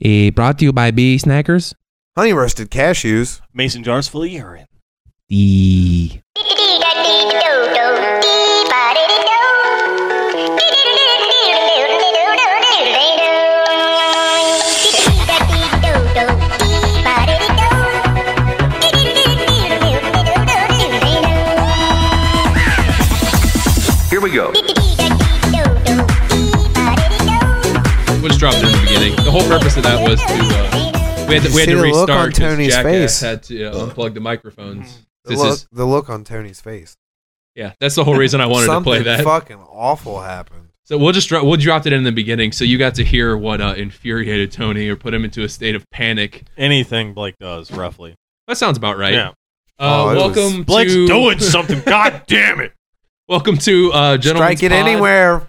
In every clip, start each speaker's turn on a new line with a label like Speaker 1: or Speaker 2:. Speaker 1: Eh, brought to you by B Snackers.
Speaker 2: Honey roasted cashews.
Speaker 3: Mason jars full of urine.
Speaker 1: E.
Speaker 4: Here we go.
Speaker 5: We just dropped it in the beginning. The whole purpose of that was to uh, we
Speaker 2: Did
Speaker 5: had to,
Speaker 2: you
Speaker 5: we had
Speaker 2: see
Speaker 5: to
Speaker 2: the look on
Speaker 5: restart. 'cause
Speaker 2: Tony's
Speaker 5: Jackass
Speaker 2: face?
Speaker 5: had to uh, unplug the microphones.
Speaker 2: The
Speaker 5: This
Speaker 2: look,
Speaker 5: is
Speaker 2: the look on Tony's face.
Speaker 5: yeah. That's the whole reason I wanted to
Speaker 2: Something
Speaker 5: play that.
Speaker 2: fucking awful happened.
Speaker 5: So we'll just dro- we'll drop it in the beginning, so you got to hear what uh, infuriated Tony or put him into a state of panic.
Speaker 3: Anything Blake does, roughly.
Speaker 5: That sounds about right.
Speaker 3: Yeah.
Speaker 5: Uh,
Speaker 2: Oh, it was-
Speaker 5: welcome,
Speaker 3: Blake's
Speaker 5: to,
Speaker 3: doing something. God damn it.
Speaker 5: Welcome to uh, Gentlemen's
Speaker 2: Strike it
Speaker 5: Pod.
Speaker 2: anywhere.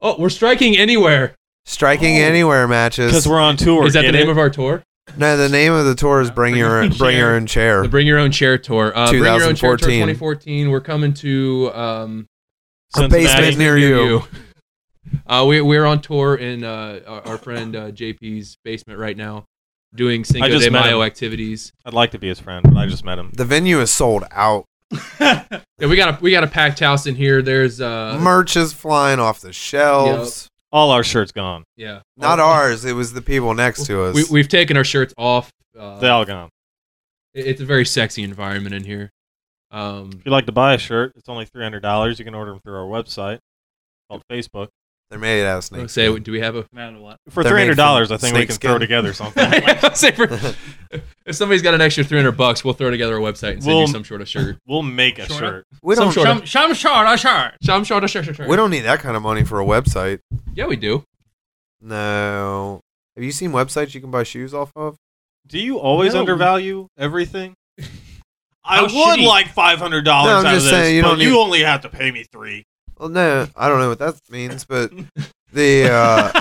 Speaker 5: Oh, we're striking anywhere.
Speaker 2: Striking
Speaker 5: Oh.
Speaker 2: anywhere matches.
Speaker 3: Because we're on tour.
Speaker 5: Is that the
Speaker 3: get
Speaker 5: name
Speaker 3: it?
Speaker 5: of our tour?
Speaker 2: No, the name of the tour is Bring Your Own- Bring Your Own Chair.
Speaker 5: The Bring Your Own Chair tour. Uh, Bring Your Own Chair tour
Speaker 2: 2014.
Speaker 5: 2014. We're coming to um,
Speaker 2: A
Speaker 3: Cincinnati.
Speaker 2: basement near you.
Speaker 5: Uh, we we're on tour in uh, our, our friend uh, JP's basement right now, doing Cinco
Speaker 3: I just
Speaker 5: de
Speaker 3: met
Speaker 5: Mayo
Speaker 3: him.
Speaker 5: activities.
Speaker 3: I'd like to be his friend, but I just met him.
Speaker 2: The venue is sold out.
Speaker 5: Yeah, we got a we got a packed house in here. There's uh,
Speaker 2: Merch is flying off the shelves.
Speaker 3: All our shirts gone.
Speaker 5: yeah, Oh,
Speaker 2: Not ours. It was the people next to us.
Speaker 5: We, we've taken our shirts off. Uh,
Speaker 3: They all gone.
Speaker 5: it- it's a very sexy environment in here. Um,
Speaker 3: If you'd like to buy a shirt, it's only three hundred dollars. You can order them through our website called Facebook.
Speaker 2: They're made out of
Speaker 5: I would
Speaker 2: snakes.
Speaker 5: say, do we have a?
Speaker 3: For
Speaker 2: They're
Speaker 3: three
Speaker 2: made
Speaker 3: hundred dollars,
Speaker 2: from
Speaker 3: I think we
Speaker 2: snake
Speaker 3: can throw
Speaker 2: skin.
Speaker 3: together something.
Speaker 5: I would say for- if somebody's got an extra three hundred bucks, we'll throw together a website and send
Speaker 3: We'll-
Speaker 5: you some sort of shirt.
Speaker 3: we'll make a
Speaker 5: Sure.
Speaker 3: shirt.
Speaker 2: we
Speaker 5: some
Speaker 2: don't.
Speaker 5: sort of-
Speaker 6: Some sort of shirt.
Speaker 5: some sort of shirt. shirt, shirt.
Speaker 2: We don't need that kind of money for a website.
Speaker 5: Yeah, we do.
Speaker 2: No. Have you seen websites you can buy shoes off of?
Speaker 3: Do you always
Speaker 5: No.
Speaker 3: undervalue everything? I
Speaker 6: How
Speaker 3: would
Speaker 6: shitty.
Speaker 3: like five hundred dollars
Speaker 2: No, I'm
Speaker 3: out of
Speaker 2: just
Speaker 3: this,
Speaker 2: saying, you
Speaker 3: but
Speaker 2: don't
Speaker 3: you
Speaker 2: need-
Speaker 3: only have to pay me three.
Speaker 2: Well, no, I don't know what that means, but the uh,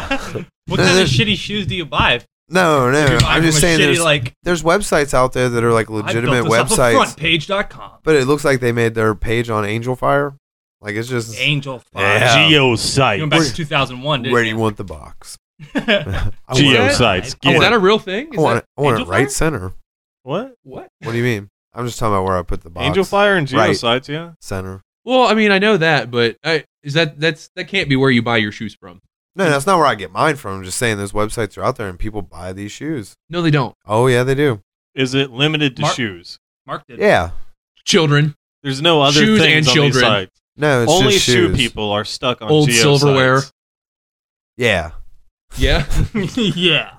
Speaker 6: What kind of shitty shoes do you buy?
Speaker 2: no,
Speaker 6: Do
Speaker 2: no.
Speaker 6: you buy
Speaker 2: I'm just
Speaker 6: from a
Speaker 2: saying
Speaker 6: shitty,
Speaker 2: there's,
Speaker 6: like
Speaker 2: there's websites out there that are like legitimate
Speaker 6: I built this off
Speaker 2: websites,
Speaker 6: Of frontpage.com.
Speaker 2: but it looks like they made their page on Angel Fire. Like it's just
Speaker 6: Angel Fire.
Speaker 2: Yeah.
Speaker 3: Geo
Speaker 6: You
Speaker 3: site.
Speaker 6: went back to 2001, didn't
Speaker 2: where do you want the box? I want
Speaker 3: Geo
Speaker 2: it,
Speaker 3: sites.
Speaker 6: I
Speaker 5: Is
Speaker 3: Get
Speaker 5: that
Speaker 3: it.
Speaker 5: a real thing? Is
Speaker 2: I want
Speaker 5: that
Speaker 2: it, I want it
Speaker 5: Angel
Speaker 2: right
Speaker 5: Fire?
Speaker 2: center.
Speaker 3: what?
Speaker 5: What?
Speaker 2: What do you mean? I'm just talking about where I put the box.
Speaker 3: Angel Fire and Geo
Speaker 2: Right.
Speaker 3: sites. Yeah.
Speaker 2: center.
Speaker 5: Well, I mean, I know that, but I, is that that's that can't be where you buy your shoes from?
Speaker 2: No, that's not where I get mine from. I'm just saying those websites are out there and people buy these shoes.
Speaker 5: No, they don't.
Speaker 2: Oh yeah, they do.
Speaker 3: Is it limited to
Speaker 6: Mark-
Speaker 3: shoes?
Speaker 6: Mark did.
Speaker 2: Yeah.
Speaker 5: Children,
Speaker 3: There's no other
Speaker 5: Shoes
Speaker 3: things
Speaker 5: and
Speaker 3: on these
Speaker 5: children.
Speaker 3: sites.
Speaker 2: No, it's
Speaker 3: Only
Speaker 2: just
Speaker 3: shoe
Speaker 2: shoes.
Speaker 3: people are stuck on
Speaker 5: old
Speaker 3: Geo
Speaker 5: silverware.
Speaker 3: sites.
Speaker 2: Yeah.
Speaker 5: Yeah, Uh,
Speaker 6: yeah.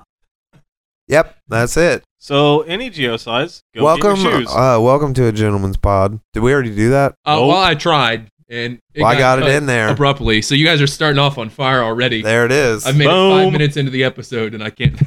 Speaker 2: Yep. That's it.
Speaker 3: So any Geo sites, go
Speaker 2: welcome.
Speaker 3: get your shoes.
Speaker 2: Uh, welcome to a gentleman's pod. Did we already do that?
Speaker 5: uh,
Speaker 3: Nope.
Speaker 5: well, I tried, and it
Speaker 2: Well, I got it
Speaker 5: cut
Speaker 2: in there.
Speaker 5: abruptly. So you guys are starting off on fire already.
Speaker 2: There it is.
Speaker 5: I've made it
Speaker 3: Boom.
Speaker 5: five minutes into the episode, and I can't.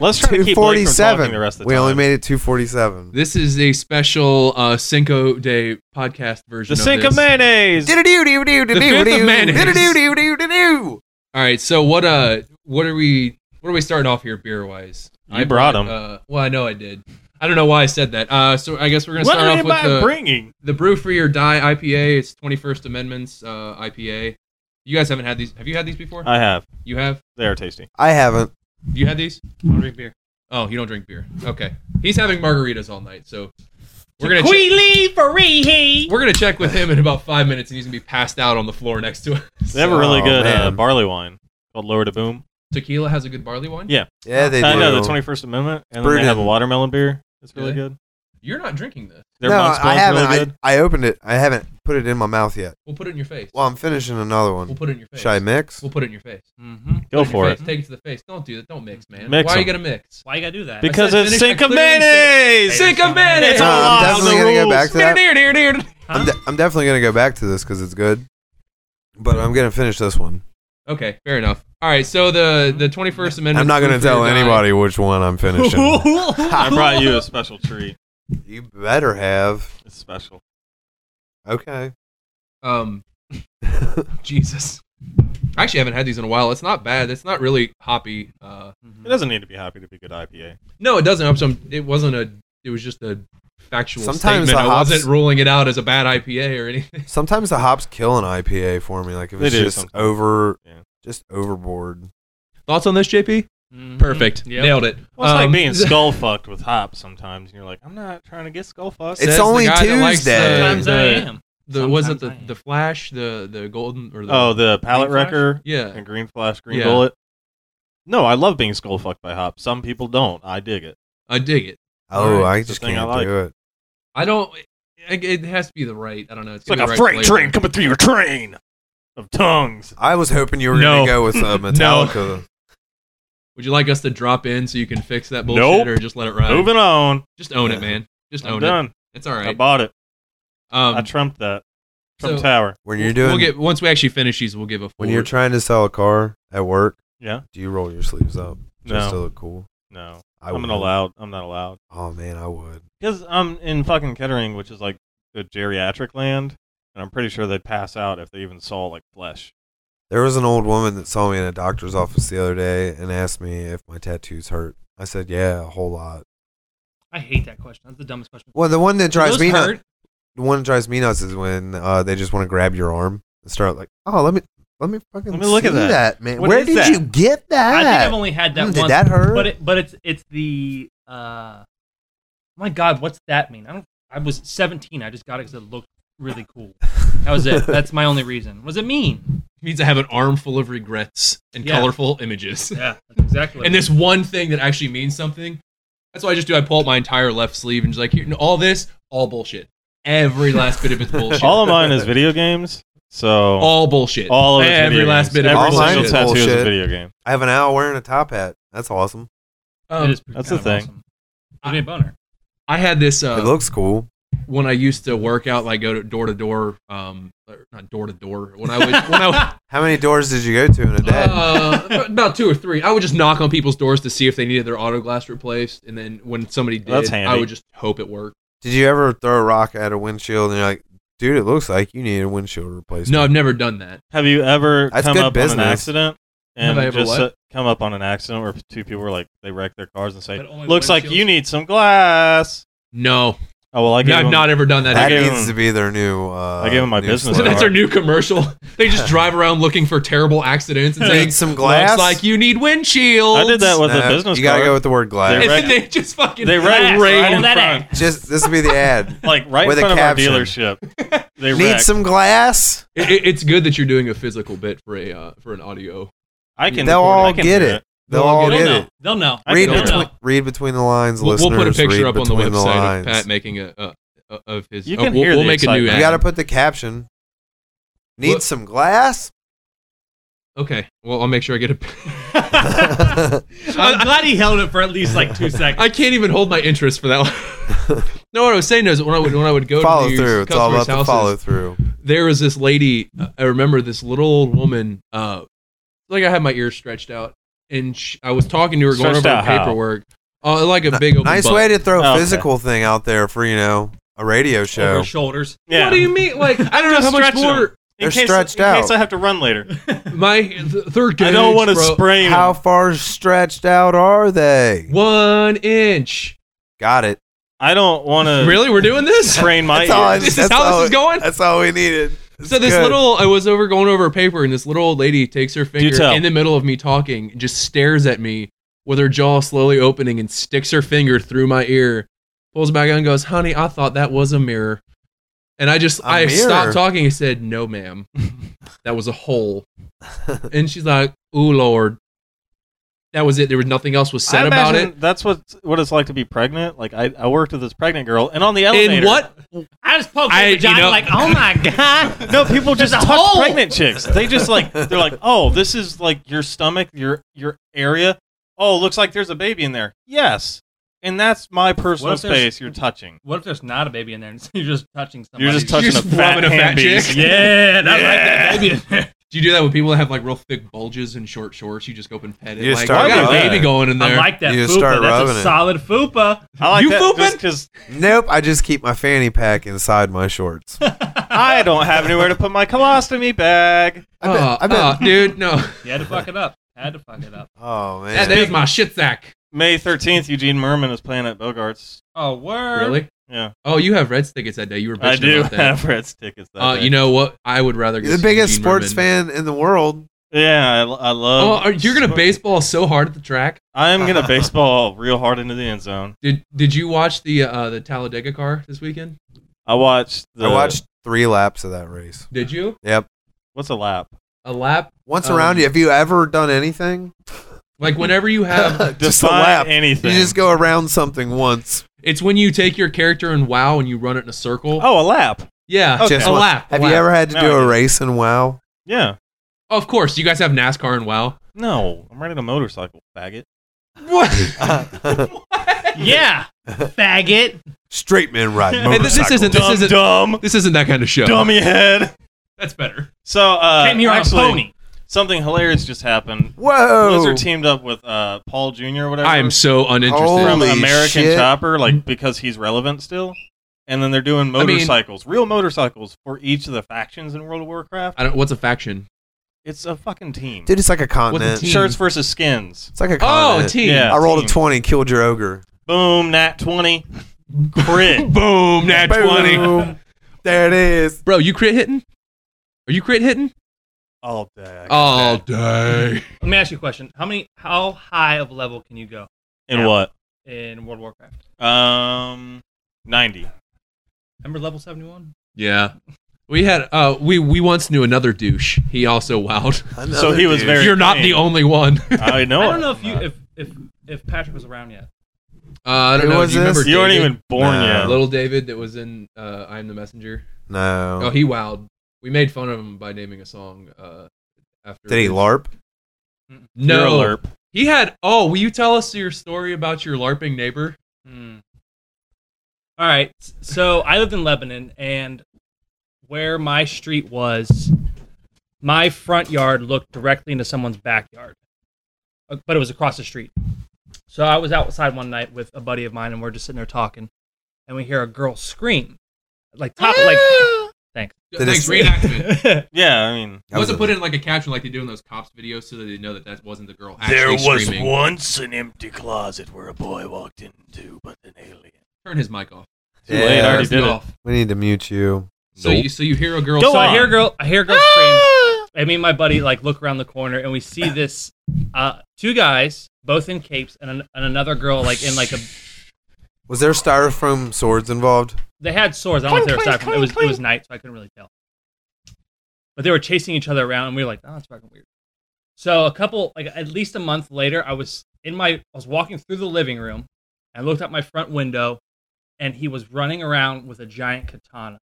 Speaker 3: Let's try to
Speaker 2: Two
Speaker 3: keep Blake from talking
Speaker 2: forty-seven.
Speaker 3: the rest of the
Speaker 2: We
Speaker 3: time.
Speaker 2: only made it two forty-seven.
Speaker 5: this is a special uh, Cinco de podcast version.
Speaker 3: the
Speaker 5: of
Speaker 3: sink of
Speaker 5: this.
Speaker 3: mayonnaise.
Speaker 5: fifth of mayonnaise.
Speaker 2: Do-do-do-do-do-do-do-do-do-do-do-do.
Speaker 5: All right, so what? Uh, what are we? What are we starting off here, beer wise?
Speaker 3: You brought 'em.
Speaker 5: Uh, well, I know I did. I don't know why I said that. Uh, so I guess we're gonna
Speaker 3: What
Speaker 5: start
Speaker 3: am
Speaker 5: off with
Speaker 3: I
Speaker 5: the,
Speaker 3: bringing?
Speaker 5: the Brew Free or Die IPA. It's 21st Amendment's uh, IPA. You guys haven't had these. Have you had these before?
Speaker 3: I have.
Speaker 5: you have.
Speaker 3: They are tasty.
Speaker 2: I haven't.
Speaker 5: You had these? I don't drink beer. Oh, you don't drink beer. Okay. He's having margaritas all night, so we're gonna che-
Speaker 6: Queely Farihi.
Speaker 5: we're gonna check with him in about five minutes, and he's gonna be passed out on the floor next to us.
Speaker 3: They have a really
Speaker 2: Oh,
Speaker 3: good uh,
Speaker 2: man.
Speaker 3: barley wine called Lower to Boom.
Speaker 5: Tequila has a good barley wine.
Speaker 3: Yeah.
Speaker 2: Yeah, they do.
Speaker 3: I know the Twenty First Amendment, and then
Speaker 2: Brewed
Speaker 3: they have a
Speaker 2: in-
Speaker 3: watermelon beer. It's really
Speaker 5: Yeah.
Speaker 3: good.
Speaker 5: You're not drinking this.
Speaker 3: Their
Speaker 2: no,
Speaker 3: Mont
Speaker 2: I
Speaker 3: Blanc's
Speaker 2: haven't.
Speaker 3: really good.
Speaker 2: I, I opened it. I haven't put it in my mouth yet.
Speaker 5: We'll put it in your face.
Speaker 2: Well, I'm finishing another one.
Speaker 5: We'll put it in your face.
Speaker 2: Should I mix?
Speaker 5: We'll put it in your face.
Speaker 6: Mm-hmm.
Speaker 3: Go
Speaker 5: Put in your
Speaker 3: for it.
Speaker 5: face. Take it to the face. Don't do that. Don't mix, man.
Speaker 3: Mix
Speaker 5: Why are you
Speaker 3: 'em.
Speaker 5: gonna mix?
Speaker 6: Why you gotta do that?
Speaker 5: Because-
Speaker 3: Because
Speaker 5: I
Speaker 3: it's
Speaker 5: said finish-
Speaker 3: sink
Speaker 5: I
Speaker 3: of
Speaker 5: clearly
Speaker 3: mayonnaise.
Speaker 6: said-
Speaker 5: Sick of mayonnaise.
Speaker 3: It's
Speaker 2: No,
Speaker 3: all
Speaker 2: I'm
Speaker 3: on
Speaker 2: definitely
Speaker 3: the
Speaker 2: gonna go
Speaker 3: rules.
Speaker 2: back to that. I'm,
Speaker 6: Huh?
Speaker 2: de- I'm definitely gonna go back to this because it's good. But I'm gonna finish this one.
Speaker 5: Okay, fair enough. All right, so the the 21st Amendment.
Speaker 2: I'm not gonna
Speaker 5: Proof Reader
Speaker 2: tell
Speaker 5: Guide-
Speaker 2: anybody which one I'm finishing.
Speaker 3: I brought you a special treat.
Speaker 2: you better have.
Speaker 3: It's special.
Speaker 2: Okay.
Speaker 5: Um, Jesus. I actually haven't had these in a while. It's not bad. It's not really hoppy. Uh,
Speaker 3: It doesn't need to be happy to be good IPA.
Speaker 5: no, it doesn't. I'm, so- it wasn't a. It was just a factual
Speaker 2: Sometimes
Speaker 5: statement.
Speaker 2: the
Speaker 5: I
Speaker 2: hops-
Speaker 5: wasn't ruling it out as a bad IPA or anything.
Speaker 2: Sometimes the hops kill an IPA for me. Like if
Speaker 3: They
Speaker 2: it's
Speaker 3: do
Speaker 2: just
Speaker 3: sometimes.
Speaker 2: over,
Speaker 3: Yeah.
Speaker 2: just overboard.
Speaker 5: Thoughts on this, JP? Perfect.
Speaker 6: Mm-hmm. Yep.
Speaker 5: Nailed it.
Speaker 3: Mm-hmm. Well, it's like
Speaker 5: Um,
Speaker 3: being skull fucked with hops sometimes, and you're like, I'm not trying to get skull fucked.
Speaker 2: It's
Speaker 5: Says the
Speaker 2: only
Speaker 5: guy that likes the-
Speaker 2: Tuesday.
Speaker 6: Sometimes I
Speaker 5: the-
Speaker 6: am.
Speaker 5: The was it the
Speaker 6: Sometimes I am.
Speaker 5: the Flash the the golden or the
Speaker 3: oh, the pallet
Speaker 6: Green Flash?
Speaker 3: wrecker
Speaker 5: yeah
Speaker 3: and green flash, green
Speaker 5: Yeah.
Speaker 3: bullet. No, I love being skull fucked by hops. Some people don't. I dig it.
Speaker 5: I dig it.
Speaker 2: Oh,
Speaker 3: Alright,
Speaker 2: I
Speaker 3: it's the
Speaker 2: just
Speaker 3: thing I
Speaker 2: can't
Speaker 3: like.
Speaker 2: do it.
Speaker 5: I don't. It, it has to be the right. I don't know. It's,
Speaker 3: It's like
Speaker 5: gotta
Speaker 3: a
Speaker 5: be the right
Speaker 3: freight
Speaker 5: flavor.
Speaker 3: train coming through your train of tongues.
Speaker 2: I was hoping you were gonna
Speaker 5: No.
Speaker 2: go with uh, Metallica.
Speaker 5: Would you like us to drop in so you can fix that bullshit,
Speaker 3: Nope.
Speaker 5: or just let it ride?
Speaker 3: Moving on.
Speaker 5: Just own it, man. Just
Speaker 3: I'm
Speaker 5: own it.
Speaker 3: done.
Speaker 5: It's all
Speaker 3: I
Speaker 5: right.
Speaker 3: bought it. I
Speaker 5: Um,
Speaker 3: trumped that. Trump
Speaker 5: so
Speaker 3: Tower.
Speaker 2: When you're doing,
Speaker 5: we'll get once we actually finish these, we'll give a. Forward.
Speaker 2: when you're trying to sell a car at work,
Speaker 3: Yeah.
Speaker 2: do you roll your sleeves up just to
Speaker 3: No.
Speaker 2: look cool?
Speaker 3: No.
Speaker 2: I
Speaker 3: I'm
Speaker 2: would.
Speaker 3: not allowed. I'm not allowed.
Speaker 2: Oh man, I would.
Speaker 3: Because I'm um, in fucking Kettering, which is like the geriatric land, and I'm pretty sure they'd pass out if they even saw like flesh.
Speaker 2: There was an old woman that saw me in a doctor's office the other day and asked me if my tattoos hurt. I said, "Yeah, a whole lot."
Speaker 6: I hate that question. That's the dumbest question.
Speaker 2: Well, the one that drives
Speaker 6: Those
Speaker 2: me nuts,
Speaker 6: hurt?
Speaker 2: the one that drives me nuts is when uh, they just want to grab your arm and start like, "Oh, let me, let me fucking
Speaker 3: Let me look
Speaker 2: see
Speaker 3: at that.
Speaker 2: man.
Speaker 3: What
Speaker 2: Where
Speaker 3: is
Speaker 2: did
Speaker 3: that?"
Speaker 2: you get that?
Speaker 6: I think I've only had that
Speaker 2: Mm,
Speaker 6: once.
Speaker 2: did that hurt?
Speaker 6: But it, but it's it's the uh, my God, what's that mean? I don't. I was 17. I just got it because it looked really cool. That was it. That's my only reason. Was it mean?
Speaker 5: It means I have an armful of regrets and
Speaker 6: Yeah.
Speaker 5: colorful images,
Speaker 6: Yeah, that's exactly. What
Speaker 5: and this one thing that actually means something. That's what I just do. I pull up my entire left sleeve and just like, here, no, all this, all bullshit. Every last bit of it's bullshit.
Speaker 3: All of mine is video games, so all,
Speaker 5: all bullshit.
Speaker 3: of it's
Speaker 5: every
Speaker 3: video
Speaker 5: last
Speaker 3: games.
Speaker 5: bit of
Speaker 2: All
Speaker 5: it.
Speaker 3: every
Speaker 2: mine
Speaker 3: single
Speaker 2: is
Speaker 3: tattoo is a
Speaker 2: bullshit.
Speaker 3: video game.
Speaker 2: I have an owl wearing a top hat. That's awesome.
Speaker 5: Um,
Speaker 3: That's the thing.
Speaker 6: Give me a boner.
Speaker 5: I had this uh,
Speaker 2: it looks cool.
Speaker 5: when I used to work out, like go to door to door, um, or not door to door. When I would, when I would,
Speaker 2: How many doors did you go to in a day?
Speaker 5: uh, about two or three, I would just knock on people's doors to see if they needed their auto glass replaced, and then when somebody did,
Speaker 3: That's handy.
Speaker 5: I would just hope it worked.
Speaker 2: did you ever throw a rock at a windshield and you're like, dude, it looks like you need a windshield replacement?
Speaker 5: No, I've never done that.
Speaker 3: Have you ever
Speaker 2: That's
Speaker 3: come
Speaker 2: good
Speaker 3: up on
Speaker 2: business.
Speaker 3: an accident and
Speaker 5: Have I ever
Speaker 3: just
Speaker 5: what?
Speaker 3: uh, come up on an accident where two people were like they wreck their cars and say,
Speaker 6: But only
Speaker 3: "Looks like
Speaker 6: windshields?
Speaker 3: you need some glass."
Speaker 5: No,
Speaker 3: Oh well, I gave
Speaker 5: No, I've
Speaker 3: them,
Speaker 5: not ever done that.
Speaker 2: that
Speaker 3: I gave
Speaker 2: needs
Speaker 3: him-
Speaker 2: to be their new. Uh,
Speaker 3: I gave him my
Speaker 2: new
Speaker 3: business
Speaker 2: slogan.
Speaker 3: card.
Speaker 5: That's our new commercial. They just drive around looking for terrible accidents and
Speaker 2: You
Speaker 5: saying,
Speaker 2: need some glass.
Speaker 5: "Looks like you need windshield."
Speaker 3: I did that with a
Speaker 2: Nah,
Speaker 3: business
Speaker 2: You gotta
Speaker 3: card.
Speaker 2: go with the word glass.
Speaker 5: And
Speaker 3: They
Speaker 5: then they just fucking
Speaker 3: they wrecked right in
Speaker 6: Roll that
Speaker 3: front,
Speaker 2: Just this would be the ad.
Speaker 3: like right
Speaker 2: With a
Speaker 3: in front of our
Speaker 2: caption.
Speaker 3: dealership. They
Speaker 2: Need
Speaker 3: wrecked.
Speaker 2: some glass?
Speaker 5: It- it- it's good that you're doing a physical bit for a uh, for an audio.
Speaker 3: I can.
Speaker 2: They'll
Speaker 3: record
Speaker 2: all
Speaker 3: I can
Speaker 2: get
Speaker 3: hear
Speaker 2: it. They'll all
Speaker 6: They'll
Speaker 2: get
Speaker 6: know.
Speaker 2: it.
Speaker 6: They'll know.
Speaker 3: I
Speaker 2: Read
Speaker 3: can
Speaker 6: They'll
Speaker 2: between,
Speaker 3: hear
Speaker 6: know.
Speaker 3: it.
Speaker 2: read between the lines,
Speaker 5: We'll, we'll
Speaker 2: listeners.
Speaker 5: put a
Speaker 2: read
Speaker 5: picture up on the
Speaker 2: between
Speaker 5: website
Speaker 2: lines.
Speaker 5: of Pat making a, a, a of his.
Speaker 3: You can
Speaker 5: oh, we'll,
Speaker 3: hear
Speaker 5: we'll
Speaker 3: the
Speaker 5: make a new
Speaker 3: excitement.
Speaker 5: ad.
Speaker 2: You gotta put the caption. Need
Speaker 5: What-
Speaker 2: some glass?
Speaker 5: Okay. Well, I'll make sure I get a.
Speaker 6: I'm glad he held it for at least like two seconds.
Speaker 5: I can't even hold my interest for that. one. no, what I was saying is when I would when I would go
Speaker 2: follow
Speaker 5: to these
Speaker 2: through. It's all
Speaker 5: customers'
Speaker 2: about the
Speaker 5: houses,
Speaker 2: follow through.
Speaker 5: There was this lady. I remember this little old woman. Uh, like I had my ears stretched out, and sh I was talking to her going
Speaker 3: Stretched
Speaker 5: over
Speaker 3: out how?
Speaker 5: paperwork. Uh, like a big open
Speaker 2: Nice
Speaker 5: butt.
Speaker 2: way to throw a
Speaker 3: Okay.
Speaker 2: physical thing out there for you know a radio
Speaker 6: Over
Speaker 2: show.
Speaker 6: his shoulders.
Speaker 3: Yeah.
Speaker 5: What do you mean? Like I don't know
Speaker 3: Just
Speaker 5: how much
Speaker 3: stretch 'em.
Speaker 5: more.
Speaker 3: In
Speaker 2: They're
Speaker 3: case,
Speaker 2: stretched
Speaker 3: in case
Speaker 2: out.
Speaker 3: I have to run later.
Speaker 5: My th- third gauge.
Speaker 3: I don't want to
Speaker 5: bro.
Speaker 3: sprain. 'em.
Speaker 2: How far stretched out are they?
Speaker 5: One inch.
Speaker 2: Got it.
Speaker 3: I don't want to
Speaker 5: Really, we're doing this?
Speaker 3: sprain my
Speaker 2: That's all I-
Speaker 3: ears.
Speaker 5: This is
Speaker 2: that's
Speaker 5: how this
Speaker 2: all-
Speaker 5: is going?
Speaker 2: That's all we needed.
Speaker 5: So this
Speaker 2: Good.
Speaker 5: little, I was over going over a paper, and this little old lady takes her finger
Speaker 3: tell.
Speaker 5: in the middle of me talking, just stares at me with her jaw slowly opening, and sticks her finger through my ear, pulls back and goes, "Honey, I thought that was a mirror." And I just,
Speaker 2: A
Speaker 5: I
Speaker 2: mirror?
Speaker 5: stopped talking and said, "No, ma'am, that was a hole." and she's like, "Ooh, Lord." That was it. There was nothing else was
Speaker 3: I
Speaker 5: said about
Speaker 3: imagine
Speaker 5: it.
Speaker 3: That's what what it's like to be pregnant. Like I, I worked with this pregnant girl, and on the elevator.
Speaker 5: In what?
Speaker 6: I just poked
Speaker 5: I-
Speaker 6: I,
Speaker 5: you
Speaker 6: the vagina
Speaker 5: know-
Speaker 6: like, oh my god.
Speaker 3: No, people just
Speaker 6: There's
Speaker 3: touch
Speaker 6: a hole!
Speaker 3: pregnant chicks. They just like they're like, oh, this is like your stomach, your your area. Oh, looks like there's a baby in there. Yes, and that's my personal
Speaker 6: if there's-
Speaker 3: space. You're touching.
Speaker 6: What if there's not a baby in there and you're just touching somebody?
Speaker 3: You're just
Speaker 5: You're
Speaker 3: touching
Speaker 5: just
Speaker 3: a fat,
Speaker 5: rubbing a fat
Speaker 3: hand
Speaker 5: chick?
Speaker 3: beast.
Speaker 6: Yeah, not like that baby in there.
Speaker 5: Do you do that with people that have like real thick bulges and short shorts? You just go up and pet it.
Speaker 2: You
Speaker 5: like,
Speaker 2: start
Speaker 5: I got a
Speaker 3: rubbing
Speaker 5: baby
Speaker 2: it.
Speaker 5: going in
Speaker 6: I
Speaker 5: there.
Speaker 6: like that
Speaker 2: You
Speaker 6: fupa.
Speaker 2: just start
Speaker 6: That's
Speaker 2: rubbing
Speaker 6: a
Speaker 2: it.
Speaker 6: solid fupa.
Speaker 3: I like
Speaker 5: You
Speaker 3: that
Speaker 5: pooping?
Speaker 3: because
Speaker 2: Nope, I just keep my fanny pack inside my shorts.
Speaker 3: I don't have anywhere to put my colostomy bag.
Speaker 2: I bet-
Speaker 5: Uh,
Speaker 2: I bet-
Speaker 5: uh, dude, no.
Speaker 6: You had to fuck it up. Had to fuck it up.
Speaker 2: Oh
Speaker 5: That,
Speaker 2: man,
Speaker 5: that is my shit sack.
Speaker 3: May 13th, Eugene Merman is playing at Bogart's.
Speaker 6: Oh, word.
Speaker 5: Really?
Speaker 3: Yeah,
Speaker 5: Oh, you have Reds tickets that day. You were bitching
Speaker 3: I do
Speaker 5: about that.
Speaker 3: have Reds tickets. That
Speaker 5: Uh,
Speaker 3: day.
Speaker 5: you know what? I would rather go
Speaker 2: you're the
Speaker 5: see
Speaker 2: biggest
Speaker 5: Gene
Speaker 2: sports
Speaker 5: Merman.
Speaker 2: fan in the world.
Speaker 3: Yeah, I, lo- I love.
Speaker 5: Oh, are, you're gonna baseball so hard at the track.
Speaker 3: I am gonna baseball real hard into the end zone.
Speaker 5: Did Did you watch the uh, the Talladega car this weekend?
Speaker 3: I watched. The,
Speaker 2: I watched three laps of that race.
Speaker 5: Did you
Speaker 2: Yep.
Speaker 3: What's a lap?
Speaker 5: a lap?
Speaker 2: Once
Speaker 5: Um,
Speaker 2: around you, have you ever done anything?
Speaker 5: Like whenever you have,
Speaker 2: just a
Speaker 3: Define
Speaker 2: lap.
Speaker 3: Anything?
Speaker 2: You just go around something once.
Speaker 5: it's when you take your character in WoW and you run it in a circle.
Speaker 3: Oh, a lap.
Speaker 5: yeah,
Speaker 3: Okay.
Speaker 5: just
Speaker 2: Just
Speaker 5: a
Speaker 2: once.
Speaker 5: lap. a
Speaker 2: Have
Speaker 5: lap.
Speaker 2: you ever had to
Speaker 3: No,
Speaker 2: do
Speaker 3: I
Speaker 2: a
Speaker 3: didn't.
Speaker 2: race in WoW?
Speaker 3: Yeah.
Speaker 5: of course, you guys have NASCAR and WoW.
Speaker 3: No, I'm riding a motorcycle, faggot.
Speaker 5: What?
Speaker 6: yeah, faggot.
Speaker 2: Straight men ride
Speaker 5: Hey, this-
Speaker 2: motorcycles.
Speaker 5: this isn't-
Speaker 3: dumb,
Speaker 5: isn't-
Speaker 3: dumb,
Speaker 5: This isn't that kind of show.
Speaker 3: dummy head.
Speaker 5: That's better.
Speaker 3: So uh,
Speaker 6: Came here on
Speaker 3: actually,
Speaker 6: a pony.
Speaker 3: something hilarious just happened.
Speaker 2: Whoa!
Speaker 3: Blizzard teamed up with uh, Paul Jr. or whatever.
Speaker 5: I am so uninterested.
Speaker 2: Oh,
Speaker 3: from
Speaker 2: Holy
Speaker 3: American
Speaker 2: shit.
Speaker 3: Chopper, like because he's relevant still. And then they're doing
Speaker 5: mean-
Speaker 3: motorcycles, real motorcycles for each of the factions in World of Warcraft.
Speaker 5: I don't. What's a faction?
Speaker 3: It's a fucking team.
Speaker 2: Dude, it's like a continent.
Speaker 5: team?
Speaker 3: Shirts versus skins.
Speaker 2: It's like a
Speaker 5: Oh, a
Speaker 2: continent.
Speaker 5: team.
Speaker 3: Yeah.
Speaker 2: I rolled a
Speaker 3: team.
Speaker 2: 20 and killed your ogre.
Speaker 3: Boom, nat twenty, crit.
Speaker 5: Boom, nat twenty.
Speaker 2: Boom. There it is.
Speaker 5: Bro, you crit hitting? Are you crit hitting?
Speaker 3: All day.
Speaker 5: All day.
Speaker 6: Let me ask you a question. How many? How high of level can you go
Speaker 3: In what?
Speaker 6: in World of Warcraft?
Speaker 3: Um, ninety.
Speaker 6: Remember level seventy-one?
Speaker 5: Yeah. We had uh we we once knew another douche. He also wowed.
Speaker 3: So he was
Speaker 2: dude.
Speaker 3: very-
Speaker 5: You're not the
Speaker 3: Hey.
Speaker 5: only one. uh,
Speaker 3: I know.
Speaker 6: I don't know
Speaker 3: it.
Speaker 6: if you if if if Patrick was around yet.
Speaker 5: Uh, I don't
Speaker 2: Who
Speaker 5: know.
Speaker 2: was
Speaker 5: do you remember
Speaker 2: this?
Speaker 3: You weren't
Speaker 5: David?
Speaker 3: even born
Speaker 2: Nah.
Speaker 3: yet.
Speaker 5: little David that was in uh I Am the Messenger.
Speaker 2: No.
Speaker 5: Oh, he wowed. We made fun of him by naming a song uh after
Speaker 2: Did he
Speaker 5: his-
Speaker 2: LARP?
Speaker 3: You're
Speaker 5: No.
Speaker 3: a lerp.
Speaker 5: He had Oh, will you tell us your story about your LARPing neighbor?
Speaker 6: Hmm. All right. s- So I lived in Lebanon, and where my street was, my front yard looked directly into someone's backyard, Uh, but it was across the street. So I was outside one night with a buddy of mine, and we're just sitting there talking, and we hear a girl scream, like top, like
Speaker 2: Did
Speaker 5: Thanks,
Speaker 2: it-
Speaker 5: reenactment.
Speaker 3: Yeah, I mean,
Speaker 5: It wasn't
Speaker 2: That was
Speaker 5: put in like a caption like they do in those cops videos so that they know that that wasn't the girl actually
Speaker 7: There was
Speaker 5: screaming.
Speaker 7: once an empty closet where a boy walked into, but an alien.
Speaker 5: Turn his mic off.
Speaker 2: Too late, I already
Speaker 5: Turn
Speaker 3: did
Speaker 5: it
Speaker 3: it.
Speaker 5: off.
Speaker 2: We need to mute you.
Speaker 5: So you so you hear a girl
Speaker 3: Go
Speaker 6: so I
Speaker 3: on.
Speaker 6: hear a girl, I hear a girl scream. And me and my buddy like look around the corner, and we see this uh, two guys, both in capes, and, an, and another girl like in like a.
Speaker 2: Was there styrofoam swords involved?
Speaker 6: They had swords. I don't know if they were aside from it was it was night, so I couldn't really tell. But they were chasing each other around, and we were like, "Oh, that's fucking weird." So a couple, like at least a month later, I was in my, I was walking through the living room, and I looked out my front window, and he was running around with a giant katana,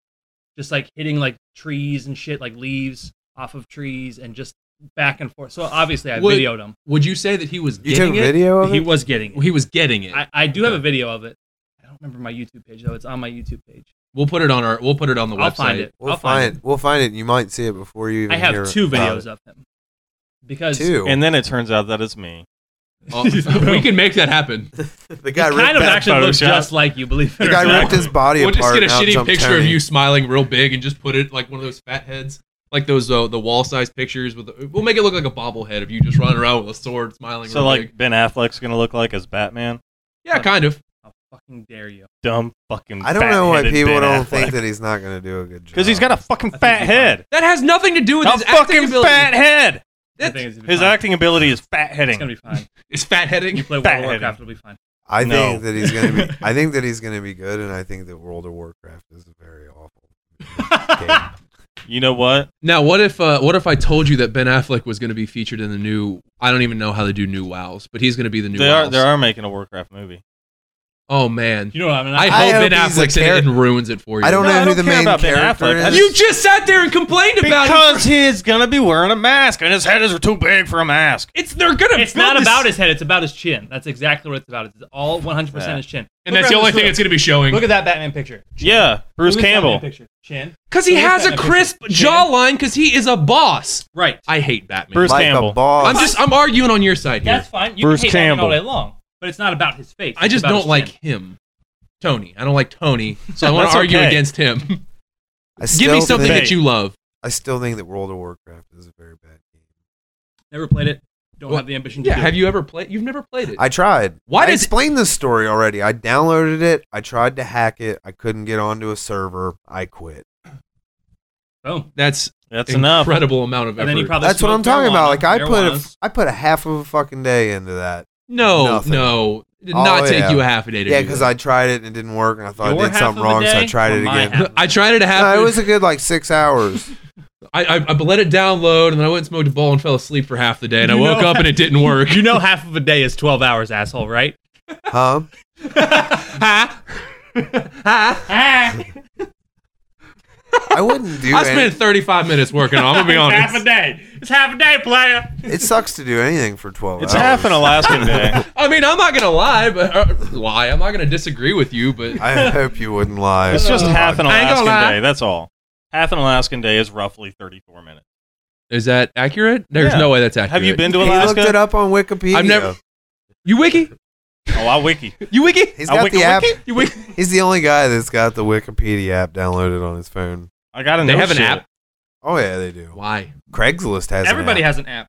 Speaker 6: just like hitting like trees and shit, like leaves off of trees, and just back and forth. So obviously, I
Speaker 5: What-
Speaker 6: videoed him.
Speaker 5: Would you say that he was
Speaker 2: You
Speaker 5: getting
Speaker 2: took
Speaker 5: it?
Speaker 2: video of
Speaker 6: He
Speaker 2: it?
Speaker 6: was getting it.
Speaker 5: He was getting it.
Speaker 6: I, I do have a video of it. I don't remember my YouTube page though. It's on my YouTube page.
Speaker 5: we'll put it on our. We'll put it on the
Speaker 6: I'll
Speaker 5: website.
Speaker 6: find it.
Speaker 2: We'll
Speaker 6: I'll
Speaker 2: find
Speaker 6: find it.
Speaker 2: it. We'll find it. You might see it before you even
Speaker 6: I
Speaker 2: hear
Speaker 6: have two
Speaker 2: about
Speaker 6: videos
Speaker 2: it.
Speaker 6: of him because
Speaker 2: Two.
Speaker 3: And then it turns out that it's me.
Speaker 5: Oh, we can make that happen.
Speaker 2: the guy ripped
Speaker 6: kind of
Speaker 2: that-
Speaker 6: actually looks
Speaker 3: Photoshop.
Speaker 6: just like you, believe
Speaker 2: The
Speaker 6: it
Speaker 2: guy
Speaker 6: or not.
Speaker 2: ripped his body
Speaker 5: We'll just
Speaker 2: apart.
Speaker 5: get a
Speaker 2: and out
Speaker 5: shitty
Speaker 2: jumped
Speaker 5: picture of
Speaker 2: Tony.
Speaker 5: you smiling real big and just put it like one of those fat heads, like those uh, the wall size pictures with. The, we'll make it look like a bobblehead of you just running around with a sword, smiling.
Speaker 3: So
Speaker 5: real
Speaker 3: like
Speaker 5: big.
Speaker 3: Ben Affleck's gonna look like as Batman.
Speaker 5: yeah, kind of.
Speaker 6: How fucking dare you?
Speaker 3: Dumb fucking.
Speaker 2: I don't know why
Speaker 3: fat-headed
Speaker 2: people
Speaker 3: Ben
Speaker 2: don't
Speaker 3: Affleck.
Speaker 2: think that he's not going to do a good job.
Speaker 3: Because he's got a fucking
Speaker 6: I think
Speaker 3: fat
Speaker 6: he's
Speaker 3: head.
Speaker 5: That has nothing to do with
Speaker 3: A
Speaker 5: his acting
Speaker 3: fucking
Speaker 5: ability.
Speaker 3: fat head.
Speaker 6: I
Speaker 5: That-
Speaker 6: think it's gonna be
Speaker 3: His
Speaker 6: fine.
Speaker 3: acting ability is fat
Speaker 6: It's gonna
Speaker 3: heading.
Speaker 6: be fine.
Speaker 5: is fat heading.
Speaker 6: You play World
Speaker 3: Fat
Speaker 6: of Warcraft, it'll be fine.
Speaker 2: I
Speaker 3: No.
Speaker 2: think that he's going to be. I think that he's going to be good, and I think that World of Warcraft is very awful. game.
Speaker 3: You know what?
Speaker 5: Now, what if uh, what if I told you that Ben Affleck was going to be featured in the new? I don't even know how they do new WoWs, but he's going to be the new.
Speaker 3: They are
Speaker 5: WoWs.
Speaker 3: they are making a Warcraft movie.
Speaker 5: Oh man,
Speaker 6: You know what I mean?
Speaker 5: I,
Speaker 6: I,
Speaker 2: I
Speaker 5: hope Ben
Speaker 2: hope he's a
Speaker 5: Affleck's in
Speaker 2: char-
Speaker 5: it and ruins it for you.
Speaker 2: I don't
Speaker 3: No,
Speaker 2: know
Speaker 3: I
Speaker 2: who
Speaker 3: don't
Speaker 2: the
Speaker 3: care
Speaker 2: main
Speaker 3: about Ben
Speaker 2: character
Speaker 3: Affleck. I
Speaker 2: is.
Speaker 3: just-
Speaker 5: You just sat there and complained about it.
Speaker 3: Because he's gonna be wearing a mask, and his head is too big for a mask.
Speaker 5: It's they're gonna.
Speaker 6: it's not about his head. It's about his chin. That's exactly what it's about. It's all 100 percent his chin.
Speaker 5: and that's the only thing
Speaker 6: Look,
Speaker 5: it's gonna be showing.
Speaker 6: Look at that Batman picture.
Speaker 3: Yeah, Bruce
Speaker 6: Look at that Batman
Speaker 3: Campbell.
Speaker 6: picture. Chin.
Speaker 5: Because he
Speaker 6: Look at
Speaker 5: has
Speaker 6: that
Speaker 5: a
Speaker 6: picture.
Speaker 5: crisp
Speaker 6: Chin.
Speaker 5: jawline. Because he is a boss.
Speaker 6: Right.
Speaker 5: I hate Batman.
Speaker 3: Bruce
Speaker 2: like
Speaker 3: Campbell.
Speaker 2: a boss.
Speaker 5: I'm just. I'm arguing on your side here.
Speaker 6: That's fine. You
Speaker 3: Bruce
Speaker 6: can hate Batman all
Speaker 3: Campbell.
Speaker 6: day long, but it's not about his face.
Speaker 5: I
Speaker 6: It's
Speaker 5: just
Speaker 6: about
Speaker 5: don't
Speaker 6: his
Speaker 5: like
Speaker 6: chin.
Speaker 5: him. Tony, I don't like Tony, so I want
Speaker 3: That's
Speaker 5: to argue
Speaker 3: okay.
Speaker 5: against him.
Speaker 2: I
Speaker 5: Give
Speaker 2: still
Speaker 5: me something
Speaker 2: think-
Speaker 5: that you love.
Speaker 2: I still think that World of Warcraft is a very bad game.
Speaker 6: Never played it. Don't
Speaker 5: Well,
Speaker 6: have the ambition to
Speaker 5: Yeah,
Speaker 6: do.
Speaker 5: have
Speaker 6: it.
Speaker 5: you ever played? You've never played it.
Speaker 2: I tried.
Speaker 5: Why
Speaker 2: I
Speaker 5: does-
Speaker 2: explained this story already? I downloaded it. I tried to hack it. I couldn't get onto a server. I quit.
Speaker 6: Boom.
Speaker 5: That's
Speaker 3: That's enough.
Speaker 5: incredible amount of effort.
Speaker 6: And then you probably
Speaker 2: That's what I'm
Speaker 6: smoked
Speaker 2: talking about.
Speaker 6: Oh, marijuana-
Speaker 2: Like I put a,
Speaker 6: marijuanas.
Speaker 2: I put a half of a fucking day into that.
Speaker 5: no,
Speaker 2: Nothing.
Speaker 5: no, it did
Speaker 2: Oh,
Speaker 5: not take
Speaker 2: yeah.
Speaker 5: you a half a day to
Speaker 2: Yeah,
Speaker 5: do
Speaker 2: because
Speaker 5: that.
Speaker 2: I tried it and it didn't work, and I thought
Speaker 6: Your
Speaker 2: I did
Speaker 6: half
Speaker 2: something
Speaker 6: of a
Speaker 2: wrong, so I
Speaker 6: day
Speaker 2: tried
Speaker 6: or
Speaker 2: it
Speaker 6: my
Speaker 2: again.
Speaker 6: half of a
Speaker 5: I
Speaker 6: day?
Speaker 5: tried it a half.
Speaker 2: No, it was a good like six hours.
Speaker 5: I, I I let it download and then I went and smoked a bowl and fell asleep for half the day and I
Speaker 6: You
Speaker 5: woke
Speaker 6: know-
Speaker 5: up and it didn't work.
Speaker 6: You know, half of a day is 12 hours, asshole, right?
Speaker 2: huh?
Speaker 5: Huh? Huh?
Speaker 2: I wouldn't do
Speaker 5: I
Speaker 2: it.
Speaker 5: spent 35 minutes working on. it, I'm gonna be honest.
Speaker 6: Half a day. It's half a day, player.
Speaker 2: It sucks to do anything for twelve
Speaker 3: It's
Speaker 2: hours.
Speaker 3: half an Alaskan day.
Speaker 5: I mean, I'm not gonna lie, but uh, lie. I'm not gonna disagree with you, but
Speaker 2: I hope you wouldn't lie.
Speaker 3: It's just half an
Speaker 5: I ain't gonna lie.
Speaker 3: Alaskan day. That's all. Half an Alaskan day is roughly 34 minutes.
Speaker 5: is that accurate? There's
Speaker 3: Yeah.
Speaker 5: no way that's accurate.
Speaker 3: Have you been to
Speaker 2: He looked it
Speaker 3: Alaska?
Speaker 2: up on Wikipedia.
Speaker 5: I've never- You wiki?
Speaker 3: Oh, I'll wiki.
Speaker 5: You wiki?
Speaker 2: He's
Speaker 3: I
Speaker 2: got
Speaker 3: wiki
Speaker 2: the app.
Speaker 5: You wiki?
Speaker 2: He's the only guy that's got the Wikipedia app downloaded on his phone.
Speaker 3: I got to
Speaker 5: They
Speaker 3: know
Speaker 5: have an
Speaker 3: shit.
Speaker 5: app?
Speaker 2: Oh yeah, they do.
Speaker 5: Why?
Speaker 2: Craigslist has. an
Speaker 6: Everybody
Speaker 2: app.
Speaker 6: has an app.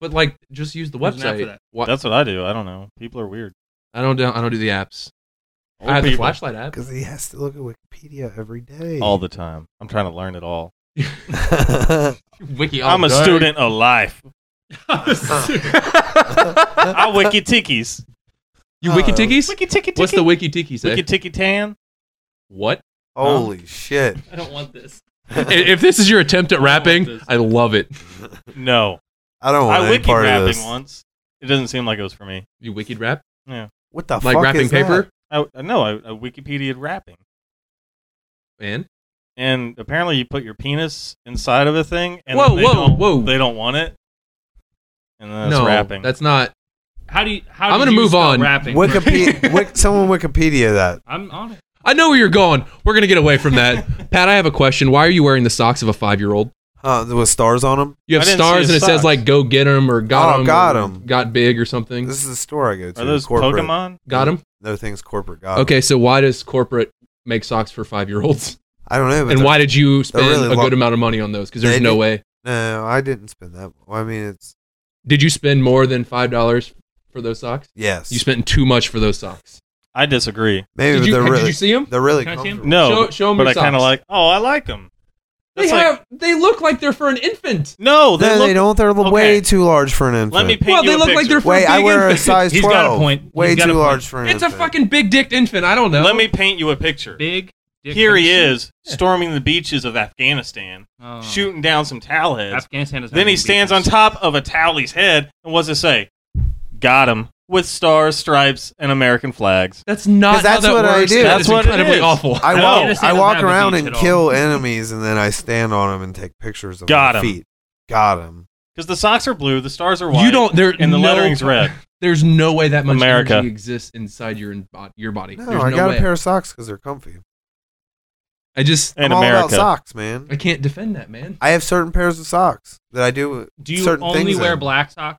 Speaker 5: But like, just use the
Speaker 6: There's an app for
Speaker 5: website.
Speaker 6: that.
Speaker 5: Why-
Speaker 3: That's what I do. I don't know. People are weird.
Speaker 5: I don't. Do, I don't do the apps.
Speaker 3: Old
Speaker 5: I have the
Speaker 3: people.
Speaker 5: flashlight app.
Speaker 2: because he has to look at Wikipedia every day.
Speaker 3: all the time. I'm trying to learn it all.
Speaker 5: Wiki. all
Speaker 3: I'm a
Speaker 5: day.
Speaker 3: student of life.
Speaker 5: you
Speaker 3: I wiki tikis.
Speaker 5: wiki tickies?
Speaker 3: Uh, Wiki tiki tiki.
Speaker 5: What's the wiki tiki say?
Speaker 3: wiki tiki tan?
Speaker 5: what?
Speaker 2: Holy shit!
Speaker 6: I don't want this.
Speaker 5: I- if this is your attempt at rapping, I love it.
Speaker 3: No,
Speaker 2: I don't want
Speaker 3: I
Speaker 2: Oh, any
Speaker 3: wiki
Speaker 2: part of
Speaker 3: rapping
Speaker 2: this.
Speaker 3: once. It doesn't seem like it was for me.
Speaker 5: You wikied rap?
Speaker 2: What the
Speaker 5: Like
Speaker 2: fuck
Speaker 5: wrapping
Speaker 2: is that?
Speaker 5: paper?
Speaker 3: I, I no, I, I Wikipedia rapping,
Speaker 5: Man.
Speaker 3: and apparently you put your penis inside of a thing, and
Speaker 5: Whoa,
Speaker 3: then they
Speaker 5: whoa,
Speaker 3: don't,
Speaker 5: whoa.
Speaker 3: they don't want it, and then it's
Speaker 5: no,
Speaker 3: rapping.
Speaker 5: that's not.
Speaker 6: How do you? How
Speaker 5: I'm
Speaker 6: do
Speaker 5: gonna
Speaker 6: you
Speaker 5: move
Speaker 6: spell
Speaker 5: on.
Speaker 6: Rapping.
Speaker 2: Wikipedia. Wik- someone Wikipedia that.
Speaker 6: I'm on it.
Speaker 5: I know where you're going. We're gonna get away from that. Pat, I have a question. Why are you wearing the socks of a five year old?
Speaker 2: Huh, with stars on them.
Speaker 5: You have
Speaker 3: I didn't see
Speaker 5: stars,
Speaker 3: his
Speaker 5: and it says
Speaker 3: socks.
Speaker 5: like "Go get 'em" or "Got
Speaker 2: Oh,
Speaker 5: 'em,"
Speaker 2: got
Speaker 5: or
Speaker 2: 'em.
Speaker 5: "Got big" or something.
Speaker 2: This is the store I go to.
Speaker 3: Are those
Speaker 2: corporate.
Speaker 3: Pokemon?
Speaker 5: Got 'em?
Speaker 2: No things corporate got 'em.
Speaker 5: Okay, so why does corporate make socks for five year olds?
Speaker 2: I don't know. But
Speaker 5: And
Speaker 2: they're-
Speaker 5: why did you spend
Speaker 2: really
Speaker 5: a
Speaker 2: long-
Speaker 5: good amount of money on those? Because
Speaker 2: They
Speaker 5: there's no
Speaker 2: did-
Speaker 5: way.
Speaker 2: No, I didn't spend that. Well, I mean, it's
Speaker 5: Did you spend more than five dollars for those socks?
Speaker 2: yes.
Speaker 5: You spent too much for those socks.
Speaker 3: I disagree.
Speaker 2: Maybe
Speaker 5: Did you,
Speaker 2: they're
Speaker 5: did
Speaker 2: really
Speaker 5: you see them?
Speaker 2: they're really
Speaker 6: Can I see 'em?
Speaker 2: comfortable.
Speaker 3: No,
Speaker 5: Show- show 'em
Speaker 3: but
Speaker 5: your
Speaker 3: I kind of
Speaker 5: socks.
Speaker 3: like. Oh, I like them.
Speaker 5: They have. they look like they're for an infant.
Speaker 3: No, they
Speaker 2: No,
Speaker 3: look.
Speaker 2: they don't. They're
Speaker 3: okay.
Speaker 2: way too large for an infant.
Speaker 3: Let me paint
Speaker 5: Well,
Speaker 3: you
Speaker 5: they
Speaker 3: a
Speaker 5: look like
Speaker 3: picture.
Speaker 5: they're for
Speaker 2: Wait,
Speaker 5: a big
Speaker 2: I wear a
Speaker 5: infant.
Speaker 2: size
Speaker 6: He's got a
Speaker 2: twelve.
Speaker 6: point. He's
Speaker 2: Way
Speaker 6: got
Speaker 2: too
Speaker 6: a point.
Speaker 2: large for an
Speaker 5: It's a
Speaker 2: infant.
Speaker 5: fucking big dicked infant. I don't know.
Speaker 3: Let me paint you a picture.
Speaker 6: Big. Dick
Speaker 3: Here he
Speaker 6: Henderson.
Speaker 3: is storming the beaches of Afghanistan,
Speaker 6: Oh.
Speaker 3: shooting down some towel heads.
Speaker 6: Afghanistan. doesn't
Speaker 3: Then
Speaker 6: have
Speaker 3: he
Speaker 6: any
Speaker 3: stands on
Speaker 6: beaches.
Speaker 3: top of a towelie's head, and what's it say? Got him with stars, stripes, and American flags.
Speaker 5: That's not
Speaker 2: 'Cause that's
Speaker 5: how that
Speaker 2: what I
Speaker 5: works.
Speaker 2: do.
Speaker 5: That
Speaker 3: That's
Speaker 5: is
Speaker 3: what it
Speaker 5: incredibly
Speaker 3: is.
Speaker 5: awful.
Speaker 2: I
Speaker 3: No.
Speaker 2: walk.
Speaker 6: Innocent
Speaker 2: I
Speaker 6: doesn't
Speaker 2: walk
Speaker 6: have a
Speaker 2: around
Speaker 6: beach at
Speaker 2: and
Speaker 6: all.
Speaker 2: kill enemies, and then I stand on them and take pictures of
Speaker 3: Got
Speaker 2: their
Speaker 3: 'em.
Speaker 2: feet. Got him.
Speaker 3: Because the socks are blue, the stars are white,
Speaker 5: you don't. There
Speaker 3: and the
Speaker 5: no-
Speaker 3: lettering's red.
Speaker 5: There's no way that much
Speaker 3: America.
Speaker 5: energy exists inside your in- bod- your body.
Speaker 2: No,
Speaker 5: there's
Speaker 2: I
Speaker 5: no
Speaker 2: got
Speaker 5: way.
Speaker 2: a pair of socks because they're comfy.
Speaker 5: I just
Speaker 3: And
Speaker 2: I'm all about
Speaker 3: America.
Speaker 2: socks, man.
Speaker 5: I can't defend that man.
Speaker 2: I have certain pairs of socks that I do.
Speaker 6: Do you
Speaker 2: certain
Speaker 6: only
Speaker 2: things
Speaker 6: wear
Speaker 2: in.
Speaker 6: black socks?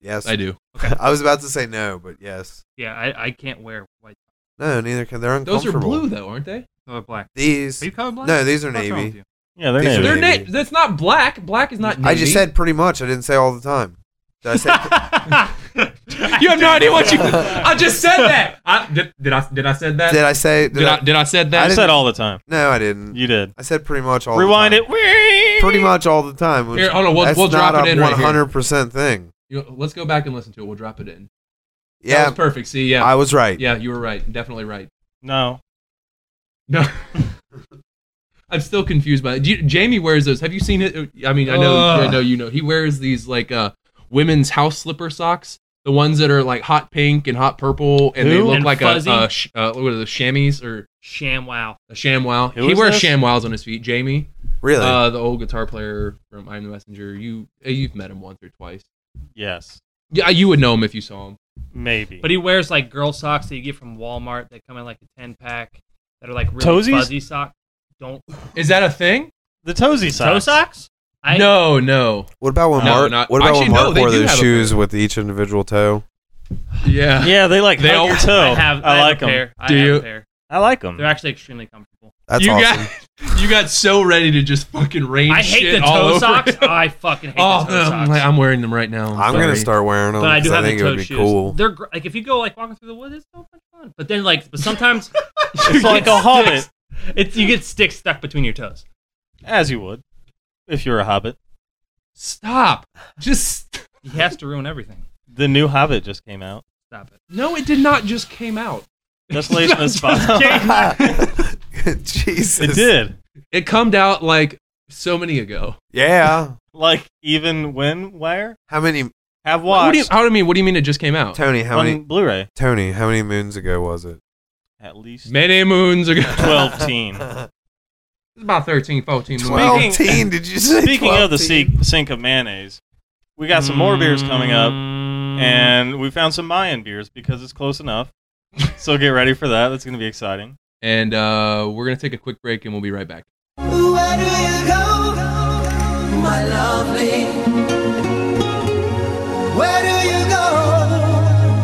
Speaker 2: Yes,
Speaker 5: I do.
Speaker 2: I was about to say no, but yes.
Speaker 6: Yeah, I, I can't wear white.
Speaker 2: No, neither can. They're
Speaker 5: Those are
Speaker 2: uncomfortable.
Speaker 5: blue though, aren't they?
Speaker 6: Or black.
Speaker 2: These.
Speaker 6: Are you colorblind?
Speaker 2: No, these are
Speaker 6: What's wrong with
Speaker 2: navy.
Speaker 6: you?
Speaker 3: yeah, they're
Speaker 2: These are
Speaker 3: navy.
Speaker 5: They're na-
Speaker 2: Navy.
Speaker 5: That's not black. Black is not.
Speaker 2: I just
Speaker 5: navy.
Speaker 2: said pretty much. I didn't say all the time. Did I say?
Speaker 5: You have no idea what you. I just said that. I, did, did I? Did I said that?
Speaker 2: did I say? Did
Speaker 5: Did
Speaker 2: I,
Speaker 5: I? Did I said
Speaker 3: I
Speaker 5: that?
Speaker 3: said all the time.
Speaker 2: no, I didn't.
Speaker 3: You did.
Speaker 2: I said pretty much all.
Speaker 3: Rewind
Speaker 2: the
Speaker 3: it.
Speaker 2: time. Pretty much all the time. which-
Speaker 5: Here, hold on, we'll-
Speaker 2: that's
Speaker 5: we'll drop
Speaker 2: not
Speaker 5: it
Speaker 2: a
Speaker 5: in right here.
Speaker 2: 100 percent thing.
Speaker 5: You know, let's go back and listen to it. We'll drop it in. That
Speaker 2: Yeah,
Speaker 5: was perfect. See, yeah,
Speaker 2: I was right.
Speaker 5: yeah, you were right. Definitely right.
Speaker 3: No.
Speaker 5: No. I'm still confused by it. Do you, Jamie wears those. Have you seen it? I mean, I know, I
Speaker 6: Ugh.
Speaker 5: know you know. He wears these like uh, women's house slipper socks, the ones that are like hot pink and hot purple, and they
Speaker 3: Who?
Speaker 5: look
Speaker 6: And
Speaker 5: like
Speaker 6: fuzzy?
Speaker 5: a, a sh- uh, what are those chamois or
Speaker 6: Sham wow.
Speaker 5: a ShamWow?
Speaker 3: Who
Speaker 5: he
Speaker 3: is
Speaker 5: wears
Speaker 3: this?
Speaker 5: ShamWows on his feet. Jamie,
Speaker 2: Really?
Speaker 5: uh, the old guitar player from I'm the Messenger. You uh, you've met him once or twice.
Speaker 3: Yes.
Speaker 5: Yeah, you would know him if you saw him.
Speaker 3: Maybe.
Speaker 6: But he wears like girl socks that you get from Walmart that come in like a ten pack that are like really
Speaker 3: Toesies?
Speaker 6: fuzzy sock. Don't
Speaker 5: Is that a thing?
Speaker 3: the toesy socks.
Speaker 6: toe socks? I,
Speaker 5: no, no.
Speaker 2: what about when
Speaker 5: No,
Speaker 2: Mark?
Speaker 5: not-
Speaker 2: what about
Speaker 5: actually,
Speaker 2: when
Speaker 5: no,
Speaker 2: Mark
Speaker 5: they
Speaker 2: wore
Speaker 5: do
Speaker 2: those
Speaker 5: have a
Speaker 2: shoes with each individual toe?
Speaker 5: Yeah.
Speaker 3: Yeah, they like
Speaker 5: They
Speaker 3: hug
Speaker 5: all-
Speaker 3: your toe.
Speaker 6: I have. I,
Speaker 3: like
Speaker 6: have a
Speaker 3: them.
Speaker 6: pair. I
Speaker 5: Do
Speaker 6: have
Speaker 5: you-
Speaker 6: A pair.
Speaker 3: I like them.
Speaker 6: They're actually extremely comfortable.
Speaker 2: That's
Speaker 5: you
Speaker 2: awesome.
Speaker 5: got you got so ready to just fucking rain.
Speaker 6: I hate
Speaker 5: shit
Speaker 6: the
Speaker 5: all
Speaker 6: toe
Speaker 5: over
Speaker 6: socks.
Speaker 5: it.
Speaker 6: Oh, I fucking hate
Speaker 5: Oh,
Speaker 6: the toe
Speaker 5: no,
Speaker 6: socks.
Speaker 5: I'm, like, I'm wearing them right now.
Speaker 2: I'm gonna
Speaker 5: sorry.
Speaker 2: start wearing them.
Speaker 6: but I do have
Speaker 2: think
Speaker 6: the
Speaker 2: it
Speaker 6: toe
Speaker 2: would be
Speaker 6: shoes.
Speaker 2: cool.
Speaker 6: They're gr- like if you go like walking through the woods, it's so much fun. But then like, but sometimes
Speaker 3: it's like a hobbit,
Speaker 6: it's you get sticks stuck between your toes.
Speaker 3: as you would. if you're a Hobbit.
Speaker 5: Stop. Just
Speaker 6: He has to ruin everything.
Speaker 3: The new Hobbit just came out.
Speaker 6: Stop it.
Speaker 5: no. It did not. Just came out.
Speaker 3: Desolation of
Speaker 6: Just
Speaker 3: Spot.
Speaker 2: Jesus.
Speaker 3: it did.
Speaker 5: It comed out like so many ago.
Speaker 2: Yeah.
Speaker 3: Like even when where
Speaker 2: How many
Speaker 3: have
Speaker 5: What
Speaker 3: watched
Speaker 5: do you? How do you mean? What do you mean? It just came out.
Speaker 2: Tony? How
Speaker 3: on
Speaker 2: many
Speaker 3: Blu-ray
Speaker 2: Tony? How many moons ago was it?
Speaker 3: at least
Speaker 5: Many moons ago.
Speaker 3: twelve teen.
Speaker 5: It's about 13, 14 moons.
Speaker 3: Twelve.
Speaker 2: Twelve teen? Did you say?
Speaker 3: Speaking of the
Speaker 2: 12
Speaker 3: sink, sink of mayonnaise, we got some more beers coming up,
Speaker 2: Mm.
Speaker 3: and we found some Mayan beers because it's close enough. so get ready for that. That's going to be exciting.
Speaker 5: And uh, we're gonna take a quick break, and we'll be right back.
Speaker 8: Where do you go, my lovely? Where do you go?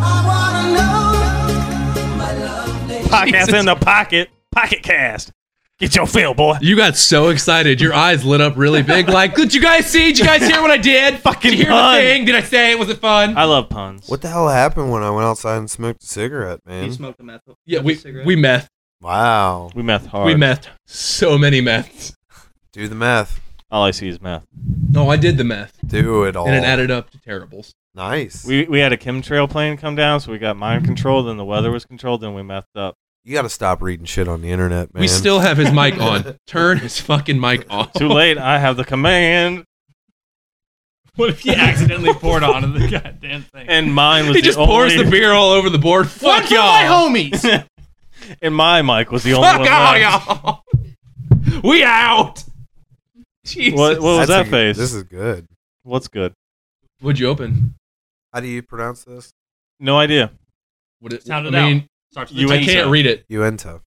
Speaker 8: I wanna know, my lovely.
Speaker 3: Podcast
Speaker 5: Jesus.
Speaker 3: in the pocket, pocket cast. Get your fill, boy.
Speaker 5: You got so excited. Your eyes lit up really big. Like, did you guys see? Did you guys hear what I did?
Speaker 3: Fucking
Speaker 5: did you hear
Speaker 3: pun.
Speaker 5: the thing? Did I say it? Was it fun?
Speaker 3: I love puns.
Speaker 2: What the hell happened when I went outside and smoked a cigarette, man?
Speaker 6: He smoked a meth.
Speaker 5: yeah,
Speaker 6: meth
Speaker 5: we
Speaker 6: cigarette.
Speaker 5: we meth.
Speaker 2: wow.
Speaker 3: We meth hard.
Speaker 5: We methed so many meths.
Speaker 2: Do the math.
Speaker 3: All I see is meth.
Speaker 5: No, I did the meth,
Speaker 2: Do it all.
Speaker 5: and it added up to terribles.
Speaker 2: nice.
Speaker 3: We we had a chemtrail plane come down, so we got mind control. Then the weather was controlled. Then we methed up.
Speaker 2: you got to stop reading shit on the internet, man.
Speaker 5: We still have his mic on. Turn his fucking mic off.
Speaker 3: Too late. I have the command,
Speaker 6: What if you accidentally poured onto the goddamn thing?
Speaker 3: and mine was
Speaker 5: He
Speaker 3: the
Speaker 5: just
Speaker 3: only,
Speaker 5: pours the beer all over the board.
Speaker 6: One
Speaker 5: Fuck
Speaker 6: for my
Speaker 5: y'all.
Speaker 6: homies.
Speaker 3: And my mic was the only
Speaker 5: Fuck
Speaker 3: one.
Speaker 5: all
Speaker 3: left.
Speaker 5: y'all. We out. Jesus.
Speaker 3: What, what
Speaker 2: That's
Speaker 3: was that
Speaker 2: a-
Speaker 3: face?
Speaker 2: This is good.
Speaker 3: What's good?
Speaker 5: Would you open?
Speaker 2: How do you pronounce this?
Speaker 3: No idea.
Speaker 5: Would it
Speaker 6: Sound it
Speaker 5: I mean,
Speaker 6: Starts with
Speaker 3: You
Speaker 6: you
Speaker 5: I
Speaker 3: ain't
Speaker 5: can't
Speaker 3: so.
Speaker 5: read it.
Speaker 2: Uinta.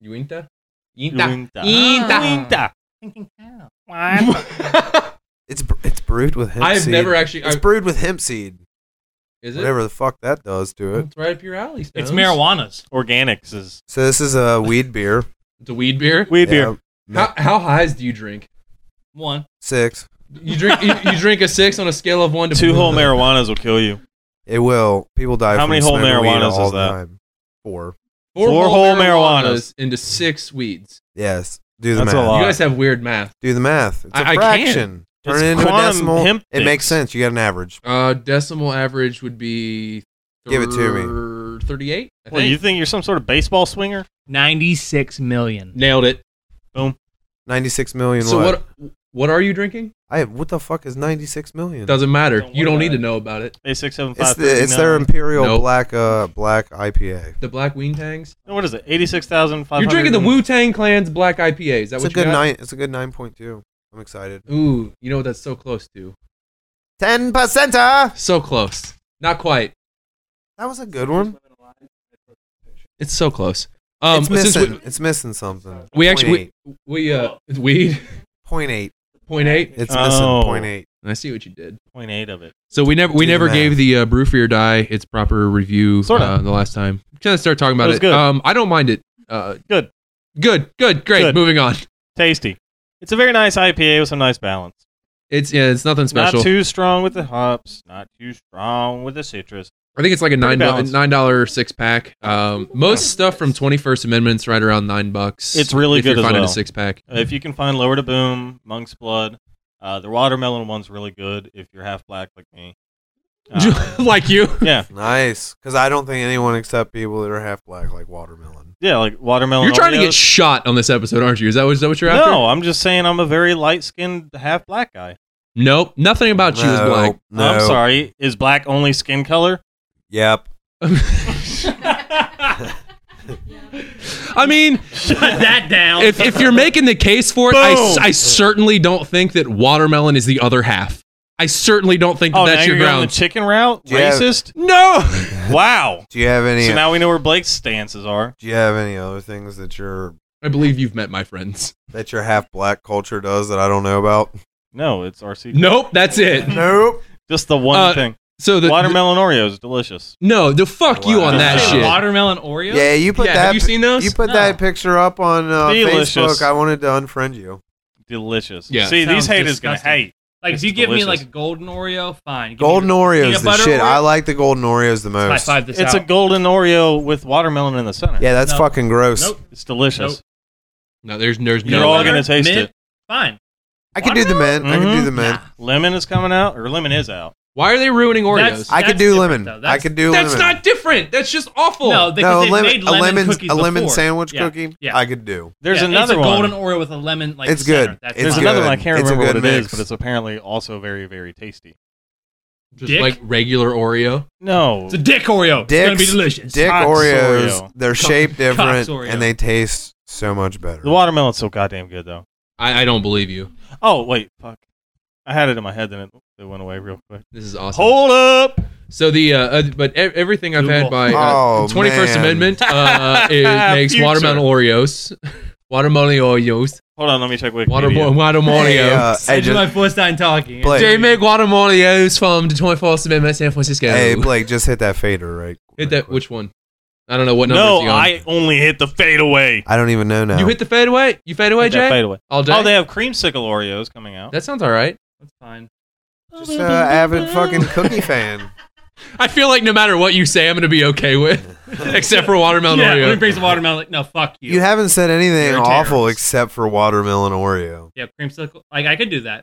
Speaker 5: Uinta.
Speaker 3: Uinta.
Speaker 2: Ah. It's br- it's brewed with hemp
Speaker 5: I've
Speaker 2: seed.
Speaker 5: never actually.
Speaker 2: It's
Speaker 5: I-
Speaker 2: brewed with hemp seed.
Speaker 5: is it?
Speaker 2: Whatever the fuck that does to it.
Speaker 5: It's right up your alley.
Speaker 6: It's
Speaker 5: Stones.
Speaker 6: marijuana's.
Speaker 3: Organics is
Speaker 2: So this is a weed beer.
Speaker 5: It's a weed beer.
Speaker 3: weed
Speaker 2: Yeah,
Speaker 3: beer.
Speaker 5: How, how highs do you drink?
Speaker 6: One.
Speaker 2: Six.
Speaker 5: You drink. you, you drink a six on a scale of one to
Speaker 3: Two whole marijuanas will kill you.
Speaker 2: It will. People die.
Speaker 3: How
Speaker 2: from
Speaker 3: many whole
Speaker 2: smoking weed
Speaker 3: marijuanas
Speaker 2: all
Speaker 3: is
Speaker 2: the
Speaker 3: that?
Speaker 2: Time. Four.
Speaker 5: four,
Speaker 3: Four
Speaker 5: whole
Speaker 3: whole marijuanas.
Speaker 5: marijuanas into six weeds.
Speaker 2: Yes. Do the
Speaker 3: That's a
Speaker 2: math.
Speaker 3: lot.
Speaker 5: You guys have weird math.
Speaker 2: Do the math. It's a
Speaker 5: I- I can't.
Speaker 2: fraction. Turn
Speaker 3: It's
Speaker 2: it into a
Speaker 3: quantum
Speaker 2: decimal.
Speaker 3: hemp
Speaker 2: It makes
Speaker 3: things.
Speaker 2: sense. You got an average.
Speaker 5: Uh, decimal average would be.
Speaker 2: Give it to me.
Speaker 5: me. Thirty-eight. I
Speaker 3: Well,
Speaker 5: think.
Speaker 3: you think you're some sort of baseball swinger?
Speaker 6: Ninety-six million.
Speaker 5: Nailed it.
Speaker 2: Ninety-six million.
Speaker 5: So
Speaker 2: what?
Speaker 5: what? What are you drinking?
Speaker 2: I what the fuck is ninety-six million?
Speaker 5: Doesn't matter.
Speaker 6: Don't
Speaker 5: you don't
Speaker 6: worry
Speaker 5: need
Speaker 6: about
Speaker 5: to
Speaker 6: it.
Speaker 5: know about it.
Speaker 3: A six seven
Speaker 2: It's
Speaker 3: five.
Speaker 2: the, it's their imperial
Speaker 5: Nope.
Speaker 2: black uh black IPA.
Speaker 5: The black wing tangs.
Speaker 3: What is it? Eighty six thousand five.
Speaker 5: You're drinking the Wu Tang Clan's black IPA. Is that
Speaker 2: It's a
Speaker 5: what you
Speaker 2: good
Speaker 5: got?
Speaker 2: nine. It's a good nine point two. I'm excited.
Speaker 5: Ooh, you know what? That's so close to.
Speaker 2: Ten percenter.
Speaker 5: So close. Not quite.
Speaker 2: That was a good one.
Speaker 5: It's so close. Um,
Speaker 2: it's
Speaker 5: since
Speaker 2: missing.
Speaker 5: we,
Speaker 2: it's missing something.
Speaker 5: we actually we, we uh it's weed
Speaker 2: point eight.
Speaker 5: point eight.
Speaker 2: It's
Speaker 3: Oh.
Speaker 2: missing point eight.
Speaker 5: I see what you did.
Speaker 3: point eight of it.
Speaker 5: So we never we
Speaker 2: Do the
Speaker 5: never
Speaker 2: math.
Speaker 5: gave the uh, brew for your die its proper review
Speaker 3: Sorta.
Speaker 5: uh, the last time. Kind of start talking about
Speaker 3: It was
Speaker 5: it.
Speaker 3: good.
Speaker 5: Um, I don't mind it. Uh,
Speaker 3: Good.
Speaker 5: good, good, great.
Speaker 3: Good.
Speaker 5: Moving on.
Speaker 3: Tasty. It's a very nice IPA with some nice balance.
Speaker 5: It's yeah, it's nothing special.
Speaker 3: Not too strong with the hops. Not too strong with the citrus.
Speaker 5: I think it's like a nine dollar
Speaker 3: balanced.
Speaker 5: nine dollar six pack. Um, most stuff from Twenty First Amendment's right around nine bucks.
Speaker 3: It's really
Speaker 5: if
Speaker 3: good
Speaker 5: You're
Speaker 3: as
Speaker 5: finding
Speaker 3: well.
Speaker 5: a six pack.
Speaker 3: Uh, If you can find Lower to Boom, Monk's Blood, uh, the watermelon one's really good. If you're half black like me. Uh,
Speaker 5: like you.
Speaker 3: yeah,
Speaker 2: Nice, because I don't think anyone except people that are half black like watermelon.
Speaker 3: yeah, like watermelon.
Speaker 5: You're trying to get
Speaker 3: Oreos.
Speaker 5: shot on this episode, aren't you? Is that, what- is that what you're after?
Speaker 3: No, I'm just saying I'm a very light skinned half black guy.
Speaker 5: Nope. Nothing about you is
Speaker 2: No,
Speaker 5: black.
Speaker 2: No.
Speaker 3: I'm sorry. Is black only skin color?
Speaker 2: Yep.
Speaker 5: I mean,
Speaker 6: Shut that down.
Speaker 5: if, if you're making the case for it, I, s- I certainly don't think that watermelon is the other half. I certainly don't think that
Speaker 3: Oh, now
Speaker 5: that's your
Speaker 3: you're going the
Speaker 5: ground.
Speaker 3: chicken route?
Speaker 2: Yeah.
Speaker 3: Racist?
Speaker 5: no.
Speaker 3: Wow.
Speaker 2: Do you have any?
Speaker 3: So now we know where Blake's stances are.
Speaker 2: do you have any other things that your
Speaker 5: I believe you've met my friends.
Speaker 2: that your half black culture does that I don't know about?
Speaker 3: No, it's RC.
Speaker 5: Nope, that's it.
Speaker 2: nope.
Speaker 3: Just the one
Speaker 5: Uh,
Speaker 3: thing.
Speaker 5: So the
Speaker 3: Watermelon Oreos, delicious.
Speaker 5: the- no, the fuck you on
Speaker 2: Wow.
Speaker 5: that
Speaker 2: Did you say
Speaker 5: shit.
Speaker 6: Watermelon Oreo.
Speaker 2: Yeah, you put
Speaker 5: yeah,
Speaker 2: that.
Speaker 5: have you seen those?
Speaker 2: You put
Speaker 6: No.
Speaker 2: that picture up on uh,
Speaker 3: Delicious.
Speaker 2: Facebook. I wanted to unfriend you.
Speaker 3: Delicious.
Speaker 5: Yeah.
Speaker 3: See, these
Speaker 6: Sounds
Speaker 3: haters going to
Speaker 6: disgusting.
Speaker 3: hate.
Speaker 6: Like if
Speaker 3: It's
Speaker 6: you give me
Speaker 3: delicious.
Speaker 6: like a golden Oreo, fine. Give me
Speaker 2: Golden
Speaker 6: your-
Speaker 2: Oreos,
Speaker 6: peanut
Speaker 2: the
Speaker 6: butter
Speaker 2: shit.
Speaker 6: Oreo?
Speaker 2: I like the golden Oreos the
Speaker 6: High
Speaker 2: most.
Speaker 6: five this
Speaker 3: It's a
Speaker 6: out.
Speaker 3: golden Oreo with watermelon in the center.
Speaker 2: Yeah, that's
Speaker 6: No.
Speaker 2: fucking gross.
Speaker 6: Nope.
Speaker 3: It's delicious.
Speaker 6: Nope.
Speaker 5: no, there's there's
Speaker 3: You're
Speaker 5: no.
Speaker 3: all
Speaker 5: way.
Speaker 3: gonna taste
Speaker 6: Mint?
Speaker 3: it.
Speaker 6: Fine.
Speaker 2: I can do the mint. I can do the
Speaker 3: Mm-hmm.
Speaker 2: mint.
Speaker 3: Lemon is coming out, or lemon is out.
Speaker 5: Why are they ruining Oreos?
Speaker 6: That's-
Speaker 5: That's,
Speaker 2: I could
Speaker 6: That's
Speaker 2: do
Speaker 6: different,
Speaker 2: lemon.
Speaker 6: though.
Speaker 2: I
Speaker 6: That's-
Speaker 2: could do lemon.
Speaker 5: not different. That's just awful.
Speaker 6: No, they, no,
Speaker 2: a
Speaker 6: they made lemon, cookies
Speaker 2: a lemon
Speaker 6: before.
Speaker 2: sandwich
Speaker 6: Yeah,
Speaker 2: cookie.
Speaker 6: Yeah,
Speaker 2: I could do.
Speaker 3: There's
Speaker 6: Yeah,
Speaker 3: another
Speaker 6: it's a
Speaker 3: one.
Speaker 6: golden Oreo with a lemon. Like
Speaker 2: It's
Speaker 6: center.
Speaker 2: good.
Speaker 6: That's
Speaker 2: It's
Speaker 3: There's
Speaker 6: it.
Speaker 2: good.
Speaker 3: another one I can't
Speaker 2: It's a
Speaker 3: remember what
Speaker 2: good
Speaker 3: it is,
Speaker 2: mix.
Speaker 3: but it's apparently also very, very tasty.
Speaker 5: just
Speaker 6: Dick.
Speaker 5: like regular Oreo.
Speaker 3: No,
Speaker 6: It's a dick Oreo. it's gonna be
Speaker 2: Dick's-
Speaker 6: delicious.
Speaker 2: Dick
Speaker 3: Cox
Speaker 2: Oreos,
Speaker 3: Oreo.
Speaker 2: they're
Speaker 6: Co-
Speaker 2: shaped different
Speaker 6: Oreo.
Speaker 2: and they taste so much better.
Speaker 3: the watermelon's so goddamn good though.
Speaker 5: I, I don't believe you.
Speaker 3: Oh wait, fuck! I had it in my head, then it, it went away real quick.
Speaker 5: This is awesome.
Speaker 3: Hold up!
Speaker 5: So the uh, uh, but e- everything I've had
Speaker 6: Google.
Speaker 5: by
Speaker 2: Oh,
Speaker 5: uh, 21st
Speaker 2: man.
Speaker 5: Amendment uh, it makes
Speaker 3: Future.
Speaker 5: watermelon Oreos, watermelon Oreos,
Speaker 3: Hold on, let me check Wikipedia.
Speaker 5: watermelon
Speaker 2: Hey,
Speaker 5: Oreo.
Speaker 2: uh, hey,
Speaker 6: This is my
Speaker 2: just,
Speaker 6: first time talking.
Speaker 2: Blake.
Speaker 5: They make watermelon Oreos from the 21st Amendment, San Francisco.
Speaker 2: hey, Blake, just hit that fader, right?
Speaker 5: hit that which one? I don't know what number.
Speaker 3: no,
Speaker 5: is he on.
Speaker 3: I only hit the fadeaway.
Speaker 2: I don't even know now.
Speaker 5: You hit the fadeaway. You fadeaway,
Speaker 3: Hit that
Speaker 5: Jay.
Speaker 3: fadeaway.
Speaker 5: All day.
Speaker 3: Oh, they have creamsicle Oreos coming out.
Speaker 5: that sounds all right.
Speaker 6: That's fine.
Speaker 2: just an avid fucking cookie fan.
Speaker 5: I feel like no matter what you say, I'm going to be okay with, except for watermelon
Speaker 6: yeah,
Speaker 5: Oreo.
Speaker 6: when he brings the watermelon, like, no, fuck you.
Speaker 2: You haven't said anything
Speaker 6: You're a
Speaker 2: awful
Speaker 6: terrorist.
Speaker 2: except for watermelon Oreo.
Speaker 6: yeah, creamsicle. Like I could do that.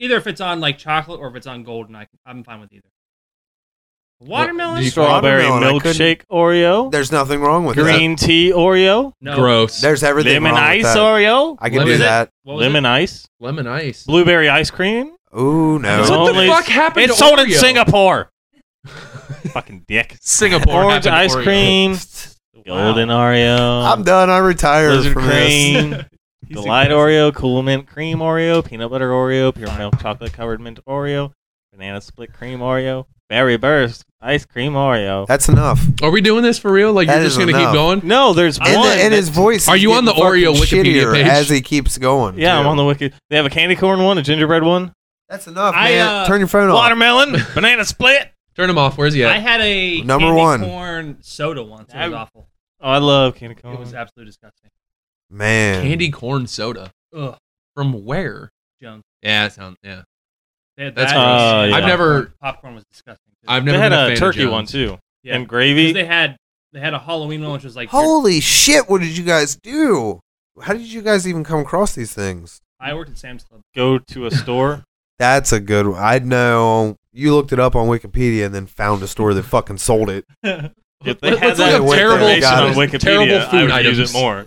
Speaker 6: Either if it's on like chocolate or if it's on golden, I can, I'm fine with either. Watermelon.
Speaker 5: do you-
Speaker 3: Strawberry
Speaker 2: Watermelon, I
Speaker 3: milkshake Oreo.
Speaker 2: There's nothing wrong with
Speaker 3: Green tea Oreo.
Speaker 6: no.
Speaker 5: Gross.
Speaker 2: that. There's everything
Speaker 3: Lemon
Speaker 2: wrong with
Speaker 3: ice
Speaker 2: that.
Speaker 3: Oreo.
Speaker 2: I can
Speaker 5: Lemon-
Speaker 2: do that.
Speaker 6: What was
Speaker 3: Lemon ice.
Speaker 5: Lemon ice.
Speaker 3: Blueberry ice cream.
Speaker 2: Ooh no!
Speaker 5: What the
Speaker 3: Only-
Speaker 5: fuck happened
Speaker 3: It's
Speaker 5: to
Speaker 3: sold in
Speaker 5: Oreo?
Speaker 3: Singapore. Fucking dick.
Speaker 5: Singapore
Speaker 3: Orange
Speaker 5: happened to
Speaker 3: ice
Speaker 5: Oreo.
Speaker 3: cream.
Speaker 6: it? Wow.
Speaker 3: Golden Oreo.
Speaker 2: I'm done. I retire
Speaker 3: Blizzard
Speaker 2: from this.
Speaker 3: cream. Delight Oreo, Cool Mint Cream Oreo, Peanut Butter Oreo, Pure Milk Chocolate Covered Mint Oreo, Banana Split Cream Oreo, Berry Burst Ice Cream Oreo.
Speaker 2: That's enough.
Speaker 5: Are we doing this for real? Like
Speaker 2: That
Speaker 5: you're just
Speaker 2: is
Speaker 5: gonna keep
Speaker 2: enough.
Speaker 5: going?
Speaker 3: No, there's
Speaker 2: And,
Speaker 3: one.
Speaker 2: the, and his
Speaker 3: that-
Speaker 2: voice.
Speaker 5: Are
Speaker 2: is
Speaker 5: you on the
Speaker 2: getting
Speaker 5: Oreo
Speaker 2: fucking
Speaker 5: Wikipedia
Speaker 2: shittier
Speaker 5: page?
Speaker 2: As he keeps going.
Speaker 3: yeah, I'm
Speaker 2: too.
Speaker 3: on the wiki. They have a candy corn one, a gingerbread one,
Speaker 2: That's enough,
Speaker 6: I,
Speaker 2: man.
Speaker 6: uh,
Speaker 2: Turn your phone off.
Speaker 3: watermelon, banana split.
Speaker 5: Turn him off. Where's he
Speaker 6: I
Speaker 5: at?
Speaker 6: had a
Speaker 2: Number
Speaker 6: candy
Speaker 2: one.
Speaker 6: corn soda once. It was
Speaker 3: I-
Speaker 6: awful.
Speaker 3: Oh, I love candy corn.
Speaker 6: It was absolutely disgusting.
Speaker 2: Man,
Speaker 5: Candy corn soda.
Speaker 6: Ugh,
Speaker 5: From where?
Speaker 6: Jones.
Speaker 5: Yeah, that sounds yeah.
Speaker 6: They had
Speaker 5: That's
Speaker 6: that.
Speaker 3: gross.
Speaker 6: and
Speaker 3: I've
Speaker 5: never-
Speaker 6: Popcorn was disgusting. too.
Speaker 5: I've
Speaker 3: they
Speaker 5: never
Speaker 3: had
Speaker 5: been a,
Speaker 3: a,
Speaker 5: fan
Speaker 3: turkey
Speaker 5: of
Speaker 3: one too,
Speaker 6: Yeah.
Speaker 3: and
Speaker 6: 'Cause
Speaker 3: gravy.
Speaker 6: they had they had a Halloween one, which was like
Speaker 2: Holy shit! What did you guys do? How did you guys even come across these things?
Speaker 6: I worked at Sam's Club.
Speaker 3: Go to a store.
Speaker 2: That's a good one. I know you looked it up on Wikipedia and then found a store that fucking sold it.
Speaker 3: If they
Speaker 5: Let-
Speaker 3: had
Speaker 5: let's look
Speaker 3: that
Speaker 2: up terrible-
Speaker 3: information on
Speaker 2: terrible
Speaker 3: Wikipedia, I would
Speaker 5: food
Speaker 3: use
Speaker 5: items.
Speaker 3: it more.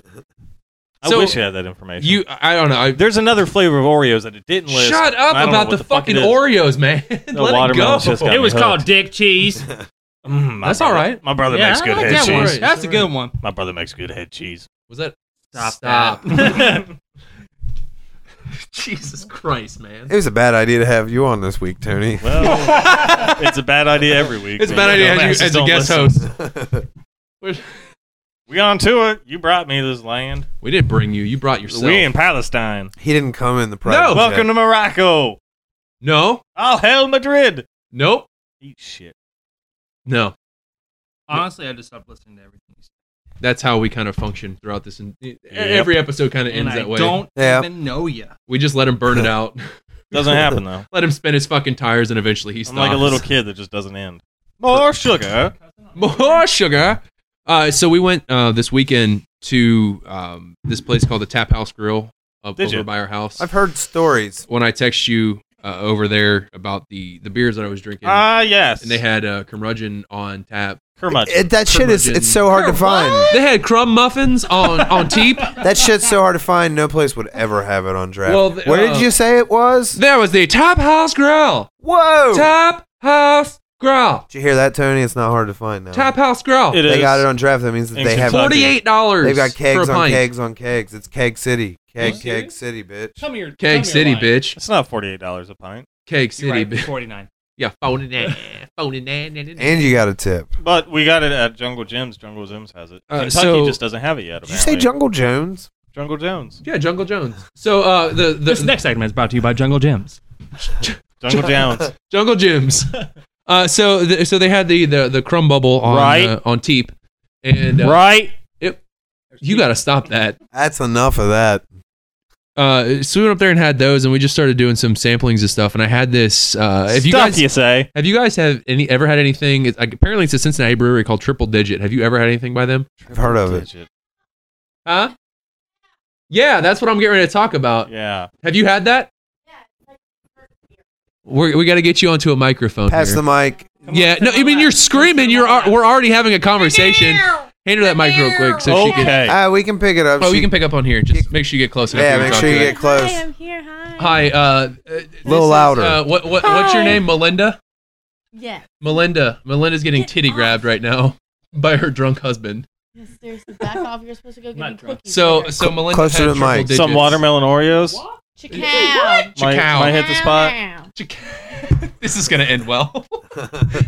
Speaker 3: I
Speaker 5: So,
Speaker 3: wish I had that information.
Speaker 5: You I don't know. I,
Speaker 3: There's another flavor of Oreos that it didn't list. I
Speaker 5: shut
Speaker 3: don't
Speaker 5: up
Speaker 3: know
Speaker 5: about
Speaker 3: what
Speaker 5: the,
Speaker 3: fuck it
Speaker 5: fucking
Speaker 3: is.
Speaker 5: Oreos, man.
Speaker 3: The
Speaker 5: Let it go.
Speaker 3: watermelon's just got-
Speaker 6: It
Speaker 3: Got
Speaker 6: was
Speaker 3: me
Speaker 6: called Dick Cheese.
Speaker 3: Mm, my
Speaker 5: That's
Speaker 3: brother-
Speaker 5: all right.
Speaker 3: My brother
Speaker 6: yeah,
Speaker 3: makes
Speaker 6: I
Speaker 3: good
Speaker 6: like
Speaker 3: head
Speaker 6: that
Speaker 3: cheese.
Speaker 6: one. That's a good one.
Speaker 3: My brother makes good head cheese.
Speaker 5: Was that
Speaker 6: Stop.
Speaker 5: Stop.
Speaker 6: that.
Speaker 5: Jesus Christ, man.
Speaker 2: It was a bad idea to have you on this week, Tony.
Speaker 3: Well, it's a bad idea every week.
Speaker 5: It's a
Speaker 3: when
Speaker 5: bad
Speaker 3: you
Speaker 5: idea
Speaker 3: dumbasses
Speaker 5: as, you, as a
Speaker 3: don't
Speaker 5: guest
Speaker 3: listen.
Speaker 5: host.
Speaker 3: We on to it. You brought me this land.
Speaker 5: We didn't bring you. You brought yourself.
Speaker 3: We in Palestine.
Speaker 2: he didn't come in the private.
Speaker 5: No.
Speaker 2: jet.
Speaker 3: Welcome to Morocco.
Speaker 5: no.
Speaker 3: Oh hell, Madrid.
Speaker 5: Nope.
Speaker 3: Eat shit.
Speaker 5: No.
Speaker 6: Honestly, I just stopped listening to everything. you said.
Speaker 5: That's how we kind of function throughout this. And e, Every episode kind of
Speaker 6: And
Speaker 5: ends
Speaker 6: I
Speaker 5: that way.
Speaker 6: don't
Speaker 2: Yeah.
Speaker 6: even know you.
Speaker 5: We just let him burn it out.
Speaker 3: Doesn't happen though.
Speaker 5: let him spin his fucking tires, and eventually he stops.
Speaker 3: I'm like a little kid that just doesn't end. More sugar.
Speaker 5: More sugar. Uh, so we went uh, this weekend to um, this place called the Tap House Grill up
Speaker 3: Did
Speaker 5: over
Speaker 3: you?
Speaker 5: by our house.
Speaker 2: I've heard stories.
Speaker 5: when I text you uh, over there about the the beers that I was drinking,
Speaker 3: Ah yes.
Speaker 5: and they had uh, curmudgeon on tap.
Speaker 3: curmudgeon.
Speaker 2: It- that shit is
Speaker 5: Curmudgeon.
Speaker 2: it's so hard to find.
Speaker 5: They had crumb muffins on on teep.
Speaker 2: That shit's so hard to find. No place would ever have it on draft.
Speaker 5: Well, th-
Speaker 2: Where did
Speaker 5: uh,
Speaker 2: you say it was?
Speaker 5: There was the Tap House Grill.
Speaker 3: Oh.
Speaker 2: Whoa!
Speaker 5: Tap House Grill.
Speaker 2: Did you hear that, Tony? It's not hard to find now.
Speaker 5: Tap House Grill.
Speaker 3: It
Speaker 2: they
Speaker 3: is.
Speaker 2: got it on draft. That means that
Speaker 3: In
Speaker 2: they have
Speaker 3: Kentucky.
Speaker 5: Forty-eight dollars.
Speaker 2: They've got
Speaker 5: for a
Speaker 2: kegs on
Speaker 5: pint.
Speaker 2: kegs on kegs. It's Keg City. Keg
Speaker 6: Yeah.
Speaker 2: Keg City, bitch.
Speaker 6: Tell me your
Speaker 5: Keg City, bitch.
Speaker 3: It's not forty eight dollars a pint.
Speaker 5: Keg City, bitch.
Speaker 6: Forty nine.
Speaker 5: Yeah, phone in that, phone in that, na- na- na.
Speaker 2: And you got a tip.
Speaker 3: But we got it at Jungle Jim's. Jungle Jim's has it.
Speaker 5: Uh,
Speaker 3: Kentucky
Speaker 5: so-
Speaker 3: just doesn't have it yet.
Speaker 2: Did you say
Speaker 3: apparently.
Speaker 2: Jungle Jones?
Speaker 3: Jungle Jones?
Speaker 5: Yeah, Jungle Jones. So uh, the the
Speaker 6: This next segment is brought to you by Jungle Gems.
Speaker 3: Jungle Jones.
Speaker 5: Jungle Gyms. Uh, so the, so they had the the, the crumb bubble on
Speaker 3: Right.
Speaker 5: uh, on teep, and uh,
Speaker 3: Right.
Speaker 5: you got to stop that.
Speaker 2: That's enough of that.
Speaker 5: Uh, so we went up there and had those, and we just started doing some samplings and stuff. And I had this. Uh, if you
Speaker 3: Stuff
Speaker 5: guys
Speaker 3: you say.
Speaker 5: have you guys have any ever had anything? It's, like, apparently, it's a Cincinnati brewery called Triple Digit. Have you ever had anything by them?
Speaker 2: I've heard of it.
Speaker 5: Huh? Yeah, that's what I'm getting ready to talk about.
Speaker 3: Yeah.
Speaker 5: Have you had that? We're, we got to get you onto a microphone.
Speaker 2: Pass
Speaker 5: here.
Speaker 2: the mic.
Speaker 5: yeah, no, I mean you're screaming. You're al- we're already having a conversation. Hand her that mic real quick so she can.
Speaker 3: Okay.
Speaker 2: Uh, we can pick it up.
Speaker 5: Oh,
Speaker 2: She-
Speaker 5: you can pick up on here. Just make sure you get close enough.
Speaker 2: Yeah,
Speaker 5: to
Speaker 2: make
Speaker 5: talk
Speaker 2: sure
Speaker 5: to
Speaker 2: you
Speaker 5: it.
Speaker 2: get close.
Speaker 9: Hi, I'm here. Hi.
Speaker 5: Hi, uh, uh, this
Speaker 2: Little
Speaker 5: is,
Speaker 2: louder.
Speaker 5: Uh, what what what's your
Speaker 9: Hi.
Speaker 5: name? Melinda.
Speaker 9: Yeah.
Speaker 5: Melinda. Melinda's getting
Speaker 9: Get
Speaker 5: titty
Speaker 9: off.
Speaker 5: grabbed right now by her drunk husband.
Speaker 9: Yeah, Seriously, back off. You're supposed to go
Speaker 6: Not
Speaker 9: get me
Speaker 6: drunk.
Speaker 9: cookies.
Speaker 5: So
Speaker 9: later.
Speaker 5: so Melinda
Speaker 2: Closer
Speaker 5: had
Speaker 2: to the
Speaker 5: triple
Speaker 2: mic.
Speaker 5: digits.
Speaker 3: Some watermelon Oreos
Speaker 9: Chicow.
Speaker 3: might,
Speaker 5: Chicow.
Speaker 3: might hit the spot.
Speaker 5: Chica- this is gonna end well.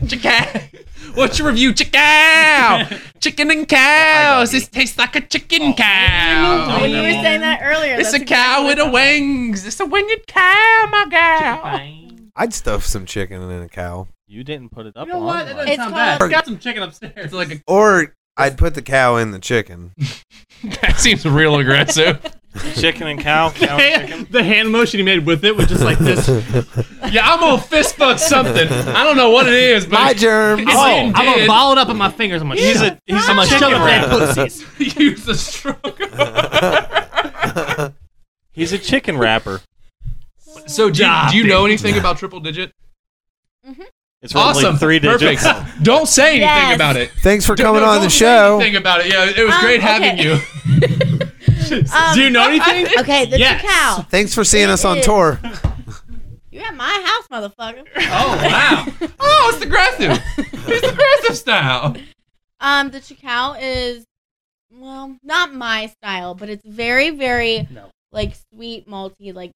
Speaker 5: Chica- What's your review? Chicow. Chicken and cows. This tastes like a
Speaker 3: Oh.
Speaker 5: chicken cow.
Speaker 9: When you were saying that earlier,
Speaker 5: It's
Speaker 9: that's
Speaker 5: a cow
Speaker 9: exactly
Speaker 5: with
Speaker 9: what
Speaker 5: a wings. It's a winged cow, my gal.
Speaker 2: I'd stuff some chicken in a cow,
Speaker 3: You didn't put it up
Speaker 6: You know what? That
Speaker 3: online.
Speaker 6: doesn't
Speaker 9: It's
Speaker 6: sound
Speaker 9: called-
Speaker 6: bad. Got some chicken upstairs.
Speaker 5: It's like a,
Speaker 2: or I'd put the cow in the chicken.
Speaker 5: that seems real aggressive.
Speaker 3: Chicken and cow. cow and chicken.
Speaker 6: the hand motion he made with it was just like this.
Speaker 3: Oh,
Speaker 5: Yeah, I'm gonna fist fuck something. I don't know what it is, but
Speaker 2: My germs.
Speaker 5: It's
Speaker 6: Oh, I'm
Speaker 5: like
Speaker 6: gonna
Speaker 5: dead.
Speaker 6: ball it up in my fingers. I'm gonna
Speaker 3: He's
Speaker 6: shove
Speaker 3: a
Speaker 6: it.
Speaker 3: he's
Speaker 6: I'm
Speaker 3: a
Speaker 6: gonna shove
Speaker 3: chicken
Speaker 6: it
Speaker 3: rat.
Speaker 6: down pussies.
Speaker 5: use the stroke.
Speaker 3: He's a chicken wrapper.
Speaker 5: So do you, do you know anything about triple digit?
Speaker 3: It's roughly
Speaker 5: Awesome.
Speaker 3: three digits.
Speaker 5: Perfect. Don't say anything
Speaker 9: Yes.
Speaker 5: about it.
Speaker 2: Thanks for
Speaker 5: Don't-
Speaker 2: coming
Speaker 5: no,
Speaker 2: on
Speaker 5: don't
Speaker 2: the
Speaker 5: say
Speaker 2: show.
Speaker 5: Anything about it? Yeah, it was
Speaker 9: Um,
Speaker 5: great
Speaker 9: okay.
Speaker 5: having you.
Speaker 9: Um,
Speaker 6: Do you know anything?
Speaker 9: Okay, the
Speaker 6: Yes.
Speaker 9: chicow.
Speaker 2: Thanks for seeing us on tour.
Speaker 9: You're at my house, motherfucker.
Speaker 6: Oh wow!
Speaker 5: Oh, it's the aggressive. It's the aggressive style.
Speaker 9: Um, the chicow is well, not my style, but it's very, very
Speaker 6: No.
Speaker 9: like sweet, malty, like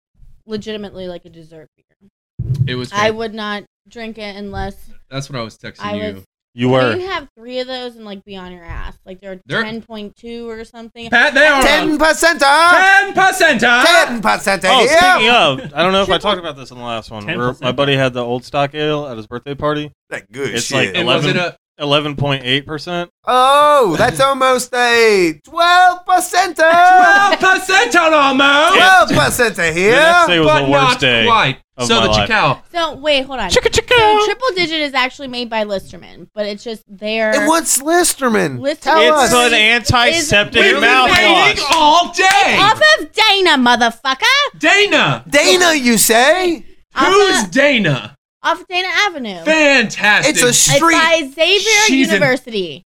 Speaker 9: legitimately like a dessert beer.
Speaker 5: It was.
Speaker 9: I
Speaker 5: great.
Speaker 9: would not drink it unless
Speaker 5: That's what I was texting
Speaker 9: I
Speaker 5: you.
Speaker 9: was.
Speaker 3: You
Speaker 9: You
Speaker 3: were.
Speaker 9: have three of those and like be on your ass. Like they're
Speaker 5: They're-
Speaker 9: ten point two or something.
Speaker 5: Pat, they are
Speaker 2: Ten percent off.
Speaker 5: ten percent.
Speaker 2: Ten percent
Speaker 3: Oh,
Speaker 2: yeah.
Speaker 3: speaking of, I don't know if I talked about this in the last one. where
Speaker 6: 10%.
Speaker 3: My buddy had the old stock ale at his birthday party.
Speaker 2: That good
Speaker 3: It's
Speaker 2: shit.
Speaker 3: like-
Speaker 5: And was it a?
Speaker 3: Eleven point eight percent.
Speaker 2: oh, that's almost a twelve percent. Twelve
Speaker 5: percent on almost.
Speaker 2: percent
Speaker 3: The
Speaker 2: here.
Speaker 3: next day was
Speaker 5: but
Speaker 3: the
Speaker 5: not
Speaker 3: worst day.
Speaker 5: quite.
Speaker 3: of
Speaker 5: so
Speaker 3: my
Speaker 5: the
Speaker 3: life.
Speaker 5: Chacal.
Speaker 9: So wait, hold on.
Speaker 5: Chicka
Speaker 9: So
Speaker 5: chicow.
Speaker 9: triple digit is actually made by Listerman, but it's just
Speaker 2: And
Speaker 9: their
Speaker 2: what's Listerman?
Speaker 9: Listerman
Speaker 2: Tell us.
Speaker 3: It's an
Speaker 9: We've
Speaker 3: antiseptic
Speaker 9: been
Speaker 3: mouthwash.
Speaker 5: waiting all day.
Speaker 9: off of Dana, motherfucker.
Speaker 5: Dana.
Speaker 2: Dana, you say?
Speaker 9: Off
Speaker 5: Who's
Speaker 9: of,
Speaker 5: Dana?
Speaker 9: off of Dana Avenue?
Speaker 5: Fantastic.
Speaker 2: It's a
Speaker 9: It's
Speaker 2: street.
Speaker 9: by Xavier
Speaker 5: She's in-
Speaker 9: University,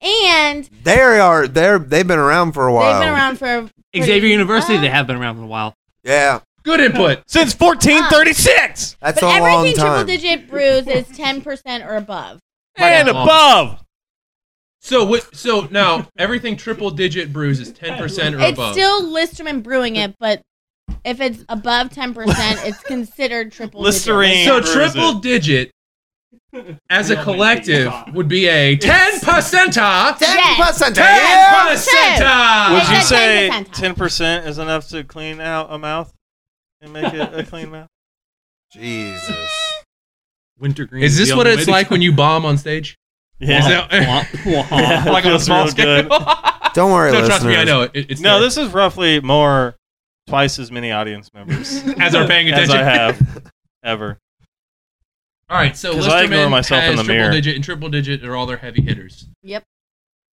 Speaker 9: and
Speaker 2: They are. They're. They've been around for a while.
Speaker 9: they've been around for
Speaker 6: Xavier University.
Speaker 9: Uh,
Speaker 6: They have been around for a while.
Speaker 2: Yeah,
Speaker 5: good input.
Speaker 3: Since 1436
Speaker 2: that's
Speaker 9: But
Speaker 2: a long
Speaker 9: everything triple
Speaker 2: time.
Speaker 9: digit brews is ten percent or above.
Speaker 3: and
Speaker 6: Long.
Speaker 3: above.
Speaker 5: So what? So now everything triple digit brews is ten percent or
Speaker 9: It's
Speaker 5: above.
Speaker 9: still Listerman brewing it, but if it's above ten percent, it's considered triple
Speaker 3: Listerine.
Speaker 9: Digit.
Speaker 5: so
Speaker 3: brews
Speaker 5: triple
Speaker 3: it.
Speaker 5: digit as a collective would be a ten percenta.
Speaker 2: Ten percent.
Speaker 5: Ten
Speaker 2: Yeah.
Speaker 5: percenta.
Speaker 3: Would
Speaker 9: It's
Speaker 3: you
Speaker 9: at
Speaker 3: say
Speaker 9: 10%.
Speaker 3: ten percent is enough to clean out a mouth and make it a clean mouth?
Speaker 2: Jesus.
Speaker 6: Wintergreen.
Speaker 5: Is this what it's like when you bomb on stage? Is that-
Speaker 3: Yeah,
Speaker 5: like on a
Speaker 3: feels
Speaker 5: small
Speaker 3: real
Speaker 5: scale?
Speaker 3: good.
Speaker 2: Don't worry,
Speaker 5: no,
Speaker 2: listeners.
Speaker 5: trust me, I know it. It- It's
Speaker 3: No,
Speaker 5: there.
Speaker 3: this is roughly more twice as many audience members
Speaker 5: as are paying
Speaker 3: as
Speaker 5: attention.
Speaker 3: I have ever.
Speaker 5: All right, so
Speaker 3: 'Cause I ignore
Speaker 5: Listerman
Speaker 3: myself in
Speaker 5: has
Speaker 3: the
Speaker 5: triple
Speaker 3: mirror.
Speaker 5: digit and triple digit are all their heavy hitters.
Speaker 9: Yep.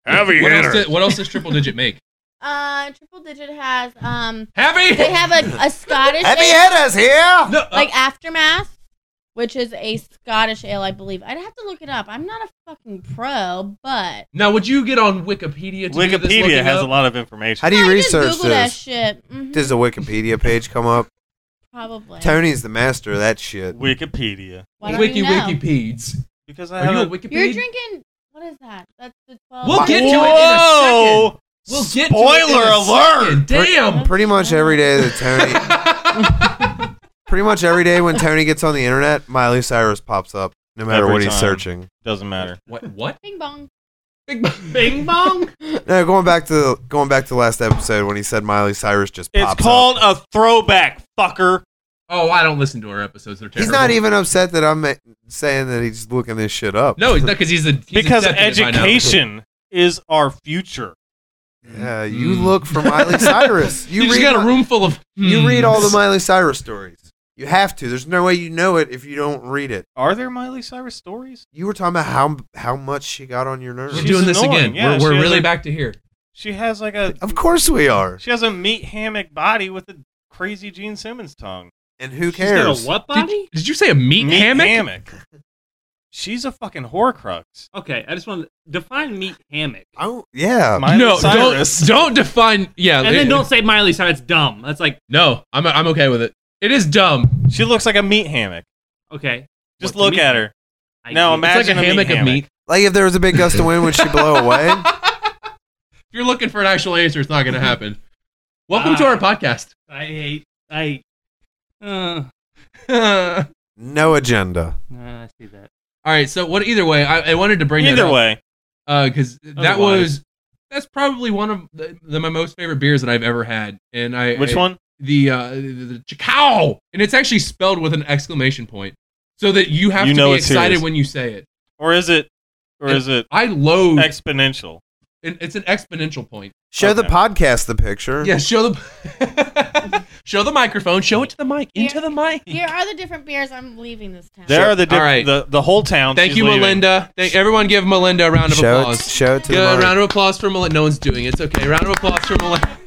Speaker 5: what Else do- what else does triple digit make?
Speaker 9: Uh, triple digit has um.
Speaker 5: Heavy.
Speaker 9: They have a, a Scottish
Speaker 2: Heavy
Speaker 9: ale,
Speaker 2: hitters here.
Speaker 5: no, uh,
Speaker 9: like Aftermath, which is a Scottish ale, I believe. I'd have to look it up. I'm not a fucking pro, but
Speaker 5: now, would you get on Wikipedia? To do this
Speaker 3: Wikipedia
Speaker 5: looking
Speaker 3: has
Speaker 5: up?
Speaker 3: a lot of information.
Speaker 2: How do you
Speaker 9: I just
Speaker 2: research
Speaker 9: Google that
Speaker 2: this?
Speaker 9: shit. Mhm,
Speaker 2: Does a Wikipedia page come up?
Speaker 9: probably.
Speaker 2: Tony's the master of that shit.
Speaker 3: Wikipedia.
Speaker 9: Why don't
Speaker 5: Wiki
Speaker 9: you know?
Speaker 5: Wikipeds.
Speaker 3: Because I
Speaker 5: Are you
Speaker 3: have
Speaker 5: a
Speaker 3: a
Speaker 5: Wikipedia?
Speaker 9: You're drinking. What is that? That's the 12.
Speaker 5: We'll get to it in a
Speaker 3: Whoa!
Speaker 5: We'll get to it in
Speaker 3: Spoiler
Speaker 5: a
Speaker 3: alert!
Speaker 5: second. Damn.
Speaker 2: Pretty much every day that Tony, pretty much every day when Tony gets on the internet, Miley Cyrus pops up, no matter
Speaker 3: Every
Speaker 2: what he's
Speaker 3: time.
Speaker 2: searching.
Speaker 3: Doesn't matter.
Speaker 5: what? What?
Speaker 9: Bing bong.
Speaker 5: Bing Bing bong.
Speaker 2: No, going back to going back to last episode when he said Miley Cyrus just
Speaker 3: It's
Speaker 2: pops
Speaker 3: called
Speaker 2: up.
Speaker 3: a throwback, fucker.
Speaker 5: Oh, I don't listen to our episodes. They're terrible.
Speaker 2: He's not even upset that I'm uh, saying that he's looking this shit up.
Speaker 5: No, he's not because he's a he's
Speaker 3: Because
Speaker 5: accepted it by now.
Speaker 3: education is our future.
Speaker 2: Yeah, you
Speaker 5: Mm.
Speaker 2: look for Miley Cyrus.
Speaker 5: You,
Speaker 2: You,
Speaker 5: just
Speaker 2: read
Speaker 5: got a
Speaker 2: Mi-
Speaker 5: room full of.
Speaker 2: You
Speaker 5: hmm.
Speaker 2: read all the Miley Cyrus stories. You have to. There's no way you know it if you don't read it.
Speaker 3: Are there Miley Cyrus stories?
Speaker 2: You were talking about how how much she got on your nerves.
Speaker 5: We're
Speaker 3: She's
Speaker 5: doing this
Speaker 3: annoying,
Speaker 5: again.
Speaker 3: yeah,
Speaker 5: we're we're
Speaker 3: she has
Speaker 5: really
Speaker 3: a-
Speaker 5: back to here.
Speaker 3: She has like a
Speaker 2: Of course we are.
Speaker 3: she has a meat hammock body with a crazy Gene Simmons tongue.
Speaker 2: And who
Speaker 6: She's got
Speaker 2: cares?
Speaker 6: a what
Speaker 5: Did,
Speaker 6: body?
Speaker 5: did you say a meat,
Speaker 3: Meat
Speaker 5: hammock?
Speaker 3: She's a fucking horcrux.
Speaker 6: Okay, I just want to define meat hammock.
Speaker 2: I don't- yeah.
Speaker 3: Miley
Speaker 5: no,
Speaker 3: Cyrus.
Speaker 5: don't don't define. Yeah,
Speaker 6: And
Speaker 5: it-
Speaker 6: then don't say Miley Cyrus. It's dumb. That's like
Speaker 5: No, I'm I'm okay with it. It is dumb.
Speaker 3: She looks like a meat hammoc.
Speaker 6: okay.
Speaker 3: Just
Speaker 6: What's a
Speaker 3: look
Speaker 6: meat
Speaker 3: at her.
Speaker 6: I
Speaker 3: No,
Speaker 6: get it.
Speaker 3: imagine-
Speaker 5: it's like a
Speaker 3: a meat
Speaker 5: hammock of
Speaker 3: hammock.
Speaker 5: meat.
Speaker 2: like if there was a big gust of wind, would she blow away?
Speaker 5: If you're looking for an actual answer, it's not going to happen. Welcome to our podcast.
Speaker 6: I hate. I. Uh,
Speaker 5: All
Speaker 2: No agenda.
Speaker 6: nah, I see that.
Speaker 5: right, so what? Either way, I, I wanted to bring
Speaker 3: Either
Speaker 5: that
Speaker 3: way,
Speaker 5: because that
Speaker 3: Otherwise.
Speaker 5: was that's probably one of the, the my most favorite beers that I've ever had, and I
Speaker 3: which
Speaker 5: I-
Speaker 3: one?
Speaker 5: the uh the, the Chacao, and it's actually spelled with an exclamation point, so that you have
Speaker 3: You
Speaker 5: to
Speaker 3: know
Speaker 5: be
Speaker 3: it's
Speaker 5: excited
Speaker 3: serious.
Speaker 5: when you say it.
Speaker 3: Or is it or
Speaker 5: It-
Speaker 3: is it
Speaker 5: I loathe.
Speaker 3: exponential?
Speaker 5: and it's an exponential point.
Speaker 2: Show the
Speaker 3: Okay.
Speaker 2: podcast the picture.
Speaker 5: Yeah, show the show the microphone. Show it to the mic. Into the mic.
Speaker 9: Here are the different beers. I'm leaving this town.
Speaker 3: There are the diff-
Speaker 5: All right.
Speaker 3: the the whole town.
Speaker 5: Thank
Speaker 3: she's
Speaker 5: you,
Speaker 3: leaving.
Speaker 5: Melinda. Thank everyone. Give Melinda a round of
Speaker 2: show It,
Speaker 5: applause.
Speaker 2: show it to
Speaker 5: Good
Speaker 2: the mic.
Speaker 5: round of applause for Melinda. No one's doing it. It's okay. Round of applause for Melinda.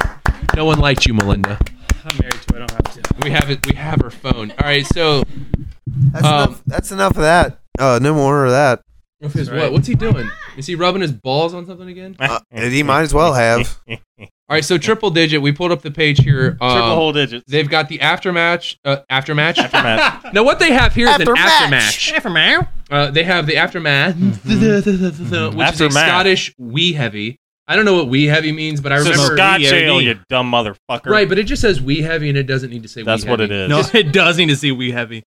Speaker 5: No one liked you, Melinda.
Speaker 6: I'm married to. I don't have to.
Speaker 5: We have it. We have her phone. All right. So
Speaker 2: That's,
Speaker 5: Um,
Speaker 2: enough, that's enough of that. Uh, no more of that.
Speaker 5: Is what? What's he doing? Is he rubbing his balls on something again?
Speaker 2: Uh, he might as well have.
Speaker 5: All right. So triple digit. We pulled up the page here. Um,
Speaker 3: Triple whole digits.
Speaker 5: They've got the aftermatch. Uh, aftermatch.
Speaker 3: Aftermath.
Speaker 5: now what they have here is an aftermatch.
Speaker 6: Aftermath.
Speaker 5: Uh, they have the aftermath,
Speaker 3: Hmm.
Speaker 5: which is a
Speaker 3: Aftermath.
Speaker 5: Scottish wee heavy. I don't know what wee heavy means, but I
Speaker 3: It's a
Speaker 5: remember
Speaker 3: Scotch
Speaker 5: wee heavy.
Speaker 3: ale, you dumb motherfucker.
Speaker 5: Right, but it just says wee heavy, and it doesn't need to say.
Speaker 3: That's
Speaker 5: wee
Speaker 3: what
Speaker 5: heavy.
Speaker 3: it is.
Speaker 6: No, it does need to see we heavy.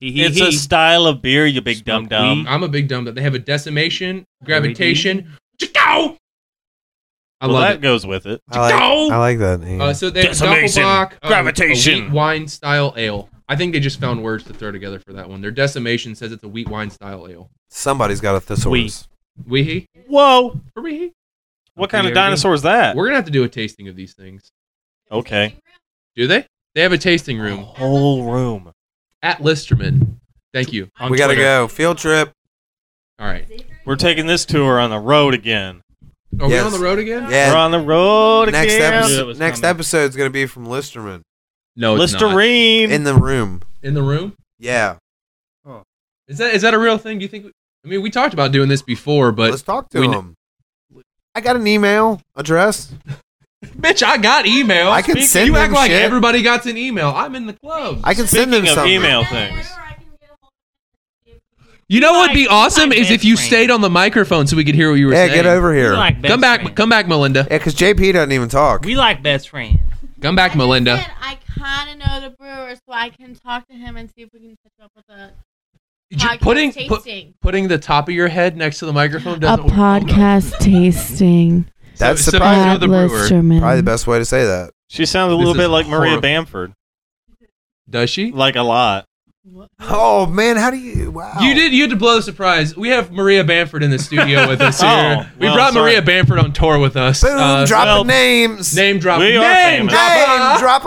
Speaker 6: He he
Speaker 3: it's
Speaker 6: he.
Speaker 3: a style of beer, you big dumb
Speaker 6: Smoke
Speaker 3: dumb.
Speaker 5: I'm a big dumb. That they have a decimation, gravitation. Go! I
Speaker 3: Well,
Speaker 5: love
Speaker 3: that
Speaker 5: it.
Speaker 3: goes with it.
Speaker 2: I like,
Speaker 5: Go!
Speaker 2: I like that name.
Speaker 5: Uh, so they have
Speaker 3: Decimation,
Speaker 5: Doppelbock, uh,
Speaker 3: gravitation.
Speaker 5: a wheat wine style ale. I think they just found words to throw together for that one. Their decimation says it's a wheat wine style ale.
Speaker 2: Somebody's got a thesaurus.
Speaker 5: Wee hee?
Speaker 3: Whoa!
Speaker 5: Or wee hee?
Speaker 3: What kind
Speaker 5: Yeah,
Speaker 3: of dinosaur is that?
Speaker 5: We're gonna have to do a tasting of these things.
Speaker 3: Okay.
Speaker 5: Do they? They have a tasting room.
Speaker 3: Whole room.
Speaker 5: at Listerman. Thank you.
Speaker 2: We, gotta go. Field trip.
Speaker 5: All right.
Speaker 3: We're taking this tour on the road again.
Speaker 5: Are
Speaker 2: Yes.
Speaker 5: we on the road again?
Speaker 2: Yeah.
Speaker 3: We're on the road
Speaker 2: Next
Speaker 3: again.
Speaker 6: Yeah, it
Speaker 2: episode.
Speaker 6: was
Speaker 2: Next
Speaker 6: coming.
Speaker 2: episode's gonna be from Listerman
Speaker 5: No, it's not.
Speaker 3: Listerine.
Speaker 2: in the room.
Speaker 5: In the room?
Speaker 2: Yeah.
Speaker 5: Is that is that a real thing? Do you think? I mean, we talked about doing this before,
Speaker 2: Let's
Speaker 5: but
Speaker 2: talk to
Speaker 5: we
Speaker 2: him.
Speaker 5: kn-
Speaker 2: I got an email address.
Speaker 5: bitch, I got email.
Speaker 2: I can
Speaker 5: Speak-
Speaker 2: send
Speaker 5: You act
Speaker 2: them
Speaker 5: like
Speaker 2: shit.
Speaker 5: everybody got an email. I'm in the club.
Speaker 2: I can send him
Speaker 3: Speaking of
Speaker 2: something.
Speaker 3: email things.
Speaker 5: you know what'd be
Speaker 6: Like, he's
Speaker 5: awesome
Speaker 6: my
Speaker 5: is
Speaker 6: best
Speaker 5: if you
Speaker 6: friend.
Speaker 5: stayed on the microphone so we could hear what you were
Speaker 2: Yeah,
Speaker 5: saying.
Speaker 2: get over here. Yeah,
Speaker 5: Come back, come back, Melinda.
Speaker 2: because JP doesn't even talk.
Speaker 6: We like best friends.
Speaker 5: Come back,
Speaker 9: I,
Speaker 5: Melinda.
Speaker 9: just said I kind of know the brewer, so I can talk to him and see if we can catch up with the
Speaker 5: J-
Speaker 9: podcast
Speaker 5: Putting put,
Speaker 9: tasting.
Speaker 5: putting the top of your head next to the microphone doesn't work. Oh,
Speaker 9: tasting.
Speaker 2: That's
Speaker 5: so, so
Speaker 2: surprising.
Speaker 5: you know the brewer.
Speaker 2: Probably the best way to say that.
Speaker 3: She sounds a
Speaker 5: This
Speaker 3: little
Speaker 5: is
Speaker 3: bit like Maria
Speaker 5: horrible.
Speaker 3: Bamford.
Speaker 5: Does she?
Speaker 3: Like a lot.
Speaker 2: Oh man, how do you? Wow.
Speaker 5: You did. You had to blow the surprise. We have Maria Bamford in the studio with us here.
Speaker 3: Oh,
Speaker 5: we
Speaker 3: well,
Speaker 5: brought
Speaker 3: sorry.
Speaker 5: Maria Bamford on tour with us.
Speaker 2: Boom!
Speaker 5: Uh,
Speaker 2: dropping
Speaker 3: well,
Speaker 2: names.
Speaker 5: Name drop.
Speaker 3: We are famous.
Speaker 5: name
Speaker 2: Name
Speaker 5: drop.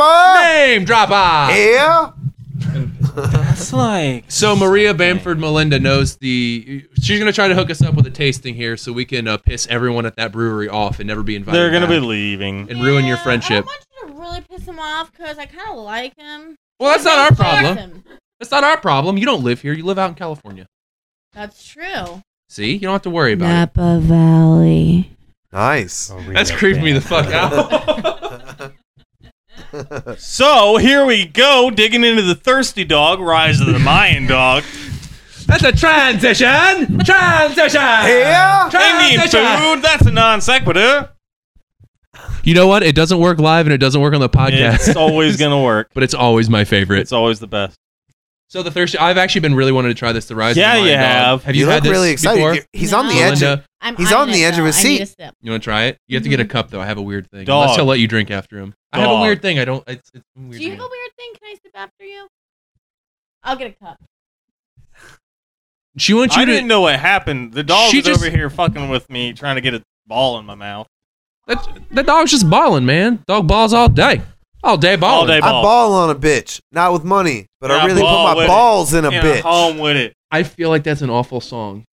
Speaker 5: Ah.
Speaker 2: dropper.
Speaker 5: Name drop. Ah.
Speaker 2: Yeah.
Speaker 3: It's like
Speaker 5: So Maria Bamford Melinda knows the. She's gonna try to hook us up with a tasting here, so we can uh, piss everyone at that brewery off and never be invited.
Speaker 3: they're gonna be
Speaker 5: back
Speaker 3: leaving.
Speaker 5: and ruin your friendship.
Speaker 9: I want you to really piss him off because I kind of like him.
Speaker 5: Well, that's
Speaker 9: Don't
Speaker 5: not our
Speaker 9: embarrass
Speaker 5: problem.
Speaker 9: him.
Speaker 5: That's not our problem. You don't live here. You live out in California.
Speaker 9: That's true.
Speaker 5: See, you don't have to worry about it.
Speaker 9: Valley.
Speaker 3: Oh,
Speaker 2: Nice.
Speaker 5: That's creeping me the fuck out.
Speaker 3: So here we go, digging into the thirsty dog, rise of the Mayan dog.
Speaker 5: That's a transition. Transition.
Speaker 2: Yeah.
Speaker 3: They need food. That's a non sequitur.
Speaker 5: You know what? It doesn't work live and it doesn't work on the podcast.
Speaker 3: It's always gonna work.
Speaker 5: but it's always my favorite.
Speaker 3: It's always the best.
Speaker 5: So the thirsty. I've actually been really wanting to try this. The rise.
Speaker 3: Yeah,
Speaker 5: of the Lion
Speaker 3: you
Speaker 5: Dog.
Speaker 3: have.
Speaker 5: Have you,
Speaker 2: look
Speaker 5: had this
Speaker 2: really excited.
Speaker 5: before?
Speaker 2: You're- He's on the
Speaker 9: No.
Speaker 2: edge. Of, Mm-hmm.
Speaker 5: Melinda,
Speaker 9: I'm
Speaker 2: He's
Speaker 9: eyeing
Speaker 2: on the
Speaker 9: it,
Speaker 2: edge of
Speaker 9: though.
Speaker 2: his
Speaker 9: I need a
Speaker 2: seat.
Speaker 9: sip.
Speaker 5: you want to try it? You have to get a cup though. I have a weird thing.
Speaker 3: Dog.
Speaker 5: Unless he'll let you drink after him. I have a
Speaker 3: Dog.
Speaker 5: weird thing. I don't. It's, it's a weird.
Speaker 9: Do you have
Speaker 5: thing.
Speaker 9: a weird thing? Can I sip after you? I'll get a cup.
Speaker 5: She wants
Speaker 3: I
Speaker 5: you
Speaker 3: didn't
Speaker 5: to.
Speaker 3: know what happened. The dog
Speaker 5: She
Speaker 3: was
Speaker 5: just-
Speaker 3: over here fucking with me, trying to get a ball in my mouth.
Speaker 5: That, that dog's just balling, man. Dog balls all day, all day balling.
Speaker 3: All day
Speaker 2: I ball on a bitch, not with money, but
Speaker 3: Yeah,
Speaker 2: I really
Speaker 3: ball
Speaker 2: put my
Speaker 3: with it.
Speaker 2: balls in a
Speaker 3: Yeah,
Speaker 2: bitch.
Speaker 3: home with it.
Speaker 5: I feel like that's an awful song.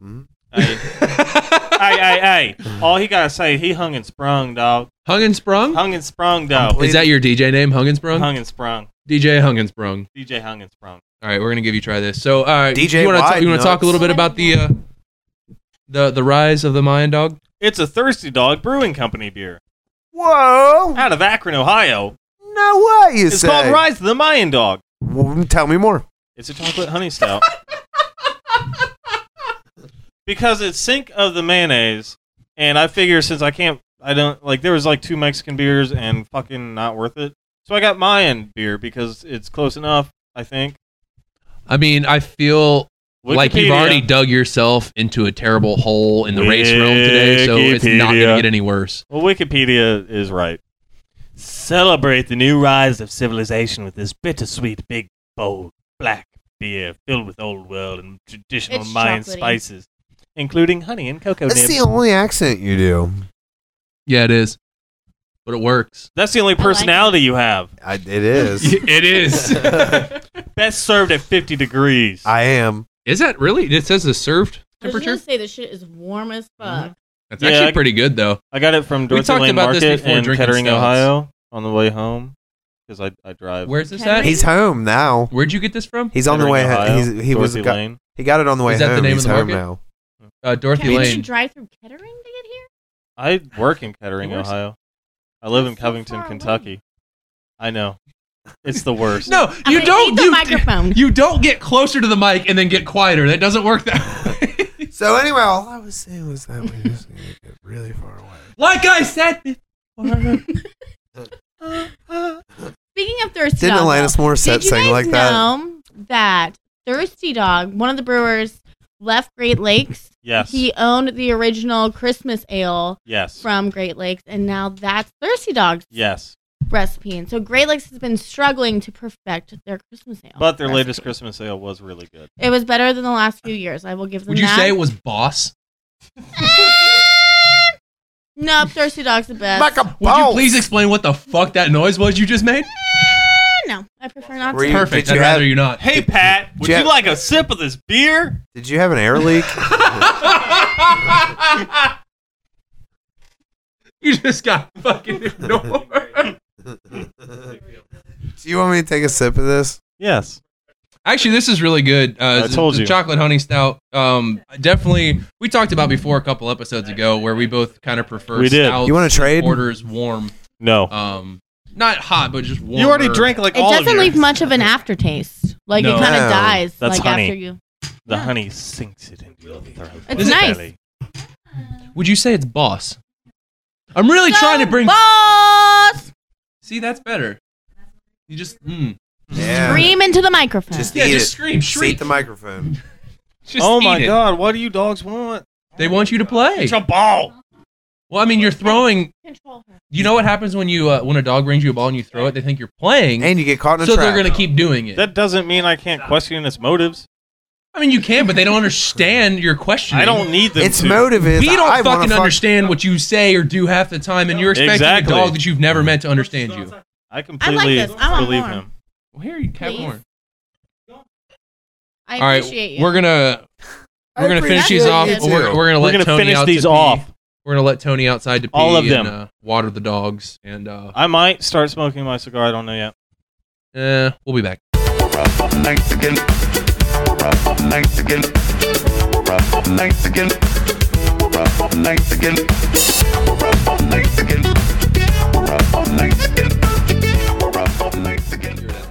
Speaker 2: Mhm.
Speaker 3: I, I, I, hey, all he gotta say, he hung and sprung, dog.
Speaker 5: Hung and Sprung?
Speaker 3: Hung and sprung, dog.
Speaker 5: Is that your DJ name, Hung and Sprung?
Speaker 3: Hung and sprung.
Speaker 5: DJ Hung and Sprung.
Speaker 3: DJ hung and sprung.
Speaker 5: All right, we're gonna give you try this. So, all right,
Speaker 2: DJ
Speaker 5: you want
Speaker 2: Wide
Speaker 5: to you want to talk
Speaker 2: Nuts.
Speaker 5: a little bit about the uh, the the rise of the Mayan dog?
Speaker 3: It's a Thirsty Dog Brewing Company beer
Speaker 2: Whoa!
Speaker 3: out of Akron, Ohio.
Speaker 2: No way! You
Speaker 3: It's
Speaker 2: say?
Speaker 3: called Rise of the Mayan Dog.
Speaker 2: W- Tell me more.
Speaker 3: It's a chocolate honey stout. because it's sink of the mayonnaise, and I figure since I can't, I don't like there was like two Mexican beers and fucking not worth it. So I got Mayan beer because it's close enough. I think.
Speaker 5: I mean, I feel like you've
Speaker 3: Wikipedia.
Speaker 5: already dug yourself into a terrible hole in the race room today, so it's not
Speaker 3: Wikipedia.
Speaker 5: gonna get any worse.
Speaker 3: Well, Wikipedia is right. Celebrate the new rise of civilization with this bittersweet, big, bold, black beer filled with old world and traditional
Speaker 9: It's
Speaker 3: Mayan
Speaker 9: chocolatey.
Speaker 3: spices, including honey and cocoa
Speaker 2: That's
Speaker 3: nibs.
Speaker 2: the only accent you do.
Speaker 5: Yeah, it is, but it works.
Speaker 3: That's the only
Speaker 9: like it.
Speaker 3: personality you have.
Speaker 2: I, it is.
Speaker 5: It is.
Speaker 3: Best served at 50 degrees.
Speaker 2: I am.
Speaker 5: is that really? It says the served
Speaker 9: I was
Speaker 5: temperature.
Speaker 9: gonna say the shit is warm as
Speaker 5: Mm-hmm.
Speaker 9: fuck.
Speaker 5: That's
Speaker 3: Yeah,
Speaker 5: actually
Speaker 3: I-
Speaker 5: pretty good though.
Speaker 3: I got it from
Speaker 5: We
Speaker 3: Dorothy
Speaker 5: talked
Speaker 3: Lane
Speaker 5: about this
Speaker 3: Market
Speaker 5: before,
Speaker 3: in
Speaker 5: drinking
Speaker 3: Kettering,
Speaker 5: stouts.
Speaker 3: Ohio, on the way home because I, I drive.
Speaker 5: Where's this
Speaker 9: Can
Speaker 5: at?
Speaker 9: we-
Speaker 2: He's home now.
Speaker 5: Where'd you get this from?
Speaker 2: He's on the
Speaker 3: Kettering,
Speaker 2: way.
Speaker 3: Ohio,
Speaker 2: He's, he was
Speaker 3: Dorothy
Speaker 2: got,
Speaker 3: Lane.
Speaker 2: he got it on the way
Speaker 5: Is that the
Speaker 2: home.
Speaker 5: name
Speaker 2: He's
Speaker 5: of the
Speaker 2: home
Speaker 5: market?
Speaker 2: now.
Speaker 5: Uh,
Speaker 9: Can
Speaker 5: Dorothy
Speaker 9: we
Speaker 5: Lane.
Speaker 9: drive through Kettering to get here?
Speaker 3: I work in Kettering,
Speaker 5: Where's-
Speaker 3: Ohio. I live in
Speaker 9: That's so
Speaker 3: Covington,
Speaker 9: far away.
Speaker 3: Kentucky. I know. It's the worst.
Speaker 5: No,
Speaker 9: I'm
Speaker 5: you
Speaker 9: gonna
Speaker 5: don't.
Speaker 9: eat the
Speaker 5: you,
Speaker 9: microphone.
Speaker 5: You don't get closer to the mic and then get quieter. That doesn't work that way.
Speaker 2: So anyway, all I was saying was that we just need to get really far away.
Speaker 5: like I said before.
Speaker 9: Speaking of thirsty
Speaker 2: Didn't
Speaker 9: dog,
Speaker 2: Alanis Morissette
Speaker 9: did you
Speaker 2: sing
Speaker 9: guys
Speaker 2: like that?
Speaker 9: know that? Thirsty Dog, one of the brewers, left Great Lakes.
Speaker 3: Yes.
Speaker 9: He owned the original Christmas ale
Speaker 3: yes.
Speaker 9: from Great Lakes, and now that's Thirsty Dog's
Speaker 3: yes.
Speaker 9: recipe. And so Great Lakes has been struggling to perfect their Christmas ale.
Speaker 3: But their
Speaker 9: recipe.
Speaker 3: latest Christmas ale was really good.
Speaker 9: It was better than the last few years. I will give them
Speaker 5: Would you
Speaker 9: that.
Speaker 5: say it was boss?
Speaker 9: no, Thirsty Dog's the best.
Speaker 2: Like a
Speaker 5: Would
Speaker 2: boss.
Speaker 5: you please explain what the fuck that noise was you just made?
Speaker 9: no, I prefer not
Speaker 2: Were
Speaker 9: to.
Speaker 2: you-
Speaker 5: Perfect.
Speaker 2: did
Speaker 5: I'd
Speaker 2: you
Speaker 5: rather
Speaker 2: have-
Speaker 5: you not.
Speaker 3: Hey, Pat, would
Speaker 2: Jeff-
Speaker 3: you like a sip of this beer?
Speaker 2: Did you have an air leak?
Speaker 5: you just got fucking ignored.
Speaker 2: Do you want me to take a sip of this?
Speaker 3: Yes.
Speaker 5: Actually, this is really good. Uh,
Speaker 3: I
Speaker 5: the-
Speaker 3: told
Speaker 5: the
Speaker 3: you.
Speaker 5: chocolate honey stout. Um, definitely, we talked about before a couple episodes ago where we both kind of prefer
Speaker 3: We did.
Speaker 5: stouts
Speaker 2: You want
Speaker 5: with
Speaker 2: to trade?
Speaker 5: orders warm.
Speaker 3: No.
Speaker 5: Um, not hot, but just warm.
Speaker 3: You already drank Uh, like
Speaker 9: It
Speaker 3: all
Speaker 9: doesn't
Speaker 3: of
Speaker 9: leave
Speaker 3: yours.
Speaker 9: much of an aftertaste. Like
Speaker 5: No.
Speaker 9: it kind of
Speaker 2: No.
Speaker 9: dies.
Speaker 3: That's
Speaker 9: like
Speaker 3: honey.
Speaker 9: after you.
Speaker 3: The honey sinks it into your throat.
Speaker 9: It's nice.
Speaker 3: Belly.
Speaker 5: Would you say it's boss? I'm really trying to
Speaker 9: Go,
Speaker 5: bring.
Speaker 9: boss.
Speaker 5: See, that's better. You just mm.
Speaker 2: Yeah.
Speaker 9: Scream into the microphone.
Speaker 2: Just
Speaker 5: yeah,
Speaker 2: eat
Speaker 5: just
Speaker 2: it.
Speaker 5: scream,
Speaker 2: Seat
Speaker 5: shriek.
Speaker 2: the microphone.
Speaker 5: Just
Speaker 3: Oh
Speaker 5: eat
Speaker 3: my
Speaker 5: it.
Speaker 3: god, what do you dogs want?
Speaker 5: They want you to play.
Speaker 3: It's a ball.
Speaker 5: Well, I mean, you're throwing.
Speaker 9: Control her.
Speaker 5: You know what happens when you uh, when a dog brings you a ball and you throw it? They think you're playing,
Speaker 2: And you get caught in a
Speaker 5: so
Speaker 2: trap.
Speaker 5: they're gonna keep doing it.
Speaker 3: That doesn't mean I can't question its motives.
Speaker 5: I mean, you can, but they don't understand your question.
Speaker 3: I don't need them
Speaker 2: It's
Speaker 3: to.
Speaker 2: motive is
Speaker 5: We don't
Speaker 2: I wanna
Speaker 5: fucking
Speaker 2: fuck-
Speaker 5: understand what you say or do half the time, and you're expecting
Speaker 3: Exactly.
Speaker 5: a dog that you've never meant to understand you.
Speaker 3: I completely
Speaker 9: this. I want
Speaker 3: believe
Speaker 9: more.
Speaker 3: him.
Speaker 5: Well, here you have
Speaker 9: Please.
Speaker 5: more.
Speaker 9: I
Speaker 5: All right,
Speaker 9: appreciate you.
Speaker 5: we're gonna
Speaker 2: I
Speaker 5: we're gonna finish
Speaker 2: appreciate
Speaker 5: these off.
Speaker 2: you
Speaker 5: but We're,
Speaker 2: too.
Speaker 5: we're gonna
Speaker 3: We're
Speaker 5: let
Speaker 3: gonna
Speaker 5: Tony
Speaker 3: finish
Speaker 5: out
Speaker 3: these
Speaker 5: to pee.
Speaker 3: off.
Speaker 5: We're gonna let Tony outside to pee
Speaker 3: All of
Speaker 5: and,
Speaker 3: them.
Speaker 5: uh, water the dogs, and uh,
Speaker 3: I might start smoking my cigar, I don't know yet.
Speaker 5: eh, we'll be back.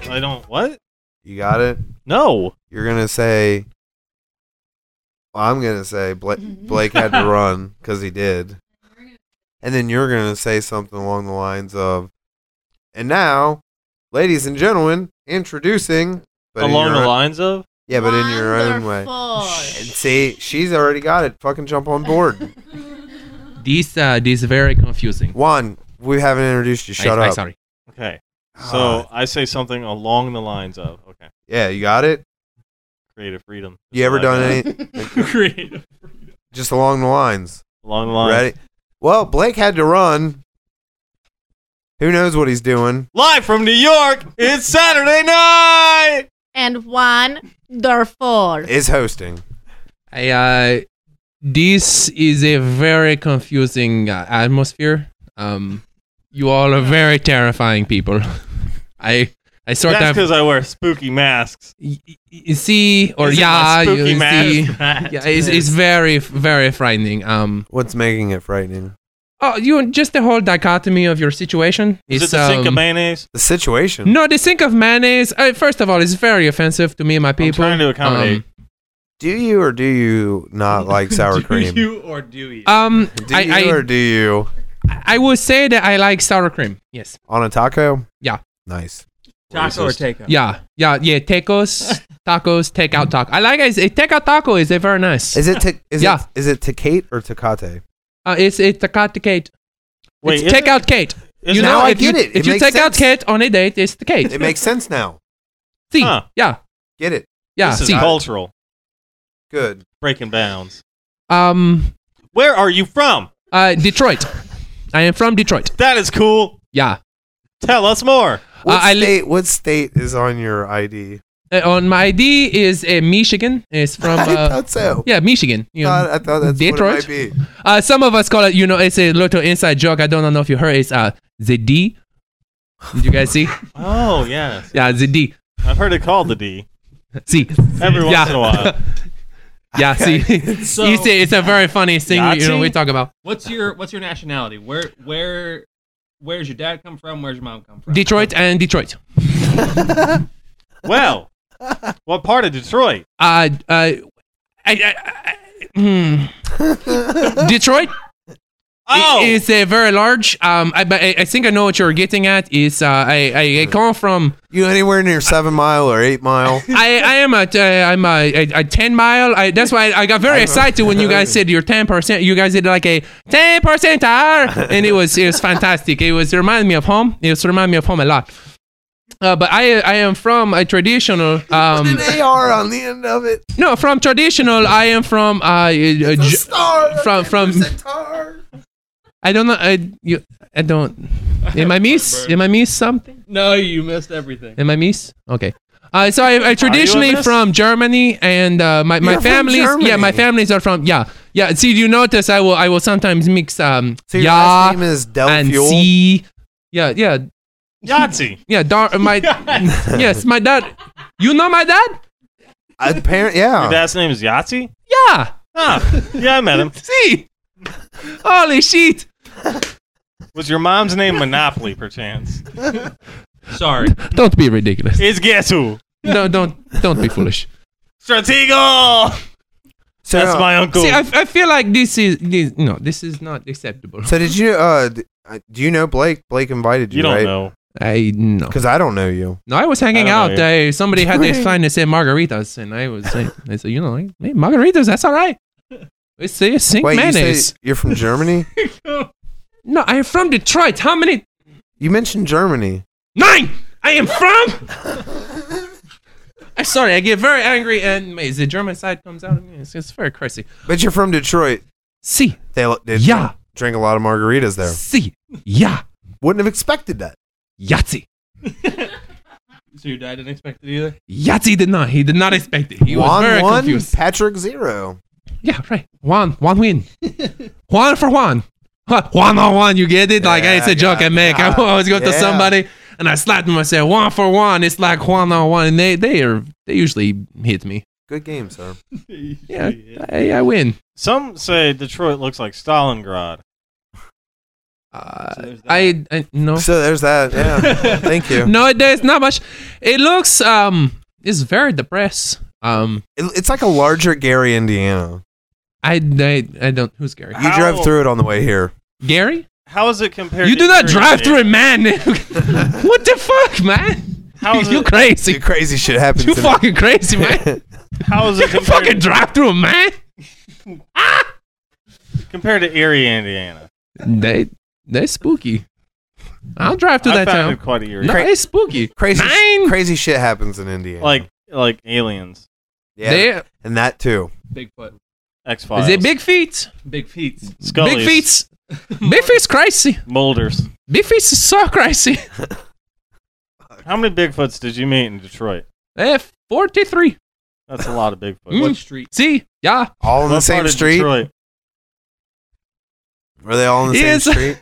Speaker 3: I don't what?
Speaker 2: You got it.
Speaker 3: No.
Speaker 2: You're gonna say. Well, I'm gonna say Blake, Blake had to run because he did, and then you're gonna say something along the lines of, "And now, ladies and gentlemen, introducing." But in
Speaker 3: Along
Speaker 2: your
Speaker 3: the
Speaker 2: own-
Speaker 3: lines of
Speaker 2: Yeah, but in your own way. And
Speaker 9: Wonderful.
Speaker 2: see, she's already got it. Fucking jump on board.
Speaker 5: These uh, these are very confusing.
Speaker 2: Juan, we haven't introduced you. Shut
Speaker 5: I, I,
Speaker 2: up.
Speaker 5: sorry.
Speaker 3: Okay.
Speaker 2: Ah,
Speaker 3: So I say something along the lines of okay.
Speaker 2: yeah, you got it.
Speaker 3: Creative freedom.
Speaker 2: You ever done any
Speaker 6: Creative.
Speaker 2: just along the lines?
Speaker 3: Along the lines.
Speaker 2: Ready? Well, Blake had to run. Who knows what he's doing?
Speaker 3: Live from New York, it's Saturday night.
Speaker 9: And one, therefore.
Speaker 2: Is hosting.
Speaker 5: I uh, this is a very confusing uh, atmosphere. Um, you all are very terrifying people. I I sort
Speaker 3: That's
Speaker 5: of
Speaker 3: because I wear spooky masks.
Speaker 5: y- y- see or
Speaker 3: Is it
Speaker 5: yeah
Speaker 3: my spooky
Speaker 5: you
Speaker 3: mask?
Speaker 5: see yeah it's, it's very very frightening. Um,
Speaker 2: What's making it frightening?
Speaker 5: oh you just the whole dichotomy of your situation.
Speaker 3: Is
Speaker 5: It's,
Speaker 3: it the sink of
Speaker 5: um,
Speaker 3: mayonnaise?
Speaker 2: The situation.
Speaker 5: No, the sink of mayonnaise. Uh, first of all, it's very offensive to me and my people. um,
Speaker 3: trying to accommodate.
Speaker 2: Do you or do you not like sour cream?
Speaker 6: Do you or do you?
Speaker 5: Um,
Speaker 2: do
Speaker 5: I,
Speaker 2: you
Speaker 5: I,
Speaker 2: or do you
Speaker 5: I will say that I like sour cream. Yes.
Speaker 2: on a taco?
Speaker 5: Yeah.
Speaker 2: Nice.
Speaker 10: Taco or takeout?
Speaker 5: Yeah. Yeah. Yeah. Tacos. Tacos. Takeout taco. I like it. Takeout taco is a very nice.
Speaker 2: Is it ta- is
Speaker 5: Yeah.
Speaker 2: it is it tacate or tacate?
Speaker 5: Uh, it's it's tacate cake.
Speaker 3: Wait,
Speaker 5: it's
Speaker 3: isn't-
Speaker 5: takeout cake.
Speaker 3: isn't
Speaker 5: You
Speaker 2: Now
Speaker 5: know,
Speaker 2: I
Speaker 5: if you,
Speaker 2: get it. It
Speaker 5: If you
Speaker 2: makes
Speaker 5: take out
Speaker 2: sense.
Speaker 5: cake on a date, it's the cake.
Speaker 2: It makes sense now.
Speaker 5: See.
Speaker 3: Huh.
Speaker 5: Yeah.
Speaker 2: Get it.
Speaker 5: Yeah.
Speaker 3: this is
Speaker 5: See.
Speaker 3: cultural
Speaker 2: Good.
Speaker 3: breaking bounds.
Speaker 5: Um.
Speaker 3: Where are you from?
Speaker 5: Uh. Detroit. I am from Detroit.
Speaker 3: That is cool.
Speaker 5: Yeah.
Speaker 3: Tell us more.
Speaker 2: What
Speaker 5: Uh, I li-
Speaker 2: state what state is on your ID?
Speaker 5: Uh, on my ID is uh, Michigan. It's from.
Speaker 2: I
Speaker 5: Uh,
Speaker 2: thought so.
Speaker 5: yeah, Michigan. You know.
Speaker 2: Thought- I thought that's
Speaker 5: Detroit?
Speaker 2: what it might be.
Speaker 5: Uh, some of us call it, you know, it's a little inside joke. I don't know if you heard. It's uh, the D. Did you guys see?
Speaker 3: Oh yes,
Speaker 5: Yeah, the D.
Speaker 3: I've heard it called the D.
Speaker 5: See.
Speaker 3: Every once
Speaker 5: yeah.
Speaker 3: in a while.
Speaker 5: yeah, see.
Speaker 6: So-
Speaker 5: it's, a, it's a very funny thing, you know, we
Speaker 6: Yahtzee?
Speaker 5: talk about.
Speaker 6: What's your What's your nationality? Where Where Where's your dad come from? Where's your mom come from?
Speaker 5: Detroit and Detroit.
Speaker 3: Well, what part of Detroit?
Speaker 5: Uh, uh, I, I, I, hmm. Detroit
Speaker 3: Oh,
Speaker 5: is a very large. Um, I, but I, I think I know what you're getting at. Is uh, I, I, I come from
Speaker 2: You anywhere near seven mile or eight mile?
Speaker 5: I, I am at uh, I'm a, a, a ten mile. I, that's why I, got very excited when you guys said your ten percent. You guys did like a ten percent hour, and it was it was fantastic. It was it reminded me of home. It was remind me of home a lot. Uh, but I I am from a traditional um
Speaker 2: An AR on the end of it.
Speaker 5: no from traditional. I am from uh a,
Speaker 2: A star.
Speaker 5: from from
Speaker 2: It's a tar.
Speaker 5: I don't know I you I don't. Am I miss? Am I miss something?
Speaker 6: No, you missed everything.
Speaker 5: Am I miss? Okay. Uh, so I, I traditionally
Speaker 3: miss?
Speaker 5: from Germany, and uh, my my
Speaker 2: You're from
Speaker 5: families, yeah,
Speaker 2: Germany.
Speaker 5: my families are from yeah, yeah. See, you notice I will I will sometimes mix um
Speaker 2: So your last
Speaker 5: yeah
Speaker 2: name is Del
Speaker 5: and
Speaker 2: Fuel.
Speaker 5: C, yeah, yeah,
Speaker 3: Yahtzee.
Speaker 5: yeah. Dar- my yes, my dad. You know my dad?
Speaker 2: Apparent,
Speaker 3: Your
Speaker 2: yeah.
Speaker 3: dad's name is Yahtzee.
Speaker 5: Yeah.
Speaker 3: Ah, yeah, I met him.
Speaker 5: See, holy shit.
Speaker 3: Was your mom's name Monopoly, perchance?
Speaker 6: Sorry.
Speaker 5: Don't be ridiculous.
Speaker 3: Is guess who?
Speaker 5: No, don't don't be foolish.
Speaker 3: Stratego.
Speaker 2: So, uh,
Speaker 3: That's my uncle.
Speaker 5: See, I, I feel like this is this, no, this is not acceptable.
Speaker 2: so did you? Uh, d- uh, do you know Blake? Blake invited you,
Speaker 3: you don't
Speaker 2: right?
Speaker 3: know.
Speaker 5: I no.
Speaker 2: Because I don't know you.
Speaker 5: No, I was hanging
Speaker 3: I don't
Speaker 5: out.
Speaker 3: know
Speaker 5: I, somebody had this sign that said margaritas, and I was like, I said, you know, like, hey, margaritas, that's all right. It's a sink
Speaker 2: Wait, you
Speaker 5: mayonnaise.
Speaker 2: say you're from Germany?
Speaker 5: no, I am from Detroit. How many?
Speaker 2: you mentioned Germany.
Speaker 5: Nine! I am from! I'm sorry, I get very angry, and wait, the German side comes out. of me. It's, it's very crazy.
Speaker 2: But you're from Detroit.
Speaker 5: See,
Speaker 2: They, l- they
Speaker 5: Yeah.
Speaker 2: drink a lot of margaritas there.
Speaker 5: see, yeah,
Speaker 2: Wouldn't have expected that.
Speaker 5: Yahtzee.
Speaker 6: So your dad didn't expect it either.
Speaker 5: Yahtzee did not. He did not expect it. He was
Speaker 2: Juan
Speaker 5: very
Speaker 2: one,
Speaker 5: confused.
Speaker 2: Patrick zero.
Speaker 5: Yeah, right. One, one win. one for one. Huh, One on one, you get it? like
Speaker 2: Yeah,
Speaker 5: it's a joke
Speaker 2: yeah,
Speaker 5: I make. I
Speaker 2: yeah.
Speaker 5: always go to
Speaker 2: Yeah.
Speaker 5: somebody and I slap them. I say one for one. It's like one on one, and they they are they usually hit me.
Speaker 2: Good game, sir.
Speaker 5: Yeah, I, I win.
Speaker 3: Some say Detroit looks like Stalingrad.
Speaker 5: Uh,
Speaker 6: So there's that.
Speaker 5: I, I no
Speaker 2: So there's that. Yeah. Thank you.
Speaker 5: Oh. no. There's not much. It looks um. It's very depressed. Um.
Speaker 2: It, it's like a larger Gary, Indiana.
Speaker 5: I, I, I don't. Who's Gary?
Speaker 2: You
Speaker 3: How-
Speaker 2: drove through it on the way here.
Speaker 5: Gary?
Speaker 3: How is it compared?
Speaker 5: You
Speaker 3: to
Speaker 5: do not
Speaker 3: your
Speaker 5: drive
Speaker 3: name?
Speaker 5: through a man. what the fuck, man?
Speaker 3: How is
Speaker 5: You
Speaker 3: it?
Speaker 5: crazy?
Speaker 2: Crazy shit happens.
Speaker 5: You
Speaker 2: in-
Speaker 5: fucking crazy, man.
Speaker 3: How is it
Speaker 5: can
Speaker 3: compared?
Speaker 5: fucking drive through, man.
Speaker 3: compared to Erie, Indiana.
Speaker 5: They they spooky. I'll drive to
Speaker 3: I
Speaker 5: that
Speaker 3: found
Speaker 5: town.
Speaker 3: it quite eerie.
Speaker 5: No,
Speaker 2: Cra-
Speaker 5: it's spooky.
Speaker 2: crazy.
Speaker 5: Nine.
Speaker 2: Crazy shit happens in Indiana.
Speaker 3: Like like aliens,
Speaker 2: yeah,
Speaker 5: They-
Speaker 2: and that too.
Speaker 6: Bigfoot.
Speaker 3: X Files.
Speaker 5: is it big feet?
Speaker 6: Big feet.
Speaker 3: Scullies,
Speaker 5: Big feet. big feet's crazy.
Speaker 3: Molders.
Speaker 5: Big feet's is so crazy.
Speaker 3: How many Bigfoots did you meet in Detroit?
Speaker 5: Eh, forty three.
Speaker 3: That's a lot of Bigfoot.
Speaker 5: Mm.
Speaker 6: What street?
Speaker 5: See, yeah,
Speaker 2: All in the
Speaker 3: What part
Speaker 2: same
Speaker 3: of
Speaker 2: street.
Speaker 3: Detroit?
Speaker 2: Were they all in the
Speaker 5: Yes.
Speaker 2: same street?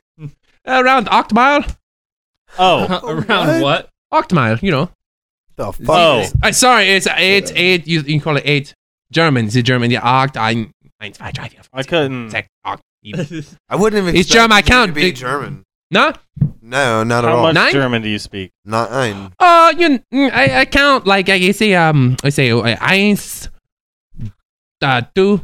Speaker 5: Around Octomile?
Speaker 3: Oh,
Speaker 6: Around what?
Speaker 5: Octomile, you know.
Speaker 2: The fuck?
Speaker 3: Oh.
Speaker 2: is-
Speaker 5: I sorry, it's eight, eight. You, you call it eight. German, is it German? Yeah, Oct. I, I, I drive you.
Speaker 3: I couldn't.
Speaker 5: It's like Oct.
Speaker 2: I wouldn't have.
Speaker 5: It's
Speaker 2: expected
Speaker 5: German, I
Speaker 2: you to
Speaker 5: count.
Speaker 2: Be
Speaker 5: It-
Speaker 2: German.
Speaker 5: No,
Speaker 2: No, not at
Speaker 3: How
Speaker 2: all.
Speaker 3: much
Speaker 5: Nine?
Speaker 3: German do you speak?
Speaker 2: Nine.
Speaker 5: uh, you, mm, I, I count like I say. Um, I say uh, eins, uh, two.